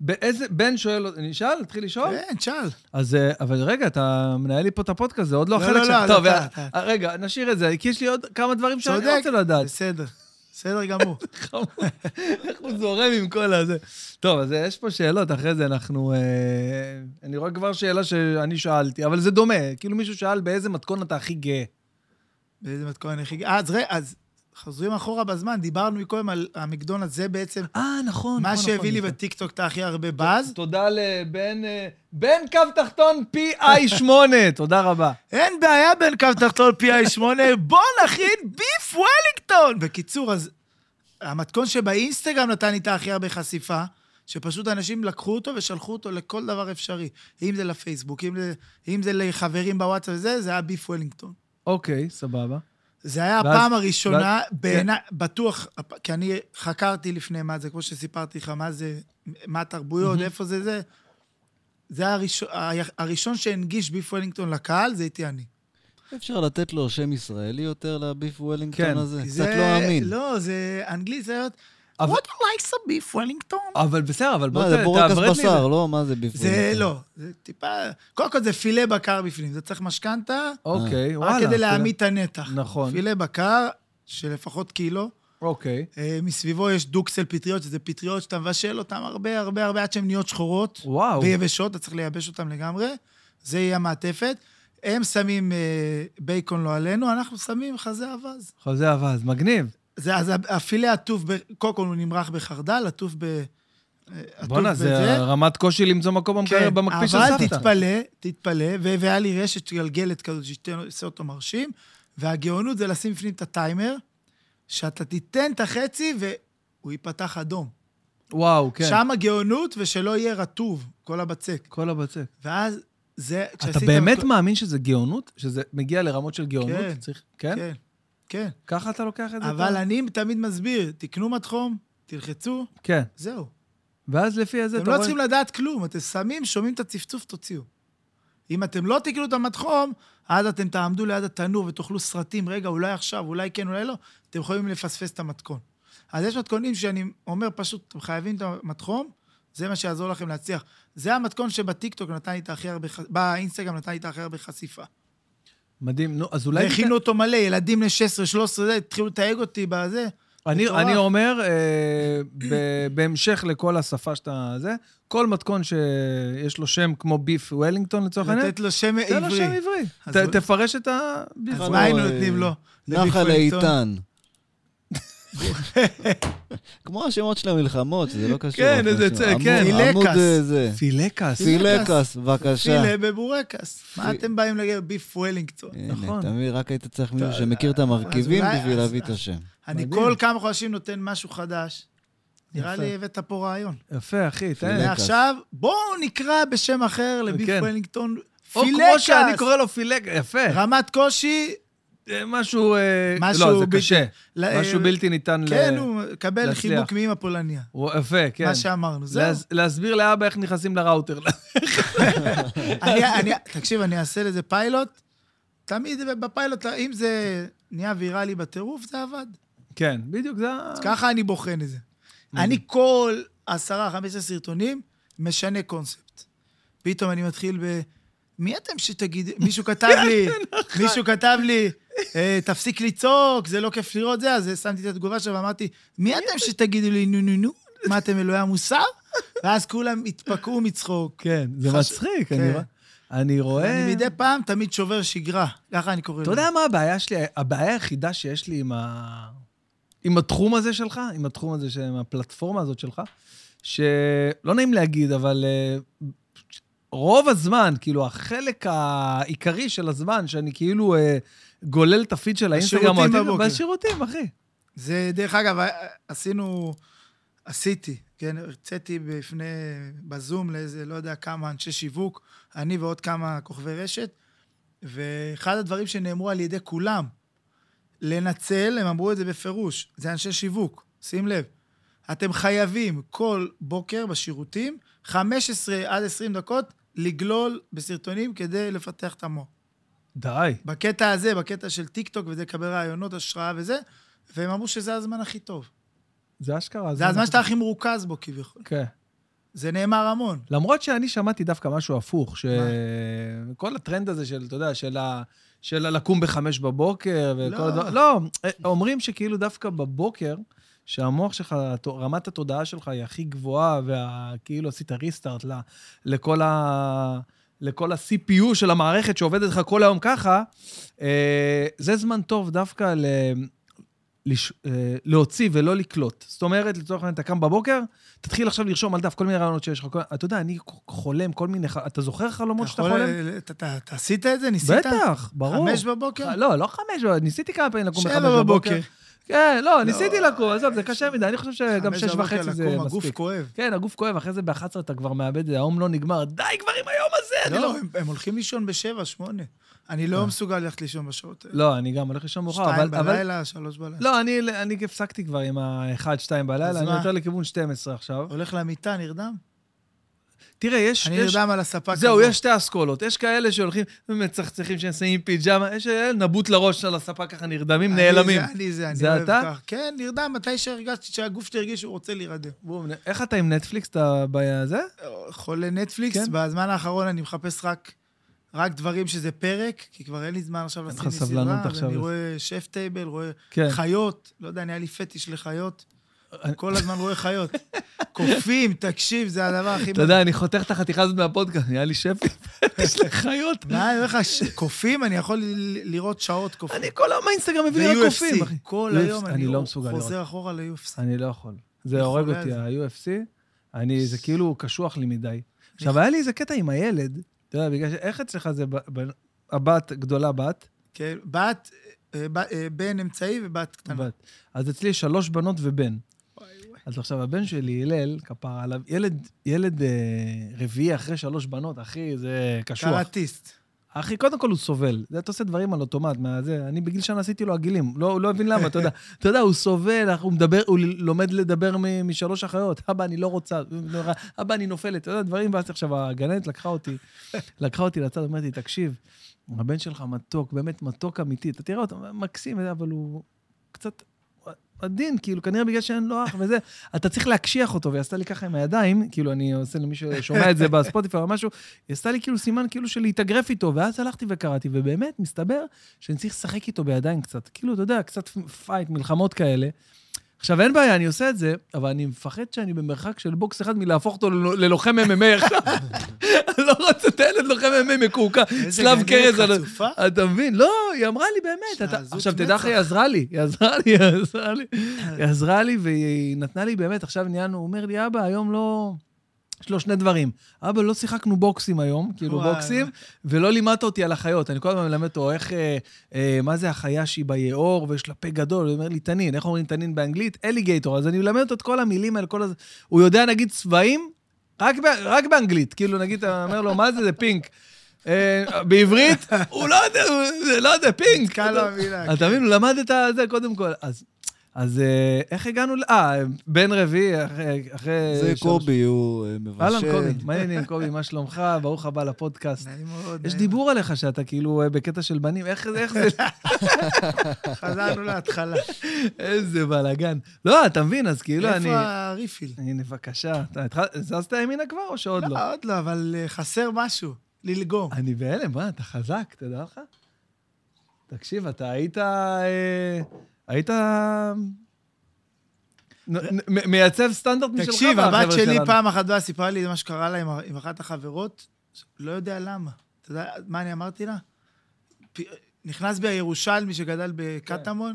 באיזה, בן שואל, אני אשאל? התחיל לשאול? כן, תשאל. אז, אה, אבל רגע, אתה מנהל לי פה את הפודקאסט, זה עוד לא לא, החלק לא, של... לא, טוב, לא, אה, אתה- אה, רגע, נשאיר את זה, כי יש לי עוד כמה דברים שאני לא צודק. רוצה לדעת. בסדר, בסדר גמור. חמוד. איך הוא זורם עם כל הזה. טוב, אז אה, יש פה שאלות, אחרי זה אנחנו... אה, אני רואה כבר שאלה שאני שאלתי, אבל זה דומה. כאילו מישהו שאל באיזה מתכון אתה הכי גאה. באיזה מתכון הכי... אה, אז ראה, אז חוזרים אחורה בזמן, דיברנו מקודם על המקדונלד, זה בעצם אה, נכון, מה נכון, שהביא לי נכון. בטיקטוק את הכי הרבה באז. תודה לבן... אה, בן קו תחתון PI8, תודה רבה. אין בעיה בין קו תחתון פי 8 בוא נכין ביף וולינגטון! בקיצור, אז המתכון שבאינסטגרם נתן לי את הכי הרבה חשיפה, שפשוט אנשים לקחו אותו ושלחו אותו לכל דבר אפשרי. אם זה לפייסבוק, אם זה, אם זה לחברים בוואטסאפ וזה, זה היה ביף וולינגטון. אוקיי, סבבה. זה היה ואז- הפעם הראשונה, ואז- כן. בעיניי, בטוח, הפ- כי אני חקרתי לפני מה זה, כמו שסיפרתי לך, מה זה, מה התרבויות, איפה זה זה. זה היה הראשון- היח- הראשון שהנגיש ביף וולינגטון לקהל, זה הייתי אני. אפשר לתת לו שם ישראלי יותר לביף כן, וולינגטון הזה? כי קצת זה- לא אמין. לא, זה אנגלית, זה להיות... אבל- אה, What do you like some beef וולינגטון? אבל בסדר, אבל בוא מה, לא ת- לא, זה בורקס תעברת לי. את בשר, זה. לא? מה זה ביף זה נכון. וולינגטון? לא, זה טיפה... קודם כל זה פילה בקר בפנים, זה צריך משכנתה, אוקיי, וואלה. אה. רק כדי אתה- להעמיד את הנתח. נכון. פילה בקר, שלפחות קילו. אוקיי. אה, מסביבו יש דוקסל פטריות, שזה פטריות שאתה מבשל אותן הרבה הרבה הרבה עד שהן נהיות שחורות. וואו. ויבשות, אתה צריך לייבש אותן לגמרי. זה יהיה המעטפת. הם שמים אה, בייקון לא עלינו, אנחנו שמים חזה אווז. חוזה אווז, מגניב. זה, אז הפילה עטוף, ב- קודם כל הוא נמרח בחרדל, עטוף ב... אה, עטוף בואנה, זה בזה. כן, רמת קושי למצוא מקום במקרר- במקפיא של אבל סבתא. תתפלא, תתפלא, ו- והיה לי רשת גלגלת כזאת שתעשה אותו מרשים, והגאונות זה לשים בפנים את הטיימר, שאתה תיתן את החצי והוא ייפתח אדום. וואו, כן. שם הגאונות ושלא יהיה רטוב, כל הבצק. כל הבצק. ואז זה... אתה כשעשית- באמת מאמין שזה גאונות? שזה מגיע לרמות של גאונות? כן. צריך- כן? כן, כן. ככה אתה לוקח את זה? אבל אתה? אני תמיד מסביר, תקנו מתחום, תלחצו, כן. זהו. ואז לפי זה, אתם אתה לא רואה... צריכים לדעת כלום, אתם שמים, שומעים את הצפצוף, תוציאו. אם אתם לא תקנו את המדחום, אז אתם תעמדו ליד התנור ותאכלו סרטים, רגע, אולי עכשיו, אולי כן, אולי לא, אתם יכולים לפספס את המתכון. אז יש מתכונים שאני אומר פשוט, אתם חייבים את המדחום, זה מה שיעזור לכם להצליח. זה המתכון שבטיקטוק נתן לי את הכי הרבה, ח- באינסטגרם נתן לי את הכי הרבה חשיפה. מדהים, נו, אז אולי... והכינו אותו מלא, ילדים בני 16, 13, זה, התחילו לתייג אותי בזה. אני, מטורף. אני אומר, אה, ב- בהמשך לכל השפה שאתה... זה, כל מתכון שיש לו שם כמו ביף וולינגטון לצורך העניין, לתת לו שם תן לו שם עברי. עברי. אז ת- הוא- תפרש את הביף. אז בכלל מה היינו לא, אה, נותנים לו? נחל לביפלטון? איתן. כמו השמות של המלחמות, זה לא קשור. כן, אף איזה לשם. צא, עמוד- כן. עמוד פילקס. אה, זה. פילקס. סילקס, בבקשה. פילה בבורקס. מה אתם באים לגבי ביף וולינגטון? נכון. נכון. תמיר, רק היית צריך מישהו טוב, שמכיר את אז המרכיבים אולי- בשביל אז- להביא את אז- השם. אני מדהים. כל כמה חודשים נותן משהו חדש. נראה יפה. לי הבאת פה רעיון. יפה, אחי, תן. פילקס. ועכשיו, בואו נקרא בשם אחר לביף כן. וולינגטון או כמו פילקס. שאני קורא לו פילקס, יפה. רמת קושי, אה, משהו... אה, משהו לא, זה בלתי- קשה. ל- משהו בלתי ניתן ל... כן, הוא קבל להצליח. חיבוק מאמא פולניה. הוא- יפה, כן. מה שאמרנו, זהו. להס- להסביר לאבא איך נכנסים לראוטר. אני- אני- תקשיב, אני אעשה לזה פיילוט. תמיד בפיילוט, אם זה נהיה ויראלי בטירוף, זה עבד. כן, בדיוק, זה... ה- אז ככה אני בוחן את זה. אני כל עשרה, חמש עשרה סרטונים, משנה קונספט. פתאום אני מתחיל ב... מי אתם שתגיד... מישהו כתב לי, מישהו כתב לי, "אה, תפסיק לצעוק, זה לא כיף לראות זה, אז שמתי את התגובה שלו ואמרתי, מי אתם שתגידו לי נו נו נו? מה אתם אלוהי המוסר? ואז כולם התפקעו מצחוק. כן, זה חש- מצחיק, אני כן. רואה. אני רואה... אני מדי פעם תמיד שובר שגרה, ככה אני קורא אתה לזה. יודע מה הבעיה שלי? הבעיה היחידה שיש לי עם, ה... עם התחום הזה שלך, עם התחום הזה, ש- עם הפלטפורמה הזאת שלך, שלא נעים להגיד, אבל אה, רוב הזמן, כאילו, החלק העיקרי של הזמן, שאני כאילו אה, גולל את הפיד של האינסטגרם, או בשירותים הטוויטר, בבוקר. בשירותים, אחי. זה, דרך אגב, אה, עשינו, עשיתי, כן, הרציתי בפני, בזום לאיזה, לא יודע כמה אנשי שיווק, אני ועוד כמה כוכבי רשת, ואחד הדברים שנאמרו על ידי כולם, לנצל, הם אמרו את זה בפירוש, זה אנשי שיווק, שים לב. אתם חייבים כל בוקר בשירותים, 15 עד 20 דקות, לגלול בסרטונים כדי לפתח את המוח. די. בקטע הזה, בקטע של טיקטוק וזה, לקבל רעיונות, השראה וזה, והם אמרו שזה הזמן הכי טוב. זה אשכרה. זה הזמן שאתה הכי מרוכז בו כביכול. כן. זה נאמר המון. למרות שאני שמעתי דווקא משהו הפוך, שכל הטרנד הזה של, אתה יודע, של ה... של הלקום בחמש בבוקר וכל לא. הדבר... לא, אה, אומרים שכאילו דווקא בבוקר, שהמוח שלך, התו- רמת התודעה שלך היא הכי גבוהה, וכאילו עשית ריסטארט ל- לכל ה... לכל ה-CPU של המערכת שעובדת לך כל היום ככה, אה, זה זמן טוב דווקא ל... לש... אה, להוציא ולא לקלוט. זאת אומרת, לצורך העניין, אתה קם בבוקר, תתחיל עכשיו לרשום על דף כל מיני רעיונות שיש לך. כל... אתה יודע, אני חולם כל מיני... ח- אתה זוכר חלומות אתה שאתה יכול... אה, חולם? אתה- אתה אתה עשית את זה? ניסית? בטח, ברור. חמש בבוקר? לא, לא חמש, אבל ניסיתי כמה פעמים לקום בחמש שבע בבוקר. כן, לא, ניסיתי לקום, עזוב, זה קשה מדי, אני חושב שגם חמש אה, שש בבוקר וחצי זה לקום, הגוף מספיק. כואב. כן, הגוף כואב, אחרי זה ב-11 אתה כבר מאבד, היום לא נגמר, די כבר עם היום הזה, אני לא, לא... אה. הם- הם הולכים לישון בשבע, שמונה. אני לא מסוגל ללכת לישון בשעות האלה. לא, אני גם הולך לישון מאוחר, שתיים אבל... אבל- בלילה, שלוש בלילה. לא, אני- אני הפסקתי כבר עם ה-1, 2 אז בלילה, אני מה? יותר לכיוון 12 עכשיו. הולך למיטה, נרדם? תראה, יש... אני יש- נרדם על הספה זהו, כזה. יש שתי אסכולות. יש כאלה שהולכים ומצחצחים ששמים פיג'מה, יש אה, נבוט לראש על הספה ככה, נרדמים, אני נעלמים. זה- אני זה, אני זה אוהב אתה? כך. כן, נרדם מתי שהרגשתי שהגוף שלי הרגיש שהוא רוצה להירדם. בום, איך אתה עם נטפליקס, אתה בזה? חולה נטפליקס, כן. כן? בזמן האחרון אני מחפש רק, רק דברים שזה פרק, כי כבר אין לי זמן עכשיו אין לשים לך לי סבלנות סדרה, עכשיו ואני לזה. רואה שף טייבל, רואה כן. חיות, לא יודע, נהיה לי פטיש לחיות, כל הזמן רואה חיות. קופים, תקשיב, זה הדבר הכי... אתה יודע, אני חותך את החתיכה הזאת מהפודקאסט, נראה לי שפי, יש לי חיות. מה, אה, אני אומר לך, ש- קופים, אני יכול ל- לראות שעות קופים. אני כל היום באינסטגרם מביא לי רק קופים, ו-UFC, אחי. כל UFC, היום אני אני לא מסוגל לראות. חוזר אחורה ל-UFC. אני לא יכול. זה אני הורג חולה אותי, על ה-UFC. אני, זה כאילו קשוח לי מדי. עכשיו, היה לי איזה קטע עם הילד, אתה יודע, בגלל ש... איך אצלך זה ב- ב- הבת, גדולה בת? כן, בת, אה, ב- אה, בן אמצעי ובת קטנה. בת. אז אצלי יש שלוש בנות ובן. אז עכשיו, הבן שלי, הלל, כפרה עליו, ילד, ילד אה, רביעי אחרי שלוש בנות, אחי, זה קשוח. קראטיסט. אחי, קודם כל הוא סובל. זה, אתה עושה דברים על אוטומט, מה זה, אני בגיל שנה עשיתי לו עגילים. לא, הוא לא הבין למה, אתה יודע. אתה יודע, הוא סובל, אנחנו- הוא מדבר, הוא לומד לדבר מ- משלוש אחיות. אבא, אני לא רוצה, אבא, אני נופלת. אתה יודע, דברים, ואז עכשיו הגננת לקחה אותי, לקחה אותי לצד, אומרת לי, תקשיב, הבן שלך מתוק, באמת מתוק אמיתי. אתה תראה אותו, מקסים, וזה, אבל הוא קצת עדין, כאילו, כנראה בגלל שאין לו אח וזה. אתה צריך להקשיח אותו, והיא עשתה לי ככה עם הידיים, כאילו, אני עושה למי ששומע את זה בספוטיפיי או משהו, היא עשתה לי כאילו סימן כאילו של להתאגרף איתו, ואז הלכתי וקראתי, ובאמת, מסתבר שאני צריך לשחק איתו בידיים קצת. כאילו, אתה יודע, קצת פייט, מלחמות כאלה. עכשיו, אין בעיה, אני עושה את זה, אבל אני מפחד שאני במרחק של בוקס אחד מלהפוך אותו ל- ללוחם MMA עכשיו. אני לא רוצה את הילד לוחם MMA מקורקע, איזה צלב גננת קרס. על ה- חצופה. אתה מבין? לא, היא אמרה לי באמת. אתה- שעזות עכשיו, תדע לך, היא עזרה לי, היא עזרה לי, היא עזרה לי, היא עזרה לי, והיא נתנה לי באמת, עכשיו נהיינו, הוא אומר לי, אבא, היום לא... יש לו שני דברים. אבא, לא שיחקנו בוקסים היום, כאילו וואי. בוקסים, ולא לימדת אותי על החיות. אני כל הזמן מלמד אותו איך, אה, אה, מה זה החיה שהיא ביאור ויש לה פה גדול, הוא אומר לי, תנין, איך אומרים תנין באנגלית? אליגייטור. אז אני מלמד אותו את כל המילים האלה, כל הזה. הוא יודע, נגיד, צבעים, רק, ב- רק באנגלית. כאילו, נגיד, אתה אומר לו, מה זה, זה פינק. אה, בעברית, הוא לא יודע, הוא- זה לא יודע, פינק. נתקע לו המילה, אתה כן. מבין, הוא למד את זה קודם כל. אז, אז אה, איך הגענו? ל- אה, בן רביעי, אחרי... אחרי אה, זה שלוש- קובי, הוא אה, אהלן מבשל. קובי, מה העניינים קובי, מה שלומך? ברוך הבא לפודקאסט. נעים מאוד. יש נעים. דיבור עליך שאתה כאילו אה, בקטע של בנים, איך איך זה, חזרנו להתחלה. איזה בלאגן. לא, אתה מבין, אז כאילו אני... איפה הריפיל? הנה, בבקשה. אתה התחל- זזת ימינה כבר או שעוד לא? לא, עוד לא, אבל אה, חסר משהו. ללגום. אני בהלם, מה, אתה חזק, תדע לך? תקשיב, אתה היית... אה, היית... נ- נ- מ- מייצב סטנדרט משלך תקשיב, הבת בחבר'ה שלי שלנו. פעם אחת באה, סיפרה לי מה שקרה לה עם ה- עם אחת החברות, לא יודע למה. אתה יודע מה אני אמרתי לה? פ- נכנס בי הירושלמי שגדל בקטמון,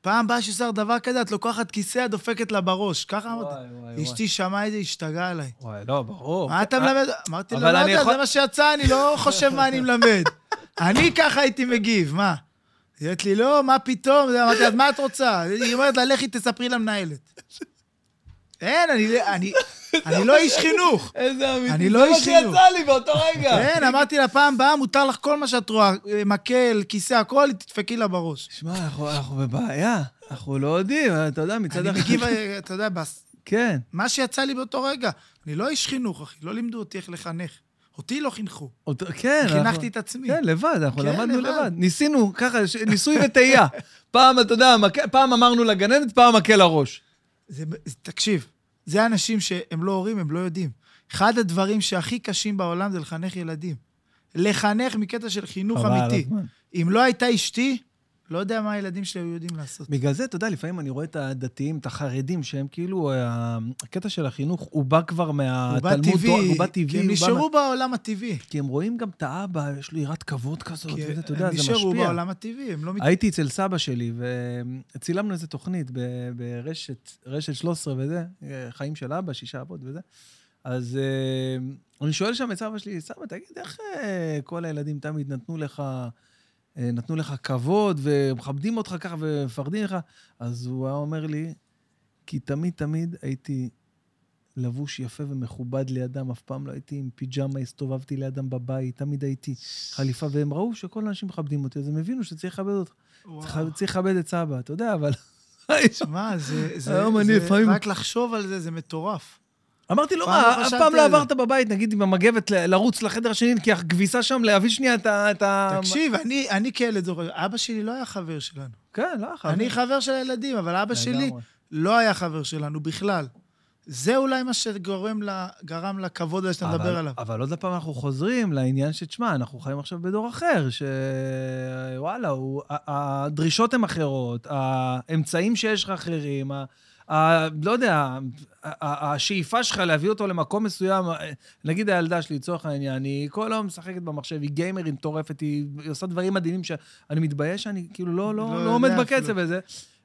פעם באה שעושה דבר כזה, את לוקחת כיסא, את דופקת לה בראש. ככה אמרתי. וואי, וואי, וואי. אשתי שמעה את זה, השתגעה עליי. וואי, לא, ברור. מה אתה מלמד? אמרתי אבל לה, לא אני יודע, יכול- זה מה שיצא, אני לא חושב מה אני מלמד. אני ככה הייתי מגיב, מה? היא אומרת לי, לא, מה פתאום? זה, אמרתי, אז מה את רוצה? היא אומרת לה, לכי תספרי למנהלת. אין, אני- לא- אני אני לא איש חינוך. איזה אמיתי. אני לא כן. איש זה מה חינוך. שיצא לי באותו רגע. אין, אמרתי לה, פעם באה מותר לך כל מה שאת רואה, מקל, כיסא, הכל, תדפקי לה בראש. שמע, אנחנו, אנחנו בבעיה, אנחנו לא יודעים, אתה יודע, מצד אני אחד... מגיב, אה, אתה יודע, בס- כן. מה שיצא לי באותו רגע. אני לא איש חינוך, אחי, לא לימדו אותי איך לחנך. אותי לא חינכו. אותו, כן. חינכתי אנחנו- את עצמי. כן, לבד, אנחנו כן, למדנו לבד. לבד. ניסינו ככה, ש- ניסוי וטעייה. פעם, אתה יודע, המק- פעם אמרנו לגננת, פעם מקל לראש. זה, זה- תקשיב, זה אנשים שהם לא הורים, הם לא יודעים. אחד הדברים שהכי קשים בעולם זה לחנך ילדים. לחנך מקטע של חינוך חבל על אמיתי. הזמן. אם לא הייתה אשתי, לא יודע מה הילדים שלי היו יודעים לעשות. בגלל זה, אתה יודע, לפעמים אני רואה את הדתיים, את החרדים, שהם כאילו, ה- הקטע של החינוך, הוא בא כבר הוא מהתלמוד בא טבעי, הוא בא טבעי, כי הם הוא בא מה- נשארו בעולם הטבעי. כי הם רואים גם את האבא, יש לו יראת כבוד כזאת, כי וזה, אתה הם יודע, זה משפיע. אה, נשארו בעולם הטבעי, הם לא מת... הייתי אצל סבא שלי, וצילמנו איזו תוכנית ב- ברשת רשת 13 וזה, אה, חיים של אבא, שישה אבות וזה. אז אה, אני שואל שם את סבא שלי, סבא, תגיד, איך אה, כל הילדים תמיד נתנו לך, אה, נתנו לך כבוד, ומכבדים אותך ככה ומפחדים לך? אז הוא היה אומר לי, כי תמיד תמיד הייתי לבוש יפה ומכובד לידם, אף פעם לא הייתי עם פיג'מה, הסתובבתי לידם בבית, תמיד הייתי חליפה, והם ראו שכל האנשים מכבדים אותי, אז הם הבינו שצריך לכבד אותך. וואו. צריך- צריך לכבד את סבא, אתה יודע, אבל... שמע, זה... זה- היום אני זה- לפעמים- רק לחשוב על זה, זה מטורף. אמרתי לו, פעם לא מה, אף חשבתי פעם לא על זה." עברת בבית, נגיד עם המגבת, ל- לרוץ לחדר השני, כי הכביסה שם, להביא שנייה את ה... את ה- תקשיב, אני- אני כילד זוכר, אבא שלי לא היה חבר שלנו. כן, לא, חבר. אני חבר של הילדים, אבל אבא שלי לגמרי. לא היה חבר שלנו בכלל. זה אולי מה שגורם ל... גרם לכבוד הזה שאתה אבל- מדבר עליו. אבל עוד פעם אנחנו חוזרים לעניין שתשמע, אנחנו חיים עכשיו בדור אחר, שוואלה, הדרישות הן אחרות, האמצעים שיש לך אחרים, ה... ה- לא יודע, ה- ה- השאיפה שלך להביא אותו למקום מסוים, אה, נגיד הילדה שלי, לצורך העניין, היא כל היום משחקת במחשב, היא גיימר, היא מטורפת, היא היא עושה דברים מדהימים שאני מתבייש שאני כאילו לא, לא, לא לא, יודע עומד אפילו. בקצב הזה.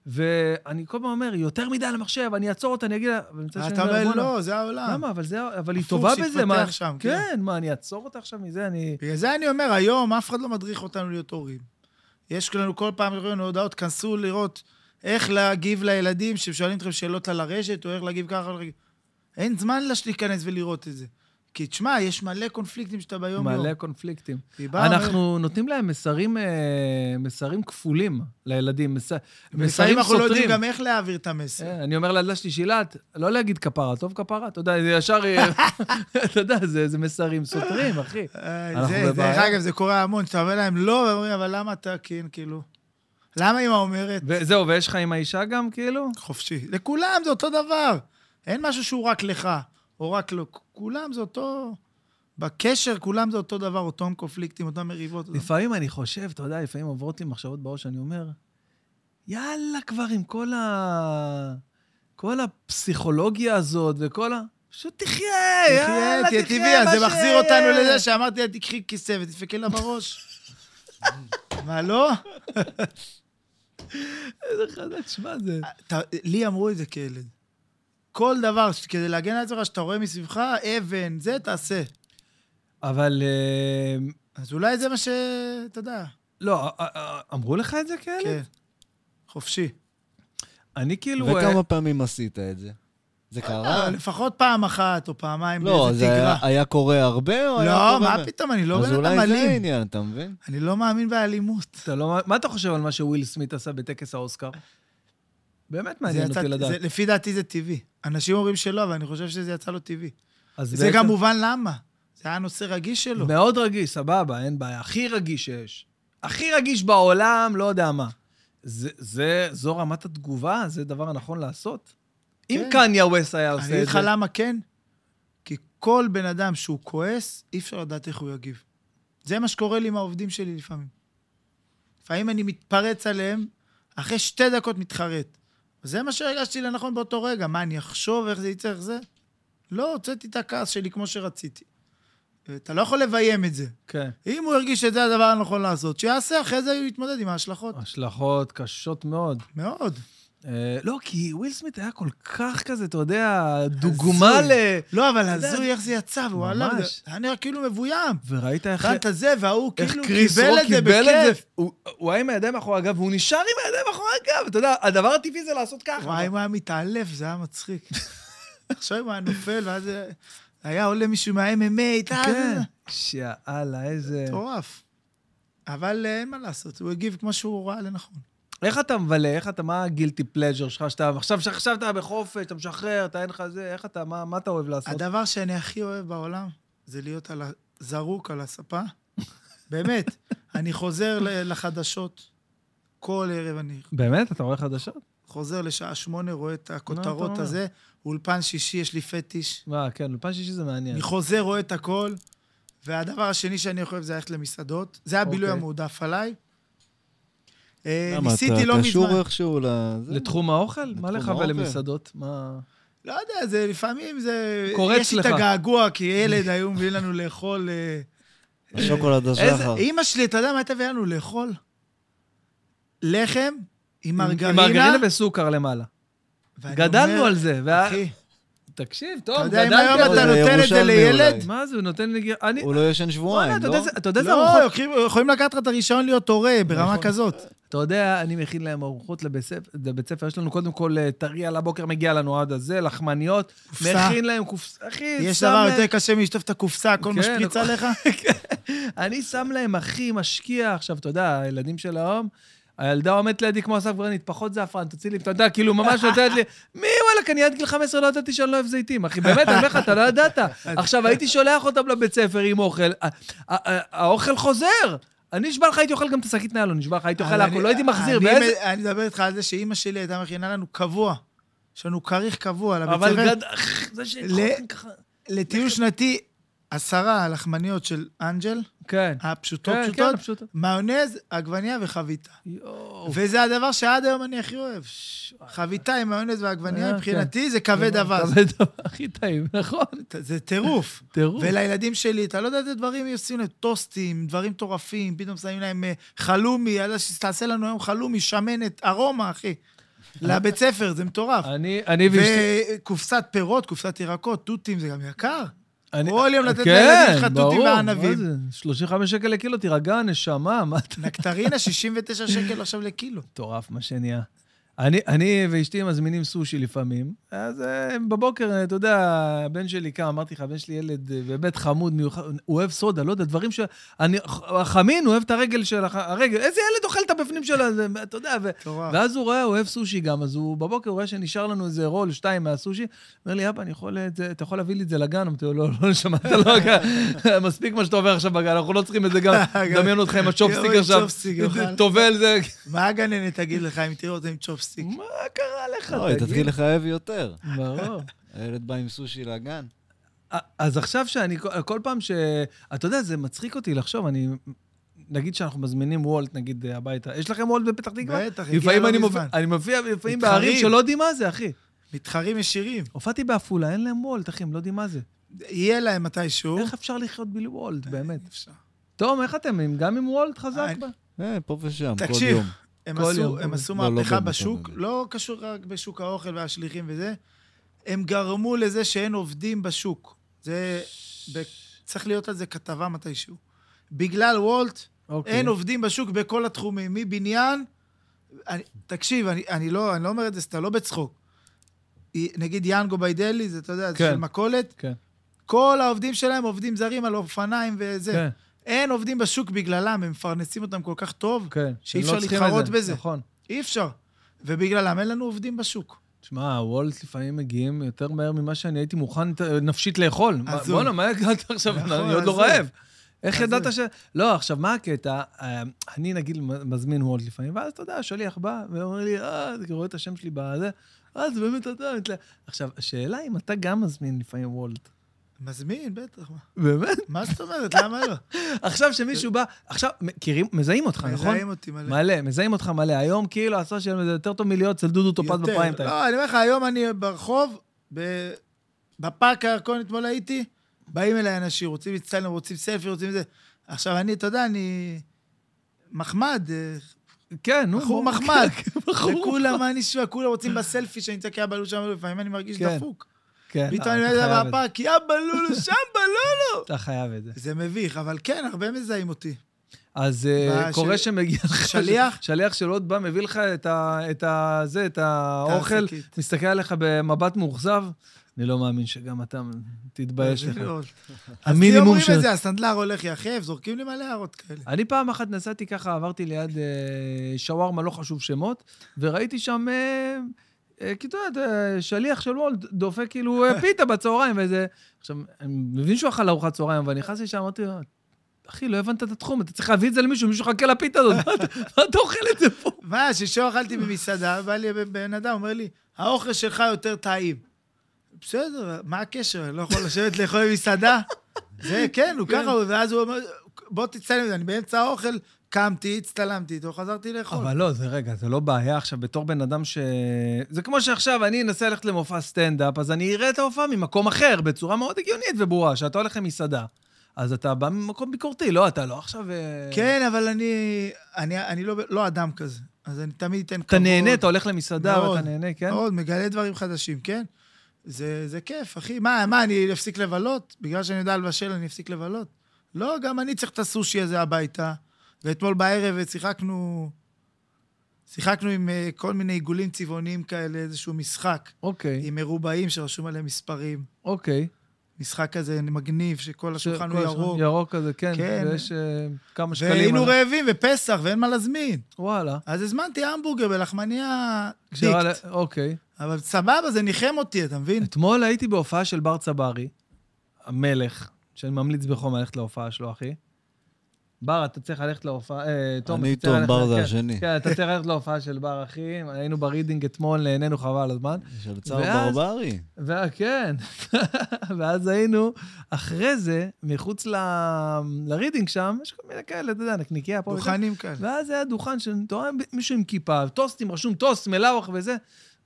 ואני כל פעם אומר, "היא יותר מדי על המחשב, אני אעצור אותה, אני אגיד לה... אבל מצד שני אתה אני אומר, אומר, "בואנה, לא, זה העולם. למה? אבל זה... אבל היא הפוך, טובה בזה, מה... שהתפתח שם, כן. כן, מה, אני אעצור אותה עכשיו מזה? אני... בגלל זה אני אומר, היום אף אחד לא מדריך אותנו להיות הורים. יש לנו כל פעם ראינו הודעות, כנסו לראות איך להגיב לילדים ששואלים אתכם שאלות על הרשת, או איך להגיב ככה. או איך להגיב- אין זמן לש- להיכנס ולראות את זה. כי תשמע, יש מלא קונפליקטים שאתה ביום-יום. מלא קונפליקטים. היא באה, אומרת, אנחנו נותנים להם מסרים, אה, מסרים כפולים לילדים, מס- מסרים לפעמים אנחנו לא יודעים סותרים. גם איך להעביר את המסר. אה, אני אומר לילדה שלי, שילת, לא להגיד כפרה, טוב כפרה, אתה יודע, זה ישר, אה, אתה יודע, זה זה מסרים סותרים, אחי. אה, אנחנו זה, בבעיה. דרך אגב, זה קורה המון, שאתה אומר להם לא, ואומרים, אבל למה אתה כן, כאילו? למה אמא אומרת? וזהו, ויש לך עם האישה גם, כאילו? חופשי. לכולם זה אותו דבר. אין משהו שהוא רק לך, או רק לו. כולם זה אותו... בקשר, כולם זה אותו דבר, אותם קונפליקטים, אותם מריבות. אותם- לפעמים אני חושב, אתה יודע, לפעמים עוברות לי מחשבות בראש, אני אומר, יאללה כבר עם כל ה... כל הפסיכולוגיה הזאת וכל ה... פשוט תחיה, יאללה, תחיה, תחיה, תהיה טבעי, אז מה זה מחזיר אותנו שיהיה. לזה שאמרתי לה, תקחי כיסא ותדפקי לה בראש. מה, לא? איזה חזק, שמע, זה... אתה- לי אמרו את זה כילד. כל דבר, ש- כדי להגן על עצמך, שאתה רואה מסביבך, אבן, זה, תעשה. אבל... אה, אז אולי זה מה ש... אתה יודע, לא, אה, אה, אמרו לך את זה כאלה? כן. חופשי. אני כאילו... אה, וכמה פעמים עשית את זה? זה קרה? אבל לפחות פעם אחת או פעמיים לא, באיזה זה היה- תגרה. היה קורה הרבה או היה לא, קורה... מה פתאום, אני לא אז בן אדם אולי זה אלים. העניין, אתה מבין? אני לא מאמין באלימות. אתה לא... מה אתה חושב על מה שוויל סמית עשה בטקס האוסקר? באמת זה מעניין יצא- אותי לדעת. זה- לפי דעתי זה טבעי. אנשים אומרים שלא, אבל אני חושב שזה יצא לו טבעי. אז זה בעצם- גם מובן למה. זה היה נושא רגיש שלו. מאוד רגיש, סבבה, אין בעיה. הכי רגיש שיש. הכי רגיש בעולם, לא יודע מה. זה, זה, זו רמת התגובה? זה דבר הנכון לעשות? כן. אם כן. קניה ווסט היה אני עושה אגיד את לך זה... למה כן? כי כל בן אדם שהוא כועס, אי אפשר לדעת איך הוא יגיב. זה מה שקורה לי עם העובדים שלי לפעמים. לפעמים אני מתפרץ עליהם, אחרי שתי דקות מתחרט. זה מה שהרגשתי לנכון באותו רגע. מה, אני אחשוב איך זה יצא, איך זה? לא, הוצאתי את הכעס שלי כמו שרציתי. אתה לא יכול לביים את זה. כן. אם הוא הרגיש שזה הדבר הנכון לעשות, שיעשה, אחרי זה הוא יתמודד עם ההשלכות. השלכות קשות מאוד. מאוד. אה, לא, כי וויל סמית היה כל כך כזה, אתה יודע, דוגמה ל... לא, אבל יודע, הזוי איך זה יצא, והוא עלה, ממש. זה היה נראה כאילו מבוים. וראית איך... הכנת זה, וההוא איך כאילו קריס קיבל רוק את זה בכיף. הוא הוא היה עם הידיים מאחורי הגב, והוא נשאר עם הידיים מאחורי הגב. אתה יודע, הדבר הטבעי זה לעשות ככה. וואי, אם הוא היה מתעלף, זה היה מצחיק. עכשיו אם הוא היה נופל, ואז אה, היה עולה מישהו מה-MMA, כן. אה, שאללה, איזה... מטורף. אבל אה, אין מה לעשות, הוא הגיב כמו שהוא ראה לנכון. איך אתה מבלה? איך אתה, מה הגילטי פלז'ר שלך? שאתה עכשיו, עכשיו אתה בחופש, אתה משחרר, אתה אין לך זה, איך אתה, מה, מה אתה אוהב לעשות? הדבר שאני הכי אוהב בעולם זה להיות על ה- זרוק על הספה. באמת, אני חוזר ל- לחדשות כל ערב, אני באמת? אתה רואה חדשות? חוזר לשעה שמונה, רואה את מה אתה הכותרות אומר? הזה, אולפן שישי, יש לי פטיש. מה, כן, אולפן שישי זה מעניין. אני חוזר, רואה את הכל. והדבר השני שאני אוהב זה ללכת למסעדות. זה הבילוי אוקיי. המועדף עליי. אה, למה, ניסיתי לא אתה קשור מזמן. איכשהו לזה? לתחום האוכל? מה לך האוכל. ולמסעדות? מה... לא יודע, זה לפעמים זה... קורץ יש לי את לך. הגעגוע, כי ילד היו מביאים לנו לאכול... אה, השוקולד השחר. אימא שלי, אתה יודע מה הייתה מביאה לנו לאכול? לחם עם מרגרינה. מרגרינה וסוכר למעלה. ואני גדלנו אומר, על זה. וה... אחי, תקשיב, טוב, אתה יודע, אם היום גדלתי אתה על זה. זה נותן את זה ירושלמי לילד... אולי. מה זה, הוא נותן לי... גיר- אני... הוא לא ישן שבועיים, וואלה, אתה לא? יודע, זה- אתה יודע איזה לא, ארוחות... לוקחים- יכולים לקחת לך את הרישיון להיות הורה ברמה נכון. כזאת. אתה יודע, אני מכין להם ארוחות לבית ספר, לבית ספר, יש לנו קודם כל אה, טרי על הבוקר, מגיע לנו עד הזה, לחמניות, קופסה. מכין להם קופסה, אחי, יש שם דבר להם- יותר קשה מלשטוף את הקופסה, הכל כן, משפריץ נכון. עליך? אני שם להם, אחי, משקיע. עכשיו, אתה יודע, הילדים של ההום, הילדה עומדת לידי כמו אסף גרנית, פחות זעפרן, תוציא לי, אתה יודע, כאילו, ממש נותנת לי, מי וואלכ, אני עד גיל 15 לא ידעתי שאני לא אוהב זיתים, אחי, באמת, אני אומר לך, אתה לא ידעת. עכשיו, הייתי שולח אותם לבית ספר עם אוכל, ה- ה- ה- האוכל חוזר. אני נשבע לך, הייתי אוכל גם את השקית ניילון, נשבע לך, הייתי אוכל אבל הכל, אני- לא הייתי מחזיר, אני באיזה... מ- אני מדבר איתך על זה שאימא שלי הייתה מכינה לנו קבוע. יש לנו כריך קבוע לבית אבל ספר. גד... זה ש... ל- לטיול שנתי, עשרה לחמניות של אנג'ל, כן. הפשוטות כן, כן, פשוטות, פשוט. מאונז, עגבנייה וחביתה. יואו. וזה הדבר שעד היום אני הכי אוהב. חביתה עם מאונז אה, ועגבניה, כן. מבחינתי זה כבד אווז. כבד אווז, הכי טעים, נכון? זה טירוף. טירוף. ולילדים שלי, אתה לא יודע איזה דברים עושים להם, טוסטים, דברים מטורפים, פתאום שמים להם אה, חלומי, אתה יודע שתעשה לנו היום חלומי, שמנת, ארומה, אחי. לבית ספר, זה מטורף. אני אני ואשתי... וקופסת פירות, קופסת ירקות, תותים, זה גם יקר. אני- כל יום לתת כן, לילדים שלך תותים ברור, וענבים. מה זה? 35 שקל לקילו, תירגע, נשמה, מה אתה... נקטרינה, 69 שקל עכשיו לקילו. מטורף מה שנהיה. אני, אני ואשתי מזמינים סושי לפעמים, אז אה, בבוקר, אתה יודע, הבן שלי קם, אמרתי לך, הבן שלי ילד אה, באמת חמוד, מיוחד, הוא אוהב סודה, לא יודע, דברים ש... אני, החמין, הוא אוהב את הרגל של הח- הרגל, איזה ילד אוכל את הבפנים שלה, זה, אתה יודע, ו... מטורף. ואז הוא רואה, הוא אוהב סושי גם, אז הוא בבוקר הוא רואה שנשאר לנו איזה רול, שתיים מהסושי, אומר לי, אבא, אני יכול, את זה- אתה יכול להביא לי את זה לגן? אמרתי לו, לא, לא, שמעת, לא, מספיק מה שאתה עובר עכשיו בגן, אנחנו לא צריכים את זה גם, דמיין אותך עם הצ'ופסטיק יואו, עכשיו, צ'ופסטיק, יאכל. טובל זה, מה הגננת תגיד לך אם תראה אותה עם צ'ופסטיק? מה קרה לך, לא, היא תתחיל לחייב יותר. ברור. הילד בא עם סושי לגן. אז עכשיו שאני, כל- כל פעם ש... אתה יודע, זה מצחיק אותי לחשוב, אני... נגיד שאנחנו מזמינים וולט, נגיד, הביתה. יש לכם וולט בפתח תקווה? בטח, הגיע לפעמים לא אני מופיע- מזמן. אני מופיע לפעמים מתחרים. בערים שלא יודעים מה זה, אחי. מתחרים ישירים. הופעתי בעפולה, אין להם וולט, אחי, הם לא יודעים מה זה. יהיה להם מתישהו. איך אפשר לחיות בלי וולט, באמת? אפשר. תום, איך אתם? עם- גם עם וולט חזק? אני- ב- אה, פה ושם, כל תקשיב, יום. הם כל יום. עשו, הם עשו לא, לא מהפכה באמת, בשוק, אבל- לא קשור רק בשוק האוכל והשליחים וזה, הם גרמו לזה שאין עובדים בשוק. זה, ב... צריך להיות על זה כתבה מתישהו. בגלל וולט, אוקיי. אין עובדים בשוק בכל התחומים, מבניין... אני, תקשיב, אני, אני, לא, אני לא אומר את זה סתם, לא בצחוק. היא- נגיד יאנגו ביידלי, זה, אתה יודע, זה כן. של מכולת, כן, כל העובדים שלהם עובדים זרים על אופניים וזה. כן, אין עובדים בשוק בגללם, הם מפרנסים אותם כל כך טוב, כן. שאי הם לא אפשר צריכים את להתחרות זה, בזה. נכון. אי אפשר. ובגללם אין לנו עובדים בשוק. תשמע, הוולט לפעמים מגיעים יותר מהר ממה שאני הייתי מוכן ת- נפשית לאכול. מה- הזוי. בואנה, מה הגעת עכשיו? נכון, אני עוד לא הזוי. רעב. איך הזוי. ידעת ש... לא, עכשיו, מה הקטע? אה, אני, נגיד, מ- מזמין וולט לפעמים, ואז, אתה יודע, השליח בא ואומר לי, אה, אתה רואה את השם שלי בזה? אה, זה באמת אתה. מתלה-". עכשיו, השאלה אם אתה גם מזמין לפעמים וולט. מזמין, בטח. מה- באמת? מה זאת אומרת? למה לא? עכשיו שמישהו בא, עכשיו, מכירים, מזהים אותך, נכון? מזהים אותי מלא. מלא, מזהים אותך מלא. היום כאילו הסושיאל שלהם זה יותר טוב מלהיות אצל דודו טופז יותר. בפריים טיים. לא, אני אומר לך, היום אני ברחוב, ב- בפארק הירקון אתמול הייתי, באים אליי אנשים, רוצים להצטלם, רוצים סלפי, רוצים זה. עכשיו, אני, אתה יודע, אני מחמד, אה, כן, נו. בחור בוא. כן, מחמד. בחור. וכולם, מה נשמע, כולם רוצים בסלפי שאני צועק יאבא לולו שם, לפעמים אני מרגיש כן. דפוק. כן, פתאום אה, אני אתה יודע חייב את זה. בפארק, יאבא לולו, שם בלולו. אתה חייב את זה. זה מביך, אבל כן, הרבה מזהים אותי. אז אה, מה, קורה של- שמגיע לך... שליח? שליח של עוד בא, מביא לך את ה... את ה... זה, את האוכל, השקית. מסתכל עליך במבט מאוכזב, אני לא מאמין שגם אתה תתבייש לך. מאוד. לי המינימום לא- אומרים של... את זה, הסנדלר הולך יחף, זורקים לי מלא הערות כאלה. אני פעם אחת נסעתי ככה, עברתי ליד אה, שווארמה, לא חשוב שמות, וראיתי שם, אה, אה, כי אתה יודע, אה, שליח של וולד דופק כאילו אה, פיתה בצהריים וזה. עכשיו, אני מבין שהוא אכל ארוחת צהריים, אבל נכנסתי שם, אמרתי לו, אחי, לא הבנת את התחום, אתה צריך להביא את זה למישהו, מישהו חכה לפיתה הזאת, מה אתה- מה אתה אוכל את זה פה? מה, שלשום אכלתי במסעדה, בא לי בן אדם, אומר לי, האוכל שלך יותר טעים. בסדר, מה הקשר? אני לא יכול לשבת לאכול במסעדה? זה, כן, הוא ככה, ואז הוא אומר, בוא תצטלם, עם זה." אני באמצע האוכל, קמתי, הצטלמתי איתו, חזרתי לאכול. אבל לא, זה רגע, זה לא בעיה עכשיו, בתור בן אדם ש... זה כמו שעכשיו אני אנסה ללכת למופע סטנדאפ, אז אני אראה את ההופעה ממקום אחר, בצורה מאוד הגיונית וברורה. כשאתה הולך למסעדה, אז אתה בא ממקום ביקורתי, לא, אתה לא עכשיו... אה, כן, אבל אני, אני, אני לא, לא אדם כזה, אז אני תמיד אתן כבוד. אתה נהנה, אתה הולך למסעדה מאוד, ואתה נהנה, כן? מאוד, מגלה דברים חדשים, כן? זה, זה כיף, אחי. מה, מה, אני אפסיק לבלות? בגלל שאני יודע לבשל, אני אפסיק לבלות? לא, גם אני צריך את הסושי הזה הביתה. ואתמול בערב שיחקנו, שיחקנו עם אה, כל מיני עיגולים צבעוניים כאלה, איזשהו משחק, אוקיי, עם מרובעים שרשום עליהם מספרים. אוקיי. משחק כזה מגניב, שכל השולחן הוא כל השולחן ירוק. ירוק כזה, כן. כן. ויש אה, כמה שקלים. והיינו על- רעבים, ופסח, ואין מה להזמין. וואלה. אז הזמנתי המבורגר בלחמניה כשראה דיקט. ל- אוקיי. אבל סבבה, זה ניחם אותי, אתה מבין? אתמול הייתי בהופעה של בר צברי, המלך, שאני ממליץ בחום ללכת להופעה שלו, אחי. בר, אתה צריך ללכת להופעה... אה, תום, אני אתה צריך תום, ללכת- בר זה כן, השני. כן, אתה צריך ללכת להופעה של בר, אחי. היינו ברידינג אתמול, נהנינו חבל על הזמן. של צער ואז- ברברי. וכן, ואז היינו, אחרי זה, מחוץ ל... לרידינג שם, יש כל מיני כאלה, אתה יודע, נקניקיה פה. ושם. דוכנים כאלה. ואז היה דוכן של אתה רואה מישהו עם כיפה, טוסטים, רשום טוסט, מלאוח וזה.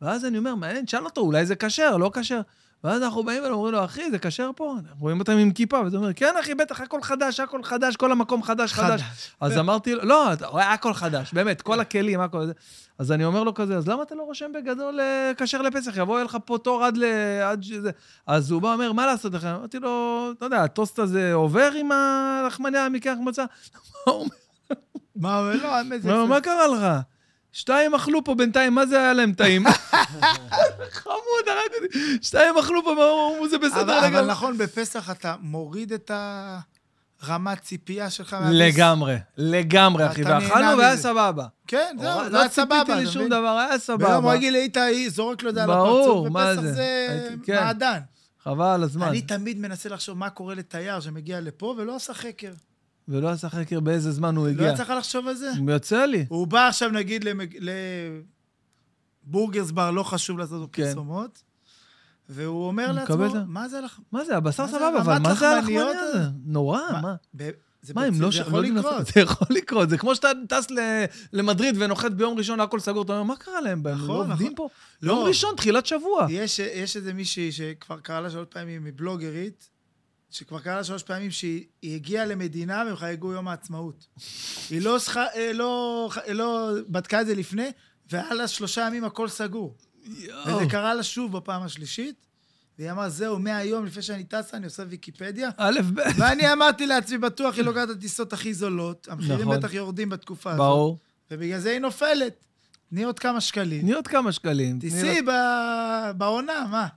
ואז אני אומר, מעניין, תשאל אותו, אולי זה כשר, לא כשר. ואז אנחנו באים ואומרים לו, אחי, זה כשר פה? רואים אותם עם כיפה, ואז הוא אומר, כן, אחי, בטח, הכל חדש, הכל חדש, כל המקום חדש, חדש. אז אמרתי לו, לא, אתה- היה הכל חדש, באמת, כל הכלים, הכל זה. אז אני אומר לו כזה, אז למה אתה לא רושם בגדול אה, כשר לפסח? יבוא, יהיה לך פה תור עד ל... עד שזה... אז הוא בא, אומר, מה לעשות לך? אמרתי לו, אתה יודע, הטוסט הזה עובר עם הלחמניה מקרח מצה? הוא אומר, מה, הוא אומר, לא, האמת, זה... מה, מה קרה לך? שתיים אכלו פה בינתיים, מה זה היה להם טעים? חמוד, הרג אותי. שתיים אכלו פה, מה אמרו, זה אבל, בסדר אבל לגמרי. נכון, בפסח אתה מוריד את הרמת ציפייה שלך מהביס. לגמרי, לגמרי, אתה אחי. נהנה ואכלנו והיה מזה. סבבה. כן, זהו, זה לא היה סבבה. ציפיתי אתה לשום מבין? דבר, היה ביום סבבה. רגיל היית היא זורק לו את זה על ברור, הפרצוף, מה בפסח זה? זה הייתי- כן. מעדן. חבל על הזמן. אני תמיד מנסה לחשוב מה קורה לתייר שמגיע לפה ולא עשה חקר. ולא עשה חקר באיזה זמן הוא לא הגיע. יצא לך לחשוב על זה? יוצא לי. הוא בא עכשיו, נגיד, למג- לבורגרס בר, לא חשוב לעשות לו כן. פרסומות, והוא אומר הוא מקבל את לעצמו, זה. מה זה לך? מה זה, הבשר מה זה סבבה, אבל הרמת מה זה הלחמניה לחמניות הזה? הזה? נורא, מה? מה, הם לא... זה ש- לא יכול יודעים לעשות- לקרות. זה יכול לקרות. זה כמו שאתה טס ל- למדריד ונוחת ביום ראשון, הכל סגור, אתה אומר, מה קרה להם? הם נכון, לא עובדים נכון. פה? לא. יום ראשון, תחילת שבוע. יש, יש איזה מישהי שכבר קרה לה שלוש פעמים, היא בלוגרית, שכבר קרה לה שלוש פעמים שהיא היא הגיעה למדינה והם חגגו יום העצמאות. היא לא, שח, אה, לא, ח- אה, לא בדקה את זה לפני, והיה לה שלושה ימים הכל סגור. יואו. וזה קרה לה שוב בפעם השלישית, והיא אמרה, זהו, מהיום לפני שאני טסה, אני עושה ויקיפדיה. א', ב', ואני אמרתי לעצמי, בטוח היא לוקחת את הטיסות הכי זולות, המחירים נכון. בטח יורדים בתקופה הזאת, ברור. ובגלל זה היא נופלת. תני עוד כמה שקלים. תני עוד כמה שקלים. תני לה- תיסעי ב- בעונה, מה?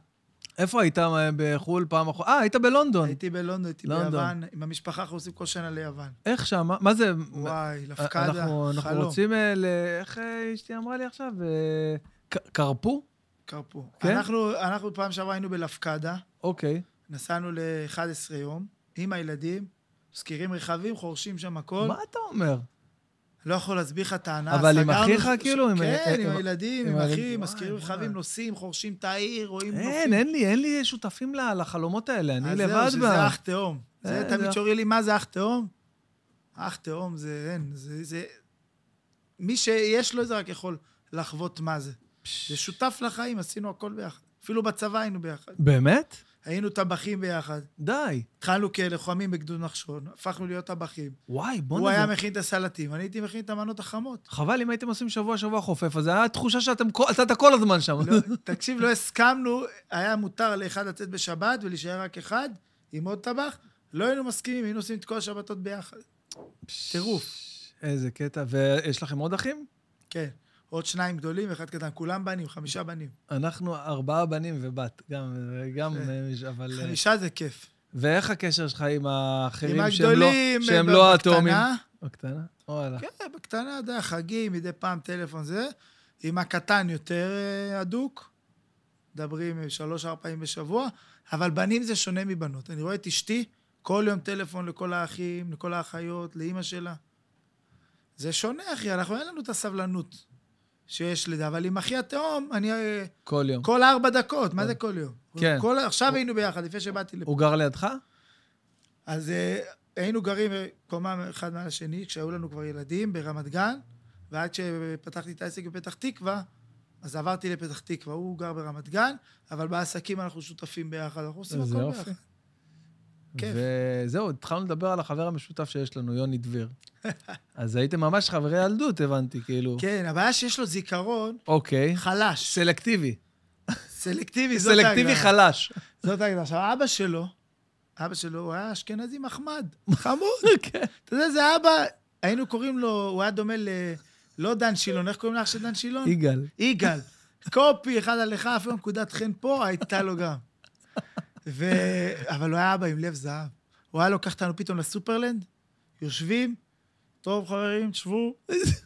איפה היית אה, בחו"ל פעם אחרונה? אה, היית בלונדון. הייתי בלונדון, הייתי לונדון. ביוון, עם המשפחה אנחנו נוסעים כל שנה ליוון. איך שם? מה זה? וואי, לפקדה, אנחנו אנחנו חלום, רוצים אה, ל... איך אה, אשתי אמרה לי עכשיו? אה, ק- קרפו? קרפו. כן? אנחנו אנחנו פעם שעברה היינו בלפקדה, אוקיי. נסענו ל-11 יום, עם הילדים, שכירים רכבים, חורשים שם הכל. מה אתה אומר? לא יכול להסביר לך את ההנאה. אבל עם סגרנו- אחיך, ש- כאילו, עם- אה, כן, עם עם- הילדים, עם עם הילדים. אחים, וואי, מזכירים וואי. רכבים, נוסעים, חורשים את העיר, רואים אין, אין לי, אין לי שותפים ל- לחלומות האלה, אני לבד אז זהו, שזה בה. אח תאום. אה, זה זה תמיד אח- שאומרים לי, מה זה אח תאום? אח תאום זה אין, זה... זה- מי שיש לו את זה רק יכול לחוות מה זה. זה שותף לחיים, עשינו הכל ביחד. אפילו בצבא היינו ביחד. באמת? היינו טבחים ביחד. די. התחלנו כלוחמים בגדוד נחשון, הפכנו להיות טבחים. וואי, בוא הוא נדבר. היה מכין את הסלטים, אני הייתי מכין את המנות החמות. חבל אם הייתם עושים שבוע-שבוע חופף, אז הייתה תחושה שאתם כל- אתה כל הזמן שם. לא, תקשיב, לא הסכמנו, היה מותר לאחד לצאת בשבת ולהישאר רק אחד עם עוד טבח, לא היינו מסכימים, היינו עושים את כל השבתות ביחד. טירוף. איזה קטע. ויש לכם עוד אחים? כן. עוד שניים גדולים, אחד קטן, כולם בנים, חמישה בנים. אנחנו ארבעה בנים ובת, גם, גם, יפה. אה, אבל... אה, חמישה זה כיף. ואיך הקשר שלך עם האחרים עם שהם לא, הגדולים, שהם ב- לא בקטנה. האטומים? בקטנה? וואלה. כן, בקטנה, אתה יודע, חגים, מדי פעם טלפון זה. עם הקטן יותר אה, הדוק, מדברים אה, שלוש-ארבע פעמים בשבוע, אבל בנים זה שונה מבנות. אני רואה את אשתי, כל יום טלפון לכל האחים, לכל האחיות, לאימא שלה. זה שונה, אחי, אנחנו, אין לנו את הסבלנות שיש לזה, אבל עם אחי התהום, אני... אה, כל יום. כל ארבע דקות, מה זה כל יום? כן. כל, עכשיו היינו ביחד, לפני שבאתי לפה. הוא גר לידך? אז אה, היינו גרים אה, קומה אחד מעל השני, כשהיו לנו כבר ילדים ברמת גן, ועד שפתחתי את העסק בפתח תקווה, אז עברתי לפתח תקווה, הוא גר ברמת גן, אבל בעסקים אנחנו שותפים ביחד, אנחנו עושים איזה הכל יופי. ביחד. כיף. וזהו, התחלנו לדבר על החבר המשותף שיש לנו, יוני דביר. אז הייתם ממש חברי ילדות, הבנתי, כאילו. כן, הבעיה שיש לו זיכרון אוקיי. חלש, סלקטיבי. סלקטיבי, זאת סלקטיבי ההגדרה. חלש. זאת ההגדרה. עכשיו, אבא שלו, אבא שלו, הוא היה אשכנזי מחמד, חמוד. כן. אתה יודע, זה אבא, היינו קוראים לו, הוא היה דומה ל... לא דן שילון, איך קוראים לאח של דן שילון? יגאל. יגאל. קופי, אחד על אחד, אפילו נקודת חן פה, הייתה לו גם. ו... אבל הוא היה אבא עם לב זהב. הוא היה לוקח אותנו פתאום לסופרלנד, יושבים, טוב חברים, תשבו,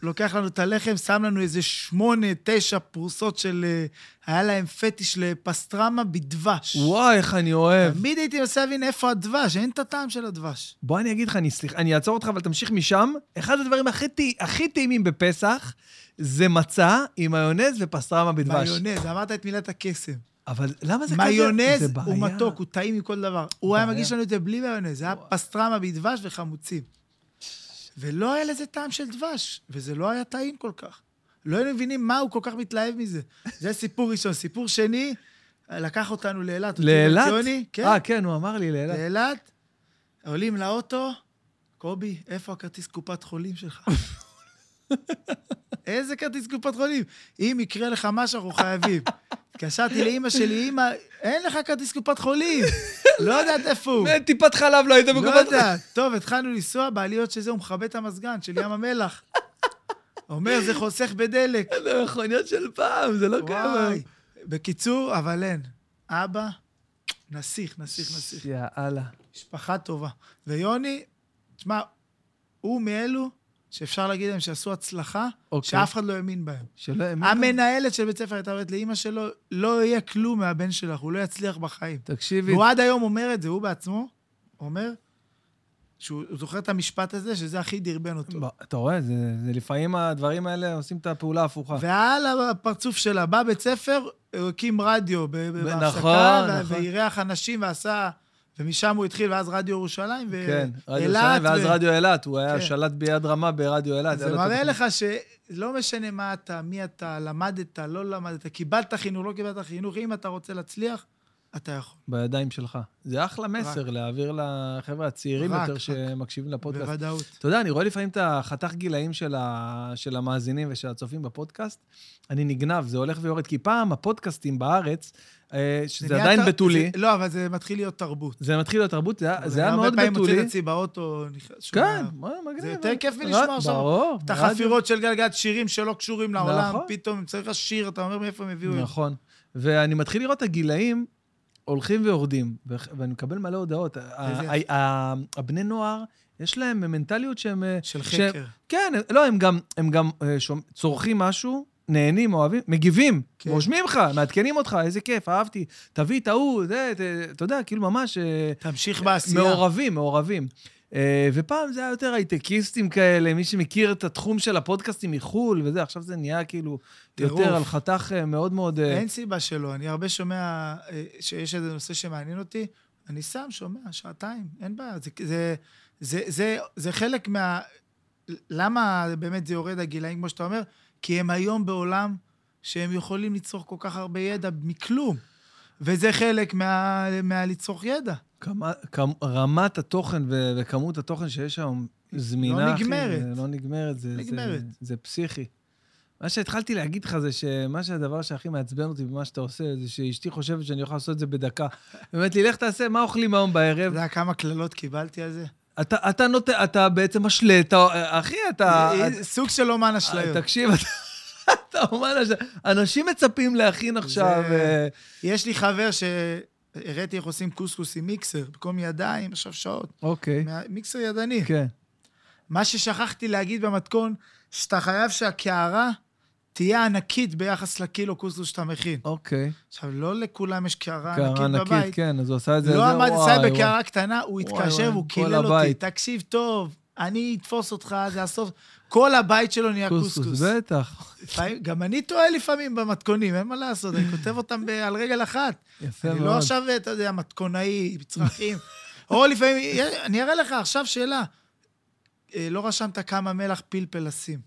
לוקח לנו את הלחם, שם לנו איזה שמונה, תשע פרוסות של... אה, היה להם פטיש לפסטרמה בדבש. וואי, איך אני אוהב. תמיד הייתי מנסה להבין איפה הדבש, אין את הטעם של הדבש. בוא אני אגיד לך, אני, סליח, אני אעצור אותך, אבל תמשיך משם. אחד הדברים הכי, טי- הכי טעימים בפסח זה מצה עם מיונז ופסטרמה בדבש. מיונז, אמרת את מילת הקסם. אבל למה זה כזה? מיונז זה בעיה. הוא מתוק, הוא טעים מכל דבר. הוא היה בעיה. מגיש לנו את זה בלי מיונז, זה היה פסטרמה בדבש וחמוצים. ולא היה לזה טעם של דבש, וזה לא היה טעים כל כך. לא היינו מבינים מה הוא כל כך מתלהב מזה. זה סיפור ראשון. סיפור שני, לקח אותנו לאילת. אותי ואת לאילת? יוני, כן. אה, כן, הוא אמר לי לאילת. לאילת, עולים לאוטו, קובי, איפה הכרטיס קופת חולים שלך? איזה כרטיס קופת חולים? אם יקרה לך משהו, אנחנו חייבים. התקשרתי לאימא שלי, אימא, אין לך כרטיס קופת חולים. לא יודעת איפה הוא. טיפת חלב לא היית לא יודעת. טוב, התחלנו לנסוע, בעליות שזה, הוא מכבה את המזגן של ים המלח. אומר, זה חוסך בדלק. זה לא, מכוניות של פעם, זה לא קרה. וואי. בקיצור, אבל אין. אבא, נסיך, נסיך, נסיך. יאללה. משפחה טובה. ויוני, תשמע, הוא מאלו שאפשר להגיד להם שעשו הצלחה, אוקיי. שאף אחד לא האמין בהם. שלא האמין. המנהלת של בית ספר הייתה אומרת לאימא שלו, לא יהיה כלום מהבן שלך, הוא לא יצליח בחיים. תקשיבי, והוא עד היום אומר את זה, הוא בעצמו אומר שהוא הוא זוכר את המשפט הזה, שזה הכי דרבן אותו. ב- אתה רואה, זה- זה לפעמים הדברים האלה עושים את הפעולה ההפוכה. ועל הפרצוף שלה, בא בית ספר, הוא הקים רדיו ב- ב- נכון, בהפסקה, ו- נכון. ואירח אנשים ועשה... ומשם הוא התחיל, ואז רדיו ירושלים, ו- כן, רדיו אילת, שלם, ואז ו- רדיו אילת, הוא היה כן. שלט ביד רמה ברדיו אילת. לא היה זה לו מראה תוכנית. לך שלא משנה מה אתה, מי אתה, למדת, לא למדת, קיבלת חינוך, לא קיבלת חינוך, אם אתה רוצה להצליח, אתה יכול. בידיים שלך. זה אחלה מסר להעביר לחבר'ה הצעירים רק, יותר רק. שמקשיבים לפודקאסט. בוודאות. אתה יודע, אני רואה לפעמים את החתך גילאים של, ה... של המאזינים ושל הצופים בפודקאסט, אני נגנב, זה הולך ויורד, כי פעם הפודקאסטים בארץ, אה, שזה נהיה עדיין תר- בתולי, זה- לא, אבל זה מתחיל להיות תרבות. זה מתחיל להיות תרבות, זה, היה- זה היה אני מאוד הרבה פעמים מוצא בתולי. את עצמי באוטו, נכנס- שומע- כן, מה, מגניב. זה יותר כיף ר- מלשמוע עכשיו ברור. את רדיו. החפירות של גלגלצ, שירים שלא קשורים לעולם, נכון. פתאום צריך שיר, אתה אומר מאיפה הם הביאו את זה. נכון. ואני מתחיל לראות את הגילאים הולכים ויורדים, וח- ואני מקבל מלא הודעות. ה- איזה ה- ה- הבני נוער, יש להם מנטליות שהם... אה, של שהם- חקר. כן, לא, הם גם, הם גם אה, שומע- צורכים משהו, נהנים, אוהבים, מגיבים, כן. כן. רושמים לך, מעדכנים אותך, איזה כיף, אהבתי, תביא את ההוא, זה, ת, אתה יודע, כאילו ממש אה, תמשיך בעשייה. מעורבים, מעורבים. אה, ופעם זה היה יותר הייטקיסטים כאלה, מי שמכיר את התחום של הפודקאסטים מחו"ל וזה, עכשיו זה נהיה כאילו טירוף. יותר על חתך אה, מאוד מאוד... אה, אין סיבה שלא. אני הרבה שומע אה, שיש איזה נושא שמעניין אותי, אני שם, שומע, שעתיים, אין בעיה. זה, זה, זה, זה, זה חלק מה... למה באמת זה יורד הגילאים, כמו שאתה אומר? כי הם היום בעולם שהם יכולים ליצור כל כך הרבה ידע מכלום. וזה חלק מה, מהליצור ידע. כמה, כמה, רמת התוכן ו- וכמות התוכן שיש היום זמינה. לא אחי, נגמרת. זה לא נגמרת. זה, נגמרת. זה, זה פסיכי. מה שהתחלתי להגיד לך זה שמה שהדבר שהכי מעצבן אותי במה שאתה עושה, זה שאשתי חושבת שאני יכול לעשות את זה בדקה. היא אומרת לי, לך תעשה, מה אוכלים היום אתה בערב? יודע כמה קללות קיבלתי על זה? אתה, אתה, נות... אתה בעצם משלה, אתה... אחי, אתה... זה- אתה- זה אה, סוג של אומן אשליות. תקשיב, אתה- אתה אומר לה ש- אנשים מצפים להכין עכשיו... זה- אה, יש לי חבר שהראיתי איך עושים קוסקוס עם מיקסר, במקום ידיים, עכשיו שעות. אוקיי, מיקסר ידני. כן. מה ששכחתי להגיד במתכון, שאתה חייב שהקערה תהיה ענקית ביחס לקילו קוסקוס שאתה מכין. אוקיי. עכשיו, לא לכולם יש קערה ענקית קערה ענקית, בבית. כן, אז הוא עשה את זה... זה, לא עמד וואי, אצלי וואי. בקערה קטנה, הוא וואי, התקשר וואי, והוא כל קילל אותי, הבית. תקשיב טוב, אני אתפוס אותך, זה הסוף. כל הבית שלו נהיה קוסקוס, קוסקוס. בטח. לפעמים- גם אני טועה לפעמים במתכונים, אין מה לעשות, אני כותב אותם ב- על רגל אחת. יפה אני לא מאוד. עכשיו, אתה יודע, מתכונאי, מצרכים. או לפעמים, אה, אני אראה לך עכשיו שאלה. אה, לא רשמת כמה מלח פלפל לשים.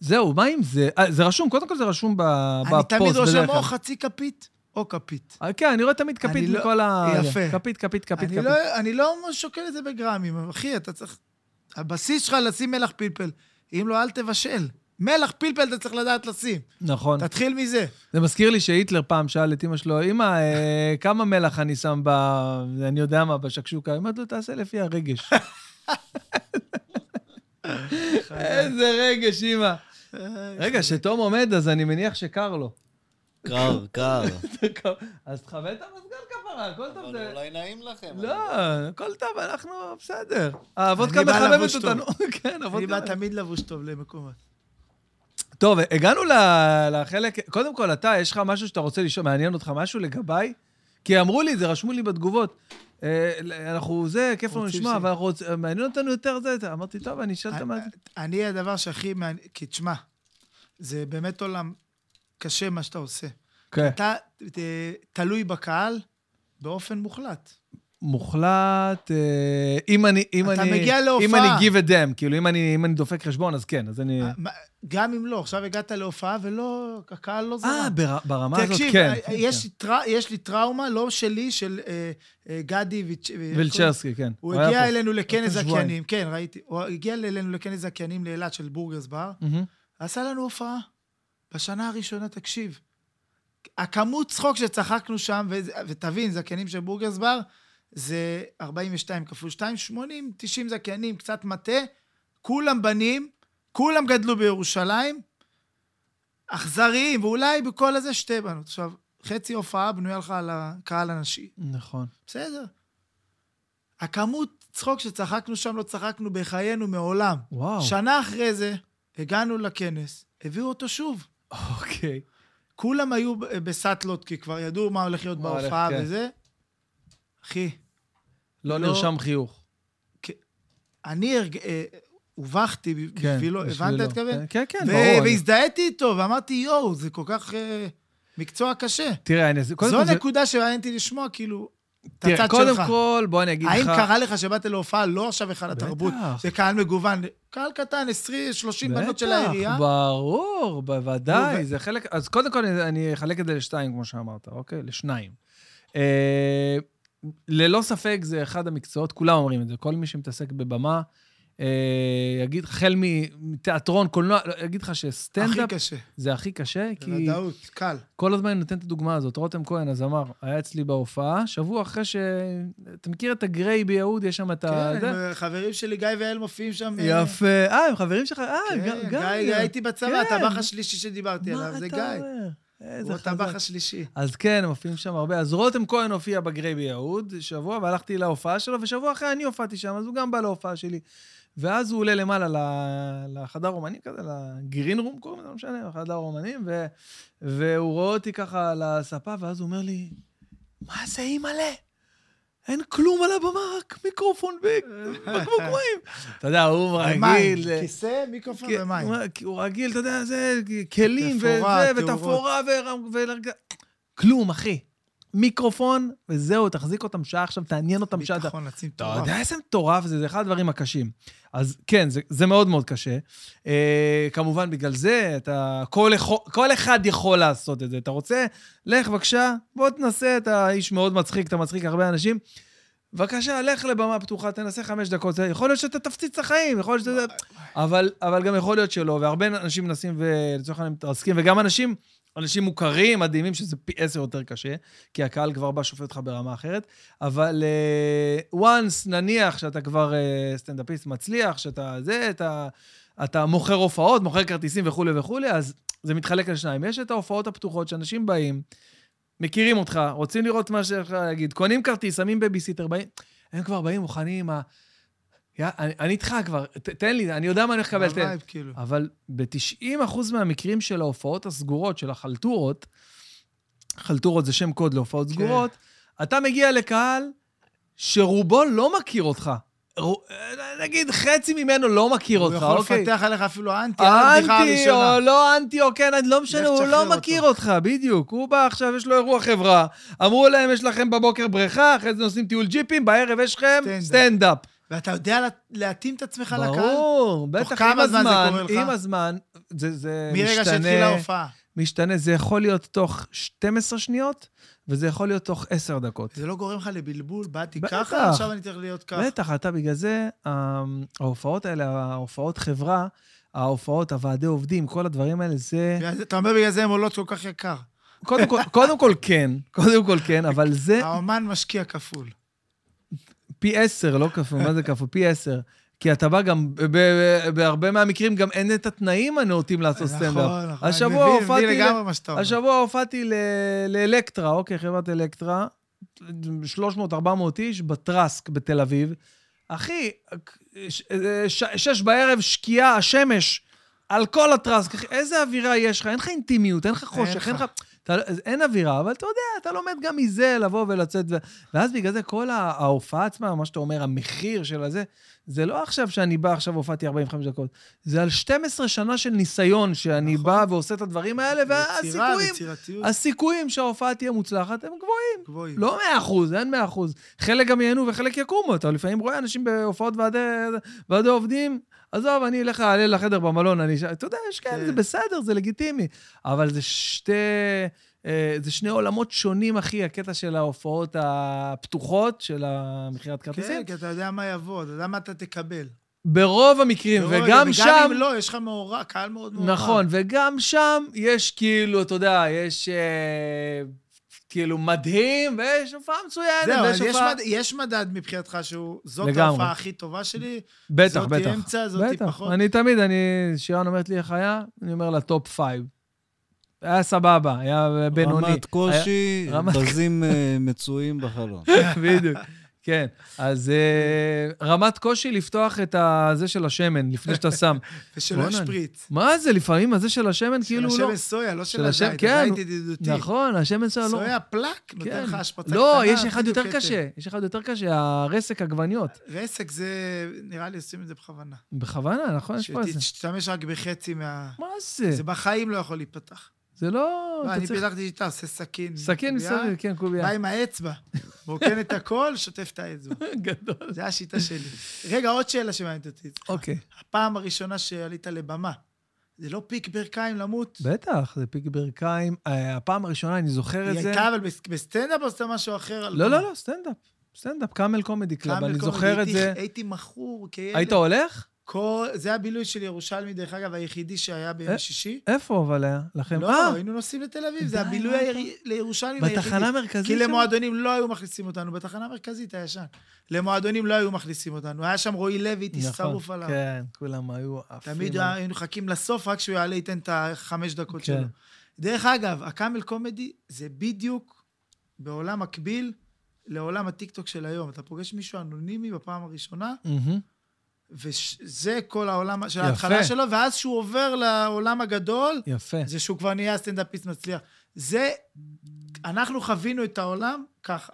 זהו, מה עם זה? אה, זה רשום, קודם כל זה רשום ב- אני בפוסט. תמיד רושם בדרך או כלל. חצי כפית או כפית. אה, כן, אני רואה תמיד אני כפית לא- מכל ה... יפה. כפית, כפית, כפית, אני כפית. לא- אני לא שוקל את זה בגרמים, אבל אחי, אתה צריך... הבסיס שלך לשים מלח פלפל. אם לא, אל תבשל. מלח פלפל אתה צריך לדעת לשים. נכון. תתחיל מזה. זה מזכיר לי שהיטלר פעם שאל את אמא שלו, אמא, אה, כמה מלח אני שם ב... אני יודע מה, בשקשוקה? היא אומרת לו, תעשה לפי הרגש. איזה רגש, אמא. אה, רגע, שתום עומד, אז אני מניח שקר לו. קר, קר. אז תכבה את המזגן כפרה, כל לא, טוב זה... נעים לכם. לא, הכל טוב, אנחנו בסדר. הוודקה אני בא מחממת לבוש טוב. אותנו. כן, אני הוודקה... בא תמיד לבוש טוב למקומות. טוב, הגענו ל- לחלק... קודם כל, אתה, יש לך משהו שאתה רוצה לשאול, מעניין אותך משהו לגביי? כי אמרו לי את זה, רשמו לי בתגובות. אה, אנחנו זה, כיף לנו רוצים לשמוע, ש- אבל אנחנו רוצ- מעניין אותנו יותר זה. אתה- אמרתי, טוב, אני אשאל את המעט. אני הדבר שהכי מעניין, כי תשמע, זה באמת עולם קשה מה שאתה עושה. כן, אתה ת- תלוי בקהל אה, באופן מוחלט. מוחלט, אה, אם אני... אם אתה אני, מגיע אם להופעה. אה, אני give a damn, כאילו, אם אני, אם אני דופק חשבון, אז כן, אז אני... מה- גם אם לא, עכשיו הגעת להופעה ולא, הקהל לא זרם. אה, בר- ברמה הזאת, תקשיב, כן. אה, יש, לי טרא- יש לי טראומה, לא שלי, של אה, אה, גדי ויצ'- וילצ'רסקי, כן. הוא היה הגיע פה. אלינו לכנס לפני שבועיים. זכיינים, כן, ראיתי. הוא הגיע אלינו לכנס זכיינים לאילת של בורגרס בר, מהמם. עשה לנו הופעה. בשנה הראשונה, תקשיב. הכמות צחוק שצחקנו שם, וזה- ותבין, זכיינים של בורגרס בר, זה 42 כפול 2, 80, 90 זכיינים, קצת מטה, כולם בנים, כולם גדלו בירושלים, אכזריים, ואולי בכל הזה שתי בנות. עכשיו, חצי הופעה בנויה לך על הקהל הנשי. נכון. בסדר. הכמות צחוק שצחקנו שם, לא צחקנו בחיינו מעולם. וואו. שנה אחרי זה, הגענו לכנס, הביאו אותו שוב. אוקיי. כולם היו ב- בסאטלות, כי כבר ידעו מה הולך להיות מה הולך, בהופעה כן. וזה. אחי, לא לא. נרשם חיוך. אני הרג... אה, הובכתי ב- כן, בשבילו, הבנת את הכוון? כן, כן, ו- ברור. אני- והזדהיתי איתו, ואמרתי, יואו, זה כל כך אה, מקצוע קשה. תראה, אני... קודם זו כל זה- נקודה שמעניין אותי לשמוע, כאילו, את תראה, הצד שלך. קודם כל, בוא אני אגיד לך... האם קרה לך שבאת להופעה, לא עכשיו היכל התרבות, בטח. זה קהל מגוון, קהל קטן, 20, 30 בנות של בטח, העירייה? ברור, נו, בוודאי, ו- זה חלק... אז קודם כל אני- אני אחלק את זה לשתיים, כמו שאמרת, אוקיי? לשניים. אה, ללא ספק זה אחד המקצועות, כולם אומרים את זה, כל מי שמתעסק בבמה, אה, יגיד, החל מ- מתיאטרון, קולנוע, לא, יגיד לך הכי שסטנדאפ קשה, זה הכי קשה, כי... בוודאות, קל. כל הזמן אני נותן את הדוגמה הזאת. רותם כהן, הזמר, היה אצלי בהופעה, שבוע אחרי ש... אתה מכיר את הגריי ביהוד, יש שם את ה... כן, אה, זה? חברים שלי, גיא ויעל מופיעים שם. אה, יפה. אה, הם חברים שלך? אה, כן, ג- גיא, גיא, הייתי בצבא, כן. הטבח השלישי שדיברתי מה עליו, זה אתה גיא. אומר? איזה הוא הטבח חזק. השלישי. אז כן, הם מופיעים שם הרבה. אז רותם כהן הופיע בגריי ביהוד שבוע, והלכתי להופעה שלו, ושבוע אחרי אני הופעתי שם, אז הוא גם בא להופעה שלי. ואז הוא עולה למעלה ל- לחדר אומנים כזה, לגרין רום קוראים לזה, לא משנה, לחדר אומנים, ו... והוא רואה אותי ככה על הספה, ואז הוא אומר לי, מה זה אימא'לה? אין כלום על הבמה, רק מיקרופון ובקבוקמים. אתה יודע, הוא מים, רגיל... אה, כיסא, מיקרופון כי- ומים. הוא אומר, כי הוא רגיל, אתה יודע, זה כלים וזה, תפאורה, ותפאורה ורמ- ולרגע... כלום, אחי. מיקרופון, וזהו, תחזיק אותם שעה עכשיו, תעניין אותם שעה. ביטחון עצים אתה טוב. יודע איזה מטורף זה, זה אחד הדברים הקשים. אז כן, זה, זה מאוד מאוד קשה. אה, כמובן, בגלל זה, אתה, כל, יכול, כל אחד יכול לעשות את זה. אתה רוצה? לך, בבקשה, בוא תנסה, אתה איש מאוד מצחיק, אתה מצחיק הרבה אנשים. בבקשה, לך לבמה פתוחה, תנסה חמש דקות. זה- יכול להיות שאתה תפציץ את החיים, יכול להיות שאתה... אבל, אבל גם יכול להיות שלא, והרבה אנשים מנסים ולצורך העניין מתרסקים, וגם אנשים, אנשים מוכרים, מדהימים, שזה פי עשר יותר קשה, כי הקהל כבר בא, שופט אותך ברמה אחרת. אבל uh, once, נניח שאתה כבר uh, סטנדאפיסט מצליח, שאתה זה, אתה, אתה מוכר הופעות, מוכר כרטיסים וכולי וכולי, אז זה מתחלק לשניים. יש את ההופעות הפתוחות שאנשים באים, מכירים אותך, רוצים לראות מה שיש לך להגיד, קונים כרטיס, שמים בייביסיטר, באים, הם כבר באים מוכנים, ה... יא, אני, אני איתך כבר, ת, תן לי, אני יודע מה אני הולך לקבל, תן. הווייב, כאילו. אבל ב-90% מהמקרים של ההופעות הסגורות, של החלטורות, חלטורות זה שם קוד כן. להופעות סגורות, אתה מגיע לקהל שרובו לא מכיר אותך. רו- אה, נגיד, חצי ממנו לא מכיר הוא אותך, יכול אוקיי? לפתח עליך אפילו אנטי, על הבדיחה אנטי או הראשונה. לא אנטי או כן, לא משנה, לך הוא תשחרר לא אותו. מכיר אותך, בדיוק. הוא בא עכשיו, יש לו אירוע חברה, אמרו להם, יש לכם בבוקר בריכה, אחרי זה נוסעים טיול ג'יפים, בערב יש לכם סטנדאפ. סטנדאפ. ואתה יודע לה- להתאים את עצמך לקהל? ברור, תוך בטח, עם כמה זמן זה הזמן, קורה לך? עם הזמן, זה, זה מרגע שהתחילה משתנה, ההופעה. משתנה, זה יכול להיות תוך 12 שניות, וזה יכול להיות תוך 10 דקות. זה לא גורם לך לבלבול? באתי בטח. ככה, עכשיו אני צריך להיות ככה. בטח, אתה בגלל זה, ה- ההופעות האלה, ההופעות חברה, ההופעות, הוועדי עובדים, כל הדברים האלה, זה... בגלל זה- אתה אומר בגלל זה הן עולות כל כך יקר. קודם כל, קודם כל כן, קודם כל כן, אבל זה האומן משקיע כפול. פי עשר, לא כפול, מה זה כפול? פי עשר. כי אתה בא גם, ב- ב- בהרבה מהמקרים גם אין את התנאים הנאותים לעשות סטנדאפ. נכון, נכון. השבוע אני מבין, הופעתי מבין ל- לגמרי מה שאתה אומר. השבוע הופעתי ל- לאלקטרה, אוקיי, חברת אלקטרה, 300-400 איש בטרסק בתל אביב. אחי, ש- אה, ש- שש בערב, שקיעה, השמש, על כל הטרסק. אחי, איזה אווירה יש לך? אין לך אינטימיות, אין לך חושך, לך. אין לך... אתה, אז אין אווירה, אבל אתה יודע, אתה לומד גם מזה לבוא ולצאת. ו... ואז בגלל זה כל ה- ההופעה עצמה, מה שאתה אומר, המחיר של הזה, זה לא עכשיו שאני בא, עכשיו הופעתי 45 דקות, זה על 12 שנה של ניסיון שאני נכון. בא ועושה את הדברים האלה, יצירה, והסיכויים, יצירתיות הסיכויים שההופעה תהיה מוצלחת הם גבוהים. גבוהים. לא 100%, אין 100%. חלק גם ייהנו וחלק יקומו. אתה לפעמים רואה אנשים בהופעות ועדי, ועדי עובדים, עזוב, אני אלך, אעלה לחדר במלון, אני... אשאר." אתה יודע, יש כאלה, כן. זה בסדר, זה לגיטימי. אבל זה שתי... אה, זה שני עולמות שונים, אחי, הקטע של ההופעות הפתוחות, של המכירת כן, כרטיסים. כי אתה יודע מה יבוא, אתה יודע מה אתה תקבל. ברוב המקרים, ורגע, כן, וגם שם... וגם אם לא, יש לך מעורב, קהל מאוד מעורב. נכון, וגם שם יש כאילו, אתה יודע, יש אה, כאילו מדהים, ויש הופעה מצוינת, זהו, ויש אז יש, הופעה... מד... יש מדד מבחינתך שהוא, זאת לגמרי. ההופעה הכי טובה שלי, בטח, זאת בטח. היא אמצע, זאת היא בטח. פחות. אני תמיד, אני, שירן אומרת לי איך היה, אני אומר לה, טופ פייב. היה סבבה, היה בינוני. רמת קושי, רמת- בזים אה, מצויים בחלום. היה- בדיוק. כן, אז אה, רמת קושי לפתוח את הזה של השמן לפני שאתה שם. ושלא בואנה, יש אני- פריץ. מה זה, לפעמים הזה של השמן כאילו של לא... השמן סויה, לא של של השם- הזית, כן, הזית ידידותי. נכון, השמן שלו לא... סויה פלאק, כן. נותן לך השפצה לא, קטנה, יש אחד בדיוק יותר כתם. קשה, יש אחד יותר קשה, הרסק עגבניות. רסק זה, נראה לי עושים את זה בכוונה. בכוונה, נכון? יש פה איזה... שתשתמש רק בחצי מה... מה זה? זה בחיים לא יכול להיפתח. זה כן. לא... לא, אתה אני צריך... פיתחתי שיטה, עושה סכין. סכין קובייה, מסביב, כן, קובייה. בא עם האצבע, מרוקן את הכל, שוטף את האצבע. גדול. זה השיטה שלי. רגע, עוד שאלה שמעניינת אותי. אוקיי. הפעם הראשונה שעלית לבמה, זה לא פיק ברכיים למות? בטח, זה פיק ברכיים. אה, הפעם הראשונה, אני זוכר את היא זה. הייתה אבל בס- בסטנדאפ או עשתה משהו אחר? על לא, במה? לא, לא, סטנדאפ. סטנדאפ, קאמל קומדי קלאב, קאמל אני קומדי, זוכר את הייתי- זה. הייתי מכור כילד. היית הולך? כל- זה הבילוי של ירושלמי, דרך אגב, היחידי שהיה אה, ביום שישי. איפה אבל היה? לכם? לא, אה, היינו נוסעים לתל אביב, די, זה הבילוי מה הירי- לירושלמים היחידי. בתחנה המרכזית כי שם? למועדונים לא היו מכניסים אותנו, בתחנה המרכזית הישן. למועדונים לא היו מכניסים אותנו. היה שם רועי לוי, הייתי נכון, שרוף עליו. כן, כולם היו עפים. תמיד עליו. היינו מחכים לסוף, רק שהוא יעלה, ייתן את החמש דקות כן. שלו. דרך אגב, הקאמל קומדי זה בדיוק בעולם מקביל לעולם הטיקטוק של היום. אתה פוגש מישהו אנונימי בפעם הראשונה, מהמם. וזה כל העולם של יפה. ההתחלה שלו, ואז שהוא עובר לעולם הגדול, יפה. זה שהוא כבר נהיה סטנדאפיסט מצליח. זה, אנחנו חווינו את העולם ככה,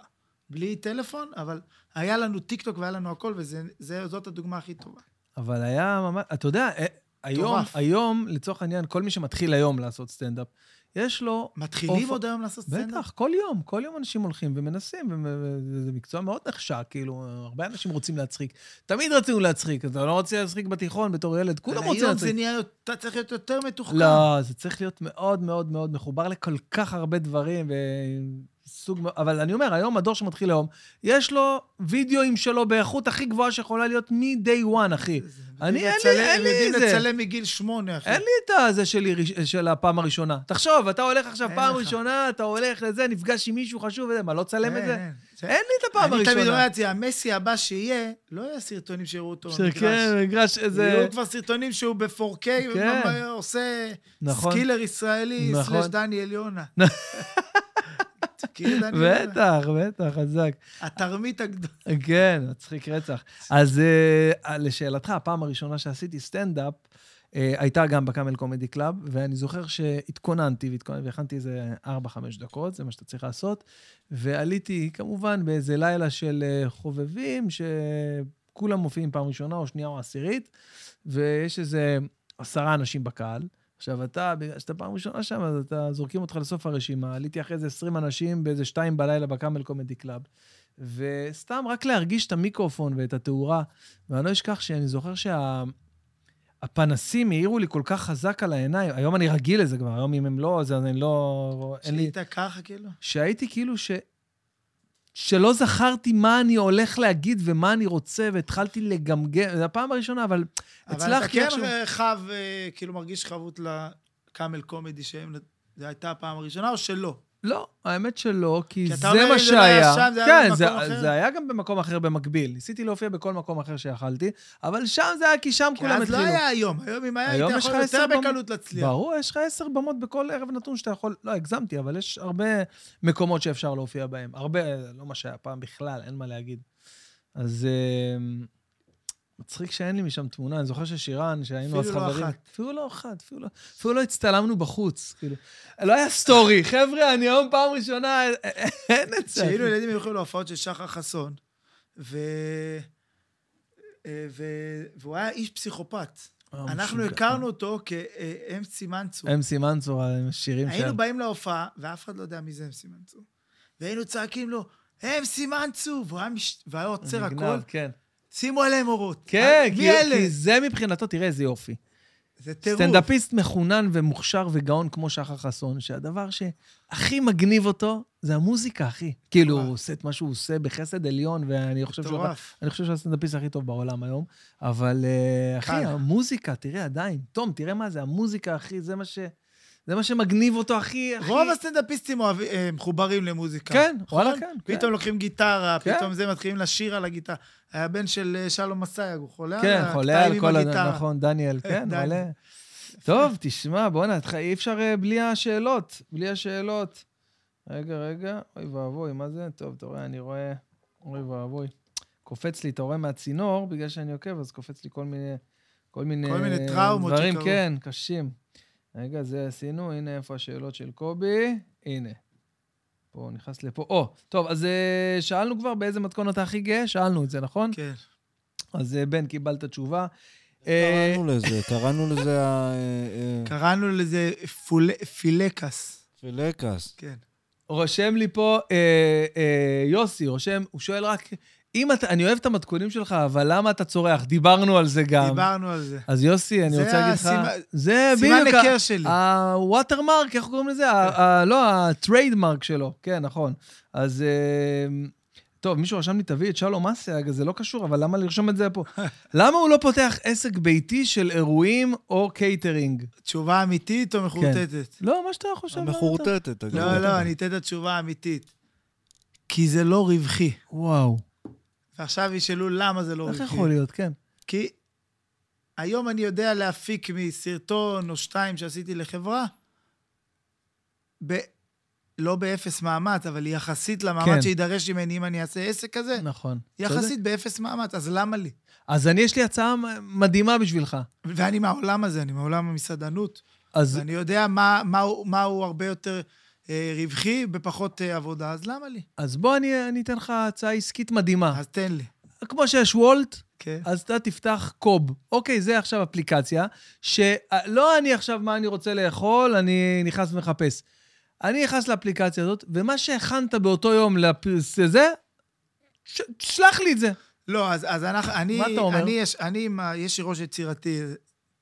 בלי טלפון, אבל היה לנו טיקטוק והיה לנו הכל, וזאת הדוגמה הכי טובה. אבל היה ממש, אתה יודע, אה, היום, מטורף. היום, לצורך העניין, כל מי שמתחיל היום לעשות סטנדאפ, יש לו... מתחילים אוף- עוד היום לעשות סטנדאפ? בטח, כל יום, כל יום אנשים הולכים ומנסים, ומ- וזה מקצוע מאוד נחשק, כאילו, הרבה אנשים רוצים להצחיק. תמיד רצינו להצחיק, אתה לא רוצה להצחיק בתיכון בתור ילד, כולם אבל רוצים היום זה להצחיק. נהיה, יותר- אתה צריך להיות יותר מתוחכם. לא, זה צריך להיות מאוד מאוד מאוד מחובר לכל כך הרבה דברים, וסוג... מ- אבל אני אומר, היום הדור שמתחיל היום, יש לו וידאוים שלו באיכות הכי גבוהה שיכולה להיות מ-day one, אחי. זה- אני, אין לי- לצלם- אין לי יודעים זה. לצלם מגיל שמונה, אחי. אין לי את הזה שלי, ראש- של הפעם הראשונה. תחשוב, אתה הולך עכשיו אין פעם לך. ראשונה, אתה הולך לזה, נפגש עם מישהו חשוב וזה, מה, לא תצלם את אין, זה? אין. זה- אין לי את הפעם כן, אני תמיד הראשונה. אומר את זה, המסי הבא שיהיה, לא יהיה סרטונים שיראו אותו כן, במגרש. מגרש איזה... יהיו כבר סרטונים שהוא ב-4K, כן. אה, עושה נכון. סקילר ישראלי, נכון. סלש דניאל יונה. אתה מכיר את דניאל יונה? בטח, בטח, חזק. התרמית הגדולה. כן, מצחיק רצח. אז אה, לשאלתך, הפעם הראשונה שעשיתי סטנדאפ, אה, הייתה גם בקאמל קומדי קלאב, ואני זוכר שהתכוננתי, והתכוננתי, והכנתי איזה 4-5 דקות, זה מה שאתה צריך לעשות, ועליתי כמובן באיזה לילה של אה, חובבים, שכולם מופיעים פעם ראשונה, או שנייה, או עשירית, ויש איזה עשרה אנשים בקהל. עכשיו, אתה, בגלל שאתה פעם ראשונה שם, אז אתה, זורקים אותך לסוף הרשימה. עליתי אחרי איזה 20 אנשים באיזה שתיים בלילה בקאמל קומדי קלאב. וסתם רק להרגיש את המיקרופון ואת התאורה. ואני לא אשכח שאני זוכר שה... הפנסים העירו לי כל כך חזק על העיניים. היום אני רגיל לזה כבר, היום אם הם לא, אז אני לא... אין לי... שהיית ככה, כאילו. שהייתי כאילו ש... שלא זכרתי מה אני הולך להגיד ומה אני רוצה, והתחלתי לגמגם, זו הפעם הראשונה, אבל אבל אתה הצלחתי כן איכשהו... חב, אה, כאילו מרגיש חבות לקאמל קומדי, שהם, זו הייתה הפעם הראשונה, או שלא? לא, האמת שלא, כי כי אתה זה אומר, מה אם זה לא היה שהיה. כן, שם, זה היה במקום זה- אחר? זה היה גם במקום אחר במקביל. ניסיתי להופיע בכל מקום אחר שיכלתי, אבל שם זה היה כי שם כי כולם אז לא התחילו. היה היום. היום אם היה, היום היית יש יכול לך יותר עשר במ- בקלות להצליח. ברור, יש לך עשר במות בכל ערב נתון שאתה יכול... לא, הגזמתי, אבל יש הרבה מקומות שאפשר להופיע בהם. הרבה, לא מה שהיה פעם בכלל, אין מה להגיד. אז... אמ, מצחיק שאין לי משם תמונה, אני זוכר ששירן, שהיינו אפילו אז לא חברים... אחת. אפילו לא אחת. אפילו לא אחת, אפילו לא הצטלמנו בחוץ, כאילו. לא היה סטורי, חבר'ה, אני היום פעם ראשונה, אה, אין את זה. כשהיינו ילדים הלכנו להופעות של שחר חסון, ו... אה, ו... והוא היה איש פסיכופת. אה, אנחנו משוגע. הכרנו אותו כאמצי מנצור. אמסי מנצור, עם השירים שלה. היינו באים להופעה, ואף אחד לא יודע מי זה אמסי מנצור. והיינו צועקים לו, אמסי מנצור! והוא היה מש- והיה עוצר נגנב, הכל, כן. שימו עליהם אורות. כן, אה, מי כי- אלה? כי זה מבחינתו, תראה איזה יופי. זה טירוף. סטנדאפיסט מחונן ומוכשר וגאון כמו שחר חסון, שהדבר שהכי מגניב אותו זה המוזיקה, אחי. כאילו, הוא עושה את מה שהוא עושה בחסד עליון, ואני חושב שהוא... מטורף. אני חושב שהוא הסטנדאפיסט הכי טוב בעולם היום, אבל אה, אחי, כאן. המוזיקה, תראה עדיין. תום, תראה מה זה, המוזיקה, אחי, זה מה ש... זה מה שמגניב אותו, הכי... הכי- רוב הסטנדאפיסטים אוהבים- אה, מחוברים למוזיקה. כן, נכון? וואלה, כן. כן. פתאום לוקחים גיטרה, כן. פתאום זה, מתחילים לשיר על הגיטרה. היה בן של אה, שלום מסייג, הוא חולה כן, על חולה על הקטעים כל... עם הד- הגיטרה. נכון, דניאל, כן, דניאל. מלא. טוב, תשמע, בוא'נה, את ח- אי אפשר אה, בלי השאלות, בלי השאלות. רגע, רגע, אוי ואבוי, מה זה? טוב, אתה רואה, אני רואה, אוי ואבוי. קופץ לי, אתה רואה מהצינור, בגלל שאני עוקב, אז קופץ לי כל מיני... כל מיני... אה, כל מיני טראומות דברים, שקרו. כן, קשים. רגע, זה עשינו, הנה איפה השאלות של קובי, הנה. פה, הוא נכנס לפה. או, טוב, אז אה, שאלנו כבר באיזה מתכון אתה הכי גאה, שאלנו את זה, נכון? כן. אז אה, בן, קיבלת תשובה. אה, קראנו לזה, קראנו לזה ה- אה, אה, קראנו לזה פול- פילקס. פילקס. כן. רושם לי פה, אה, אה, יוסי, רושם, הוא שואל רק, אם אתה, אני אוהב את המתכונים שלך, אבל למה אתה צורח? דיברנו על זה גם. דיברנו על זה. אז יוסי, אני זה רוצה להגיד לך, הסימן- זה סימן בדיוק היכר שלי. אה. הווטרמרק, איך קוראים לזה? ה- ה- לא, הטריידמרק שלו, כן, נכון. אז... אה, טוב, מישהו רשם לי, תביא את שלום אסיאג, אז זה לא קשור, אבל למה לרשום את זה פה? למה הוא לא פותח עסק ביתי של אירועים או קייטרינג? תשובה אמיתית כן. או מחורטטת? לא, מה שאתה חושב. למה אתה- המחורטטת, אגב. לא, לא, אני אתן את התשובה האמיתית. כי זה לא רווחי. וואו, ועכשיו ישאלו למה זה לא איך רווחי. יכול להיות, כן. כי היום אני יודע להפיק מסרטון או שתיים שעשיתי לחברה, ב... לא באפס מאמץ, אבל יחסית למאמץ כן. כן. שידרש ממני אם אני אעשה עסק כזה, נכון. כן. יחסית צודק. באפס מאמץ, אז למה לי? אז אני, יש לי הצעה מדהימה בשבילך. ואני מהעולם הזה, אני מעולם המסעדנות, אז ואני יודע מה, מה, הוא- מה הוא הרבה יותר אה, רווחי בפחות אה, עבודה, אז למה לי? אז בוא, אני אני אתן לך הצעה עסקית מדהימה. אז תן לי. כמו שיש וולט, כן. אז אתה תפתח קוב. אוקיי, זה עכשיו אפליקציה, שלא אני עכשיו מה אני רוצה לאכול, אני נכנס ומחפש. אני נכנס לאפליקציה הזאת, ומה שהכנת באותו יום לפרס זה, ש- תשלח לי את זה. לא, אז, אז אנחנו, אני, מה אתה אומר? אני, יש, אני, עם ה- יש לי ראש יצירתי,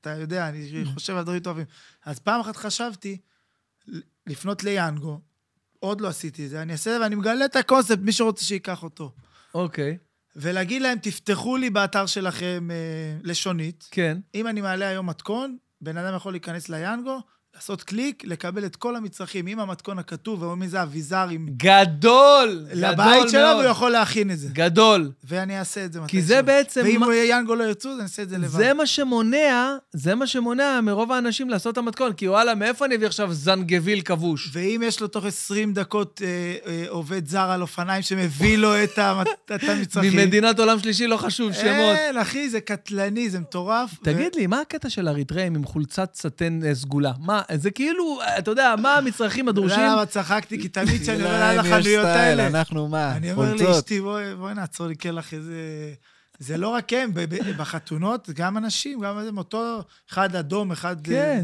אתה יודע, אני חושב על דברים טובים. אז פעם אחת חשבתי ל- לפנות ליאנגו, עוד לא עשיתי את זה, אני אעשה, ואני מגלה את הקונספט, מי שרוצה שייקח אותו. אוקיי, ולהגיד להם, תפתחו לי באתר שלכם אה, לשונית. כן. אם אני מעלה היום מתכון, בן אדם יכול להיכנס ליאנגו, לעשות קליק, לקבל את כל המצרכים, עם המתכון הכתוב, או עם איזה אביזר עם... גדול! גדול לבית שלו, מאוד. והוא יכול להכין את זה. גדול. ואני אעשה את זה כי מתישהו. זה בעצם... ואם מה- הוא יהיה יאנגו לא ירצו, אז אני אעשה את זה לבד. זה מה שמונע, זה מה שמונע מרוב האנשים לעשות את המתכון, כי וואלה, מאיפה אני אביא עכשיו זנגוויל כבוש? ואם יש לו תוך 20 דקות אה, אה, עובד זר על אופניים שמביא לו את המת- את המצרכים... ממדינת עולם שלישי לא חשוב, שמות. אין, אחי, אה, זה קטלני, זה מטורף. ו- תגיד לי, מה הקטע של אריתראים עם חולצת סטן אה, סגולה? מה, זה כאילו, אתה יודע, מה המצרכים אתה יודע הדרושים? למה צחקתי? כי תמיד כשאני עולה להם לא, על יש החנויות סטייל, האלה, אנחנו מה, אני אומר חולצות. לאשתי, בואי בואי נעצור לי קלח איזה... זה לא רק הם, ב- ב- בחתונות, גם אנשים, גם הם אותו אחד אדום, אחד... אה, כן.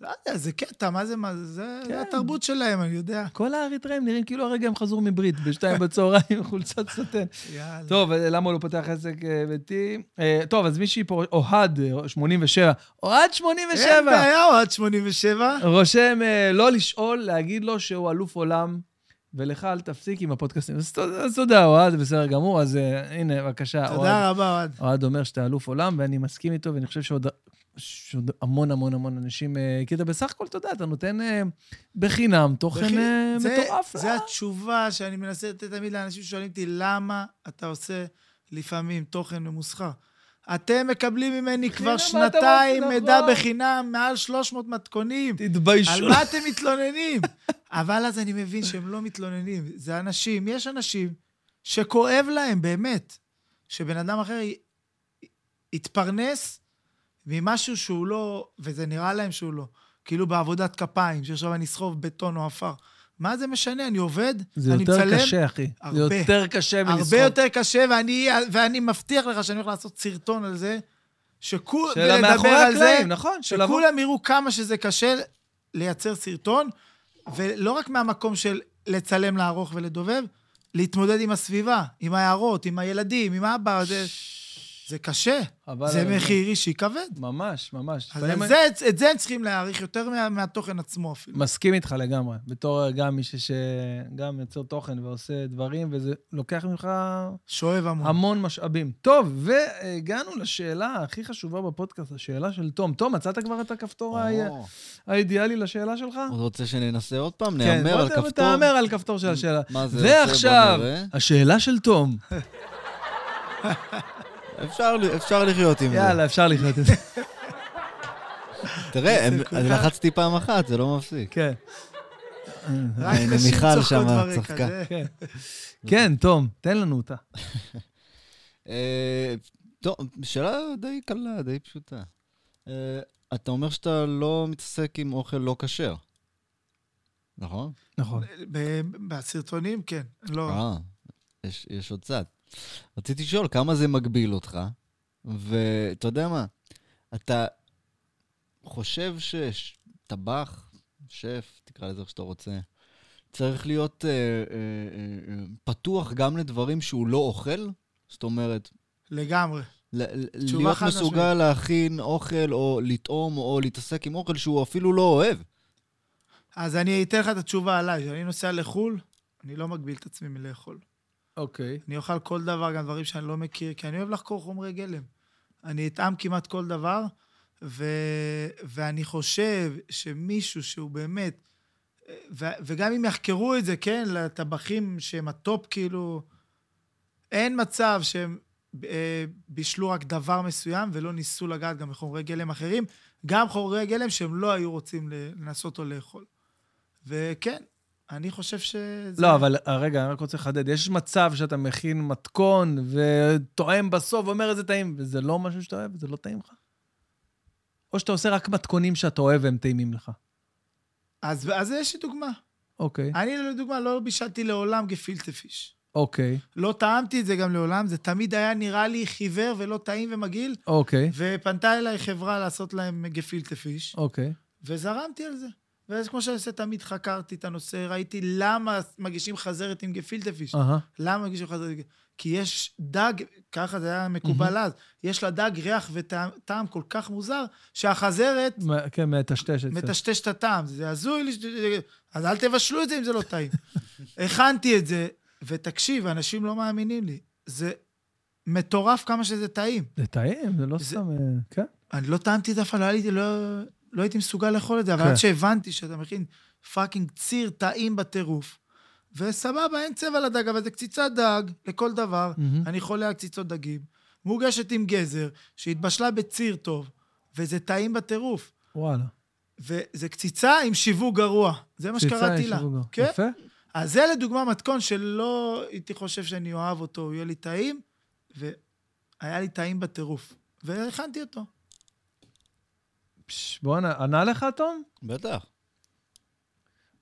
לא יודע, זה קטע, מה זה, מה זה- זה, כן. זה התרבות שלהם, אני יודע. כל האריתראים נראים כאילו הרגע הם חזרו מברית, בשתיים בצהריים עם חולצת סטן. יאללה. טוב, אה, למה הוא לא פותח עסק אה, ביתי? אה, טוב, אז מישהי פה, אוהד אה, 87. אוהד 87! אין בעיה, אוהד 87. רושם אה, לא לשאול, להגיד לו שהוא אלוף עולם, ולך אל תפסיק עם הפודקאסטים. אז תודה- אז תודה, אוהד, בסדר גמור, אז אה, הנה, בבקשה, אוהד. תודה רבה, אוהד. אוהד אומר שאתה אלוף עולם, ואני מסכים איתו, ואני חושב שעוד שעוד המון המון המון אנשים... אה, כי אתה בסך הכל, אתה יודע, אתה נותן אה, בחינם תוכן אה, זה- מטורף. זה לה. התשובה שאני מנסה לתת תמיד לאנשים ששואלים אותי, למה אתה עושה לפעמים תוכן ממוסחר? אתם מקבלים ממני בחינם, כן, מה כבר אתה שנתיים רוצה, מידע נכון? בחינם, מעל 300 מתכונים. על תתביישו. מה אתם מתלוננים? אבל אז אני מבין שהם לא מתלוננים. זה אנשים, יש אנשים שכואב להם, באמת, שבן אדם אחר י- התפרנס ממשהו שהוא לא, וזה נראה להם שהוא לא, כאילו בעבודת כפיים, שעכשיו אני אסחוב בטון או עפר. מה זה משנה? אני עובד, זה אני יותר מצלם. קשה, אחי. זה הרבה. יותר קשה מלסחוב. הרבה יותר קשה, ואני, ואני מבטיח לך שאני הולך לעשות סרטון על זה, שכול, של המאחורי הקלעים, נכון, של לבוא- שכולם יראו כמה שזה קשה לייצר סרטון, ולא רק מהמקום של לצלם, לערוך ולדובב, להתמודד עם הסביבה, עם ההערות, עם הילדים, עם האבא, זה, זה קשה. חבל זה על הזמן. מחיר אישי כבד. ממש, ממש. אז לפעמים על זה, את זה הם צריכים להעריך יותר מה, מהתוכן עצמו אפילו. מסכים איתך לגמרי, בתור גם מישהו שגם יוצר תוכן ועושה דברים, וזה לוקח ממך שואב המון. המון משאבים. טוב, והגענו לשאלה הכי חשובה בפודקאסט, השאלה של תום. תום, מצאת כבר את הכפתור האי- או, האידיאלי לשאלה שלך? עוד רוצה שננסה עוד פעם? כן, נהמר בוא על ת- כפתור? תהמר על כפתור של השאלה. מה זה עושה? בוא ועכשיו, נראה. השאלה של תום. אפשר ל- אפשר לחיות עם זה. יאללה, אפשר לחיות את זה. תראה, הם- כל אני כך- לחצתי פעם אחת, זה לא מפסיק. כן, רק הנה, נשים מיכל צוחקות שמה, ברקע, צחקה. זה- כן. כן, תום, תן לנו אותה. אה, טוב, שאלה די קלה, די פשוטה. אה, אתה אומר שאתה לא מתעסק עם אוכל לא כשר, נכון? נכון. ב- בסרטונים, כן. לא, אה, יש, יש עוד צד. רציתי לשאול, כמה זה מגביל אותך? ואתה יודע מה, אתה חושב שטבח, שף, תקרא לזה איך שאתה רוצה, צריך להיות אה, אה, אה, אה, פתוח גם לדברים שהוא לא אוכל? זאת אומרת, לגמרי. ל- ל- תשובה להיות חד מסוגל להכין אוכל או לטעום או להתעסק עם אוכל שהוא אפילו לא אוהב. אז אני אתן לך את התשובה עליי. כשאני נוסע לחו"ל, אני לא מגביל את עצמי מלאכול. אוקיי. אני אוכל כל דבר, גם דברים שאני לא מכיר, כי אני אוהב לחקור חומרי גלם. אני אטעם כמעט כל דבר, ו... ואני חושב שמישהו שהוא באמת... ו... וגם אם יחקרו את זה, כן, לטבחים שהם הטופ, כאילו... אין מצב שהם אה, בישלו רק דבר מסוים ולא ניסו לגעת גם בחומרי גלם אחרים, גם חומרי גלם שהם לא היו רוצים ל- לנסות או לאכול. וכן, אני חושב שזה... לא, אבל אה, רגע, אני רק רוצה לחדד. יש מצב שאתה מכין מתכון וטועם בסוף ואומר איזה טעים, וזה לא משהו שאתה אוהב? זה לא טעים לך? או שאתה עושה רק מתכונים שאתה אוהב והם טעימים לך? אז, אז יש לי דוגמה. אוקיי, אני לדוגמה לא בישלתי לעולם גפילטה פיש. אוקיי, לא טעמתי את זה גם לעולם, זה תמיד היה נראה לי חיוור ולא טעים ומגעיל, אוקיי, ופנתה אליי חברה לעשות להם גפילטה פיש, אוקיי. ע וזרמתי על זה. ואז כמו שאני עושה, תמיד חקרתי את הנושא, ראיתי למה מגישים חזרת עם גפילטה פיש. אהה, למה מגישים חזרת עם גפילטה כי יש דג, ככה זה היה מקובל אז, יש לדג ריח וטעם טעם כל כך מוזר, שהחזרת מ- כן, מטשטש את זה. מטשטש את הטעם, זה הזוי, לש- אז אל תבשלו את זה אם זה לא טעים. הכנתי את זה, ותקשיב, אנשים לא מאמינים לי. זה מטורף כמה שזה טעים. זה טעים, זה לא זה- סתם... אה, כן? אני לא טעמתי את זה אף פעם, לא הייתי- לא- לא הייתי מסוגל לאכול את זה, אבל כן. עד שהבנתי שאתה מכין פאקינג ציר טעים בטירוף, וסבבה, אין צבע לדג, אבל זה קציצת דג לכל דבר. מהמם. אני חולה על קציצות דגים, מוגשת עם גזר, שהתבשלה בציר טוב, וזה טעים בטירוף. וואלה. וזה קציצה עם שיווק גרוע. זה מה שקראתי ציצה לה. יש בו גם. כן? יפה. אז זה לדוגמה מתכון שלא הייתי חושב שאני אוהב אותו, הוא יהיה לי טעים, והיה לי טעים בטירוף. והכנתי אותו. פש, בוא, נ- ענה לך, תום? בטח.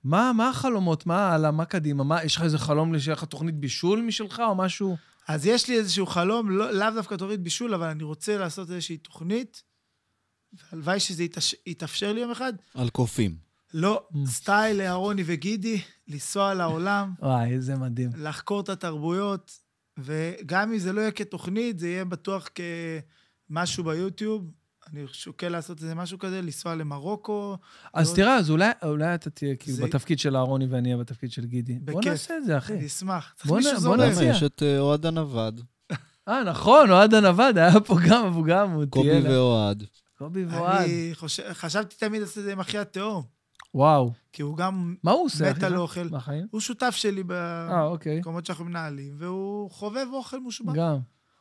מה, מה החלומות? מה הלאה? מה קדימה? מה, יש לך איזה חלום לי- שיהיה לך תוכנית בישול משלך או משהו? אז יש לי איזשהו חלום, לא, לאו דווקא תוריד בישול, אבל אני רוצה לעשות איזושהי תוכנית, והלוואי שזה יתאש, יתאפשר לי יום אחד. על קופים. לא, סטייל אהרוני וגידי, לנסוע לעולם, וואי, איזה מדהים. לחקור את התרבויות, וגם אם זה לא יהיה כתוכנית, זה יהיה בטוח כמשהו ביוטיוב. אני שוקל לעשות איזה משהו כזה, לנסוע למרוקו. אז מאוד- תראה, אז אולי, אולי אתה תהיה כאילו לא זה- בתפקיד של אהרוני ואני אהיה בתפקיד של גידי. בוא בכיף. נעשה את זה, אחי. אני אשמח. צריך בוא נ- מישהו בוא זורם. נעשה. למה? יש את אה, אוהד הנווד, אה, נכון, אוהד הנווד, היה פה גם, והוא גם, הוא קובי טייל. ואוהד. קובי ואוהד. אני חושב- חשבתי תמיד לעשות את זה עם אחי התהום, וואו. כי הוא גם מה הוא עושה, מת על אוכל. בחיים? הוא שותף שלי אה, אוקיי. במקומות שאנחנו מנהלים, והוא חובב אוכל מושבע. גם.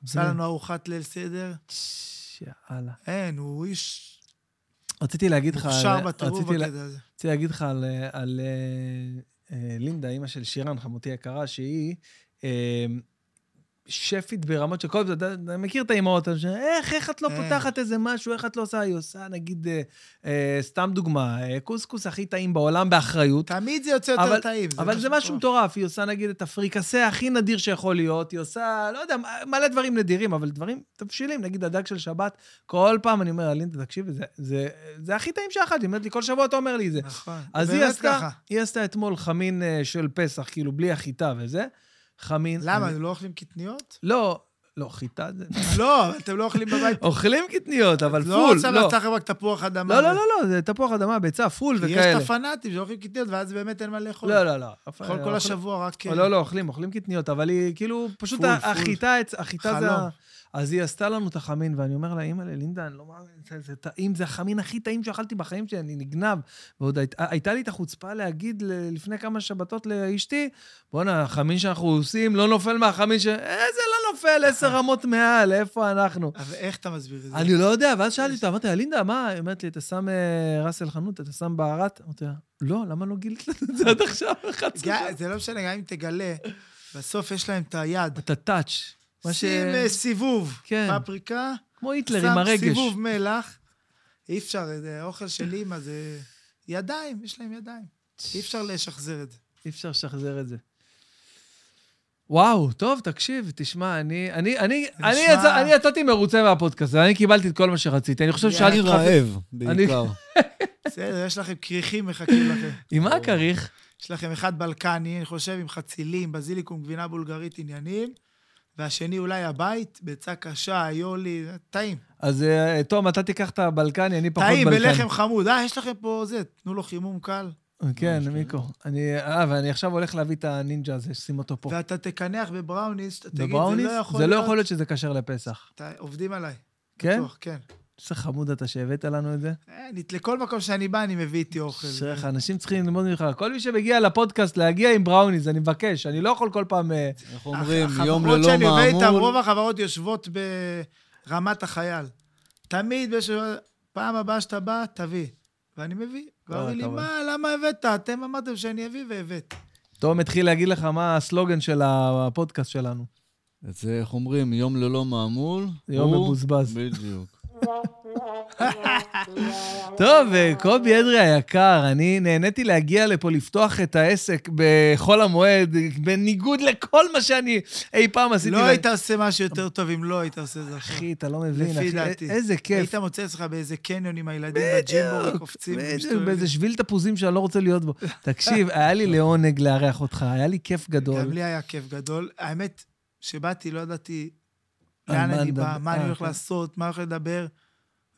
עשה לנו ארוחת ליל סדר. צ'ש, יאללה. אין, הוא איש רציתי להגיד לך... על- מוכשר בטירוף רציתי לה- בקטע הזה. רציתי להגיד לך על, אה, על אה, אה, לינדה, אימא של שירן, חמותי היקרה, שהיא... אה, שפית ברמות של כל... אתה יודע, אתה מכיר את האימהות, אז ש- איך, איך את לא אה. פותחת איזה משהו, איך את לא עושה, היא עושה, נגיד, אה, אה, סתם דוגמה, אה, קוסקוס הכי טעים בעולם באחריות. תמיד זה יוצא יותר טעים. אבל זה משהו מטורף, היא עושה נגיד את הפריקסה הכי נדיר שיכול להיות, היא עושה, לא יודע, מלא דברים נדירים, אבל דברים תבשילים, נגיד הדג של שבת, כל פעם אני אומר, אלינדה, תקשיבי, זה, זה, זה הכי טעים שאכלתי, היא אומרת לי, כל שבוע אתה אומר לי את זה. נכון. אז היא באמת עשתה, ככה. היא עשתה אתמול חמין אה, של פסח, כאילו, בלי החיטה וזה. חמין... למה, אני- אתם לא אוכלים קטניות? לא, לא, חיטה זה... לא, אתם לא אוכלים בבית. אוכלים קטניות, אבל פול, לא לא. רוצה לעשות לכם רק תפוח אדמה. לא, לא, לא, לא, זה תפוח אדמה, ביצה, פול כי יש וכאלה. את הפנאטים שאוכלים קטניות, ואז באמת אין מה לאכול. לא, לא, לא. אוכל כל אוכלים- השבוע רק... או לא, לא, אוכלים, אוכלים קטניות, אבל היא כאילו, פשוט כן. פול, ה- פול. החיטה, אצ- החיטה זה... ה- חלום. אז היא עשתה לנו את החמין, ואני אומר לה, אימא ללינדה, אני לא מאמין, זה- זה טעים, זה החמין הכי טעים שאכלתי בחיים שלי, אני נגנב. ועוד היית- הייתה לי את החוצפה להגיד ל- לפני כמה שבתות לאשתי, בואנה, החמין שאנחנו עושים לא נופל מהחמין ש... איזה לא נופל, עשר רמות מעל, איפה אנחנו? אבל איך אתה מסביר את זה? אני לא יודע, ואז שאלתי אותה, אמרתי לה, לינדה, מה? היא אומרת לי, אתה שם אה, ראס אל חנות, אתה שם בערת? אמרתי לה, לא, למה לא גילית לנו את זה עד עכשיו? חצי גם- שעה." זה לא משנה, גם אם תגלה, בסוף יש להם את היד. את הטאץ'. מה ש... שים אה, סיבוב כן. פפריקה, כמו היטלר עם שם הרגש. סיבוב מלח. אי אפשר, זה אוכל של אימא, זה ידיים, יש להם ידיים. אי אפשר לשחזר את זה. אי אפשר לשחזר את זה. וואו, טוב, תקשיב, תשמע, אני, אני, אני, נשמע- אני, יצא, אני יצאתי מרוצה מהפודקאסט, אני קיבלתי את כל מה שרציתי. אני חושב אני שאני רעב. רעב, בעיקר. בסדר, יש לכם כריכים מחכים לכם. עם מה הכריך? יש לכם אחד בלקני, אני חושב, עם חצילים, בזיליקום, גבינה בולגרית, עניינים, והשני אולי הבית, ביצה קשה, איולי, טעים. אז אה, תום, אתה תיקח את הבלקני, אני פחות טעים בלקני. בלחם חמוד. אה, יש לכם פה זה, תנו לו חימום קל. כן, מיקו. אני, אה, ואני עכשיו הולך להביא את הנינג'ה הזה, שים אותו פה. ואתה תקנח בבראוניס, אתה תגיד, זה בבראוניס? לא יכול זה לא להיות. יכול להיות שזה כשר לפסח. אתה- עובדים עליי. כן? בטוח, כן. איזה חמוד אתה שהבאת לנו את זה. אה, אני- לכל מקום שאני בא, אני מביא איתי אוכל. אשריך, אנשים צריכים ללמוד ממך. כל מי שמגיע לפודקאסט להגיע עם בראוניז, אני מבקש. אני לא יכול כל פעם... אה, איך אומרים, הח- יום החברות ללא שאני עובד איתן, מעמול. רוב החברות יושבות ברמת החייל. תמיד, בש... פעם הבאה שאתה בא, תביא. ואני מביא. וואלה, ואומרים לי, אה, אתה מה, למה הבאת? אתם אמרתם שאני אביא והבאת. תום התחיל להגיד לך מה הסלוגן של הפודקאסט שלנו. זה איך אומרים, יום ללא מעמול. יום הוא- מבוזבז. בדיוק. טוב, אה, קובי אדרי היקר, אני נהניתי להגיע לפה לפתוח את העסק בחול המועד, בניגוד לכל מה שאני אי פעם עשיתי. לא לה- היית עושה משהו יותר טוב אם לא היית עושה את זה עכשיו. אחי, אתה לא מבין, לפי אחי, דעתי. א- איזה כיף. היית מוצא אצלך באיזה קניון עם הילדים בג'ימבו, קופצים. בדיוק, ומסתובבים. אה, באיזה שביל תפוזים שאני לא רוצה להיות בו. תקשיב, היה לי לעונג לארח אותך, היה לי כיף גם גדול. לי היה כיף גדול. האמת, שבאתי, לא ידעתי על לאן מה אני נדבר? בא, מה אני אה, הולך כן. לעשות, מה אני הולך לדבר,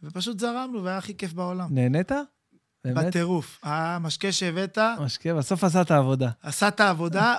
ופשוט זרמנו, והיה הכי כיף בעולם. נהנית? באמת? בטירוף. המשקה שהבאת משקה, בסוף עשה את העבודה. עשה את העבודה.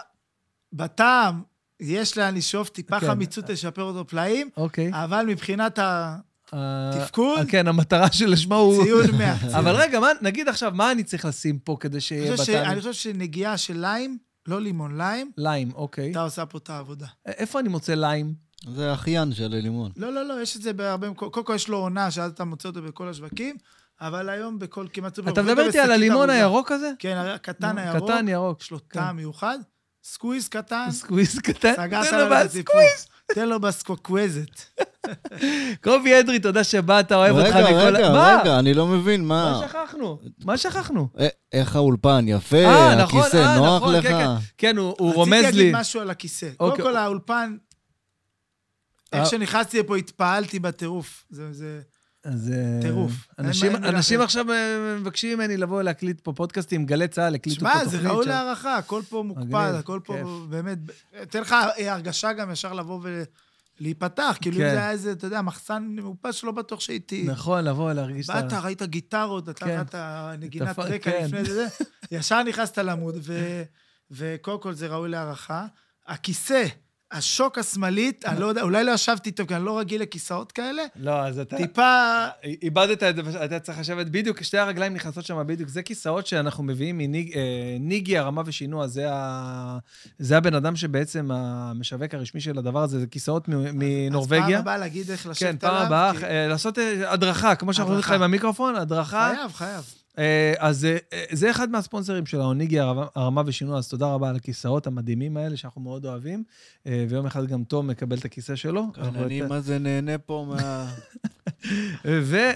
בטעם, יש לאן לשאוף, טיפה כן. חמיצות תשפר אותו פלאים, אוקיי. אבל מבחינת אה, התפקוד, אה, כן, המטרה שלשמה הוא... הציון 100. אבל רגע, מה, נגיד עכשיו, מה אני צריך לשים פה כדי שיהיה אני חושב ש- אני בטעם? חושב שנגיעה של ליים, לא לימון, ליים, ליים, אוקיי. אתה עושה פה את העבודה. א- איפה אני מוצא ליים? זה האחיין של הלימון. לא, לא, לא, יש את זה בהרבה מקומות. קודם כל יש לו עונה, שאז אתה מוצא אותו בכל השווקים, אבל היום בכל כמעט סופר... אתה מוכרים מדבר אותו איתי על לא בשקית הלימון ארוזה. הירוק הזה? כן, הקטן נו, הירוק. קטן ירוק. יש לו כן. טעם מיוחד. סקוויז קטן. סקוויז קטן. סגרת תן לו לו את בסקוויז. הסיפור. תן לו בסקוויזת. קובי אדרי, תודה שבאת, אוהב אותך רגע, מכל... רגע, מה? רגע, אני לא מבין, מה מה... שכחנו? מה שכחנו? אה, איך האולפן, יפה, אה, נכון, הכיסא אה, נוח נכון, לך. כן, כן. כן, הוא הוא רציתי רומז לי. להגיד משהו על הכיסא. קודם אוקיי. כל, האולפן, אה. איך שנכנסתי לפה, התפעלתי בטירוף. זה- זה... אז... אה, טירוף. אין אנשים- מה- אין מילה אנשים אחרת. עכשיו אה, מבקשים ממני לבוא להקליט פה פודקאסטים, גלי צהל הקליטו פה שמע, תוכנית. זה ראוי שם. להערכה, הכל פה מוקפד, מגניב, הכל פה כיף. באמת, אתן לך אה, הרגשה גם ישר לבוא ולהיפתח, כאילו אם כן. זה היה איזה, אתה יודע, מחסן מאופס שלא בטוח שהייתי... נכון, לבוא, להרגיש את ה... באת, ראית גיטרות, נתן כן. לך את הנגינת תפ- רקע כן. לפני זה, ישר נכנסת לעמוד, ו- וקודם כל זה ראוי להערכה. הכיסא, השוק השמאלית, אני לא יודע, אולי לא ישבתי טוב, כי אני לא רגיל לכיסאות כאלה, לא, אז אתה... טיפה... איבדת את זה, פשוט אתה צריך לשבת בדיוק, שתי הרגליים נכנסות שם בדיוק. זה כיסאות שאנחנו מביאים מניגי, אה, ניגי, הרמה ושינוע, זה, ה, זה הבן אדם שבעצם המשווק הרשמי של הדבר הזה, זה כיסאות מ- אז פעם מנורבגיה. הבאה להגיד איך לשבת כן, עליו. פעם הבאה, כי- אה, לעשות אה, הדרכה, כמו שאנחנו אומרים לך הדרכה. עם המיקרופון, הדרכה. חייב, חייב. אה, אז אה, אה, זה אחד מהספונסרים של האוניגי, הרמה- הרמה ושינוע, אז תודה רבה על הכיסאות המדהימים האלה, שאנחנו מאוד אוהבים. אה, ויום אחד גם תום מקבל את הכיסא שלו. כאן אנחנו כן, אני את- מה זה נהנה פה מה...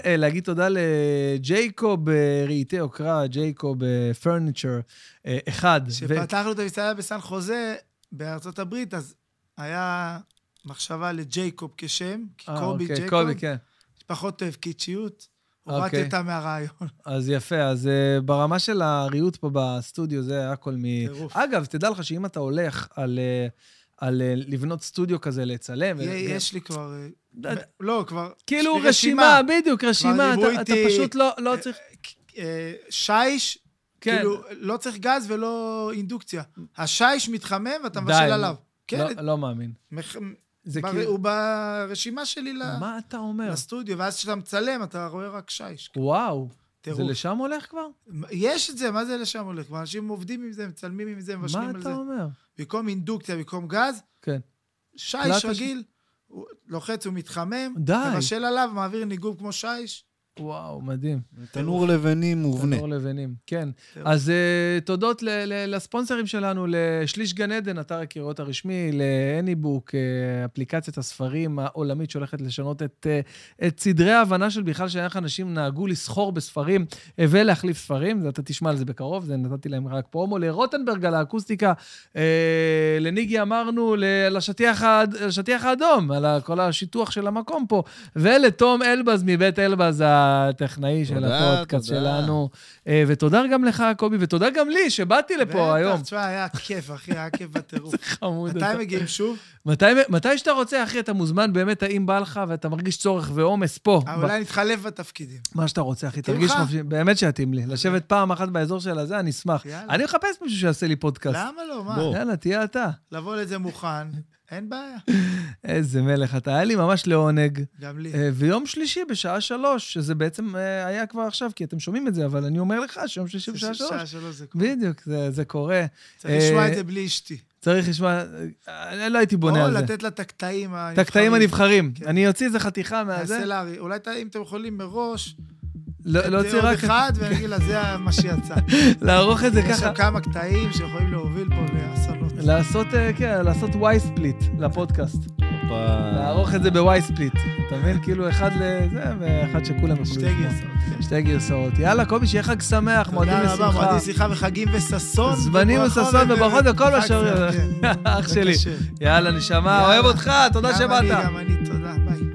ולהגיד תודה לג'ייקוב אה, רהיטי יוקרה, ג'ייקוב פרניצ'ר, אחד. ו- כשפתחנו את המסעדה בסן חוזה, בארצות הברית, אז היה מחשבה לג'ייקוב כשם, כי אה, קובי אוקיי, ג'ייקוב, קובי, כן. פחות אוהב קיצ'יות, הורדתי אוקיי. אותה מהרעיון. אז יפה, אז אה, ברמה של הריהוט פה בסטודיו, זה הכל מ... טירוף. אגב, תדע לך שאם אתה הולך על... אה, על אה, לבנות סטודיו כזה, לצלם. יה- ו- יש לי כבר... אה, לא יודע. לא, כבר... כאילו יש לי רשימה, בדיוק, כבר רשימה, דיברו אתה, אתה איתי- פשוט לא, לא צריך... אה, שיש, כן. כאילו, לא צריך גז ולא אינדוקציה. השיש מתחמם ואתה די, מבשל נו. עליו. כן, לא, לא מאמין. מח- זה בר- כאילו... הוא ברשימה שלי ל- מה אתה אומר? לסטודיו, ואז כשאתה מצלם, אתה רואה רק שיש. כן, וואו, זה טירוף. לשם הולך כבר? יש את זה, מה זה לשם הולך? כבר אנשים עובדים עם זה, מצלמים עם זה, מבשלים מה על אתה זה. אומר? במקום אינדוקציה, במקום גז, כן. שיש פלטה ש- רגיל, הוא לוחץ, הוא מתחמם, די. מבשל עליו, מעביר ניגוב כמו שיש. וואו, מדהים. תנור לבנים מובנה. תנור לבנים, כן. טוב. אז אה, תודות ל- ל- לספונסרים שלנו, לשליש גן עדן, אתר הקריאות הרשמי, ל-Anybook, אה, אפליקציית הספרים העולמית שהולכת לשנות את, אה, את סדרי ההבנה של בכלל של איך אנשים נהגו לסחור בספרים אה, ולהחליף ספרים, זה- אתה תשמע על זה בקרוב, זה נתתי להם רק פרומו. לרוטנברג על האקוסטיקה, אה, לניגי אמרנו, ל- לשטיח האד- לשטיח האדום, על ה- כל השיטוח של המקום פה, ולתום אלבז מבית אלבז, הטכנאי של תודה, הפודקאסט תודה. שלנו. אה, ותודה גם לך, קובי, ותודה גם לי שבאתי לפה היום. בטח, תשמע, היה כיף, אחי, היה כיף בטירוף. חמוד. מתי אתה. הם מגיעים שוב? מתי, מתי שאתה רוצה, אחי, אתה מוזמן באמת, האם בא לך ואתה מרגיש צורך ועומס פה. אה, ב- אולי נתחלף בתפקידים. מה שאתה רוצה, אחי, מתאים תרגיש לך? חופשי. באמת שיתאים לי. לשבת פעם אחת באזור של הזה, אני אשמח. יאללה. אני מחפש מישהו שיעשה לי פודקאסט. למה לא? מה? בוא. יאללה, תהיה אתה. לבוא לזה מוכן, אין בעיה. איזה מלך אתה. היה לי ממש לעונג. גם לי. אה, ויום שלישי בשעה שלוש, שזה בעצם אה, היה כבר עכשיו, כי אתם שומעים את זה, אבל אני אומר לך שיום שלישי בשעה שלוש. שעה שלוש זה קורה. בדיוק, זה- זה קורה. צריך אה, לשמוע את זה בלי אשתי. צריך לשמוע... אה, אני לא הייתי בונה או על זה. לתת לה את הקטעים את הקטעים הנבחרים. כן. אני אוציא איזה חתיכה מהזה. נעשה לה, אולי ת- אם אתם יכולים מראש, לא לא זה אוציא עוד רק... אחד, ואני אגיד לה, זה מה שיצא. לערוך את זה יש ככה. שם כמה קטעים שיכולים להוביל פה לאסונות. לעשות, אה, כן, לעשות וואי ספליט לפודקאסט. הופה. לערוך את זה בוואי ספליט. אתה מבין? כאילו אחד לזה ואחד שכולם יוכלו. שתי לשמוע. גרסאות. כן. שתי גרסאות. יאללה, קובי, שיהיה חג שמח, מועדים תודה רבה, לשמחה. מועדים לשמחה וחגים וששון. זמנים וברכה וששון וברכות וכל מה חג שאומרים. שמח, כן. אח שלי. זה קשה. יאללה, נשמה, יאללה. אוהב אותך, תודה גם אני, שבאת. גם אני, תודה, ביי.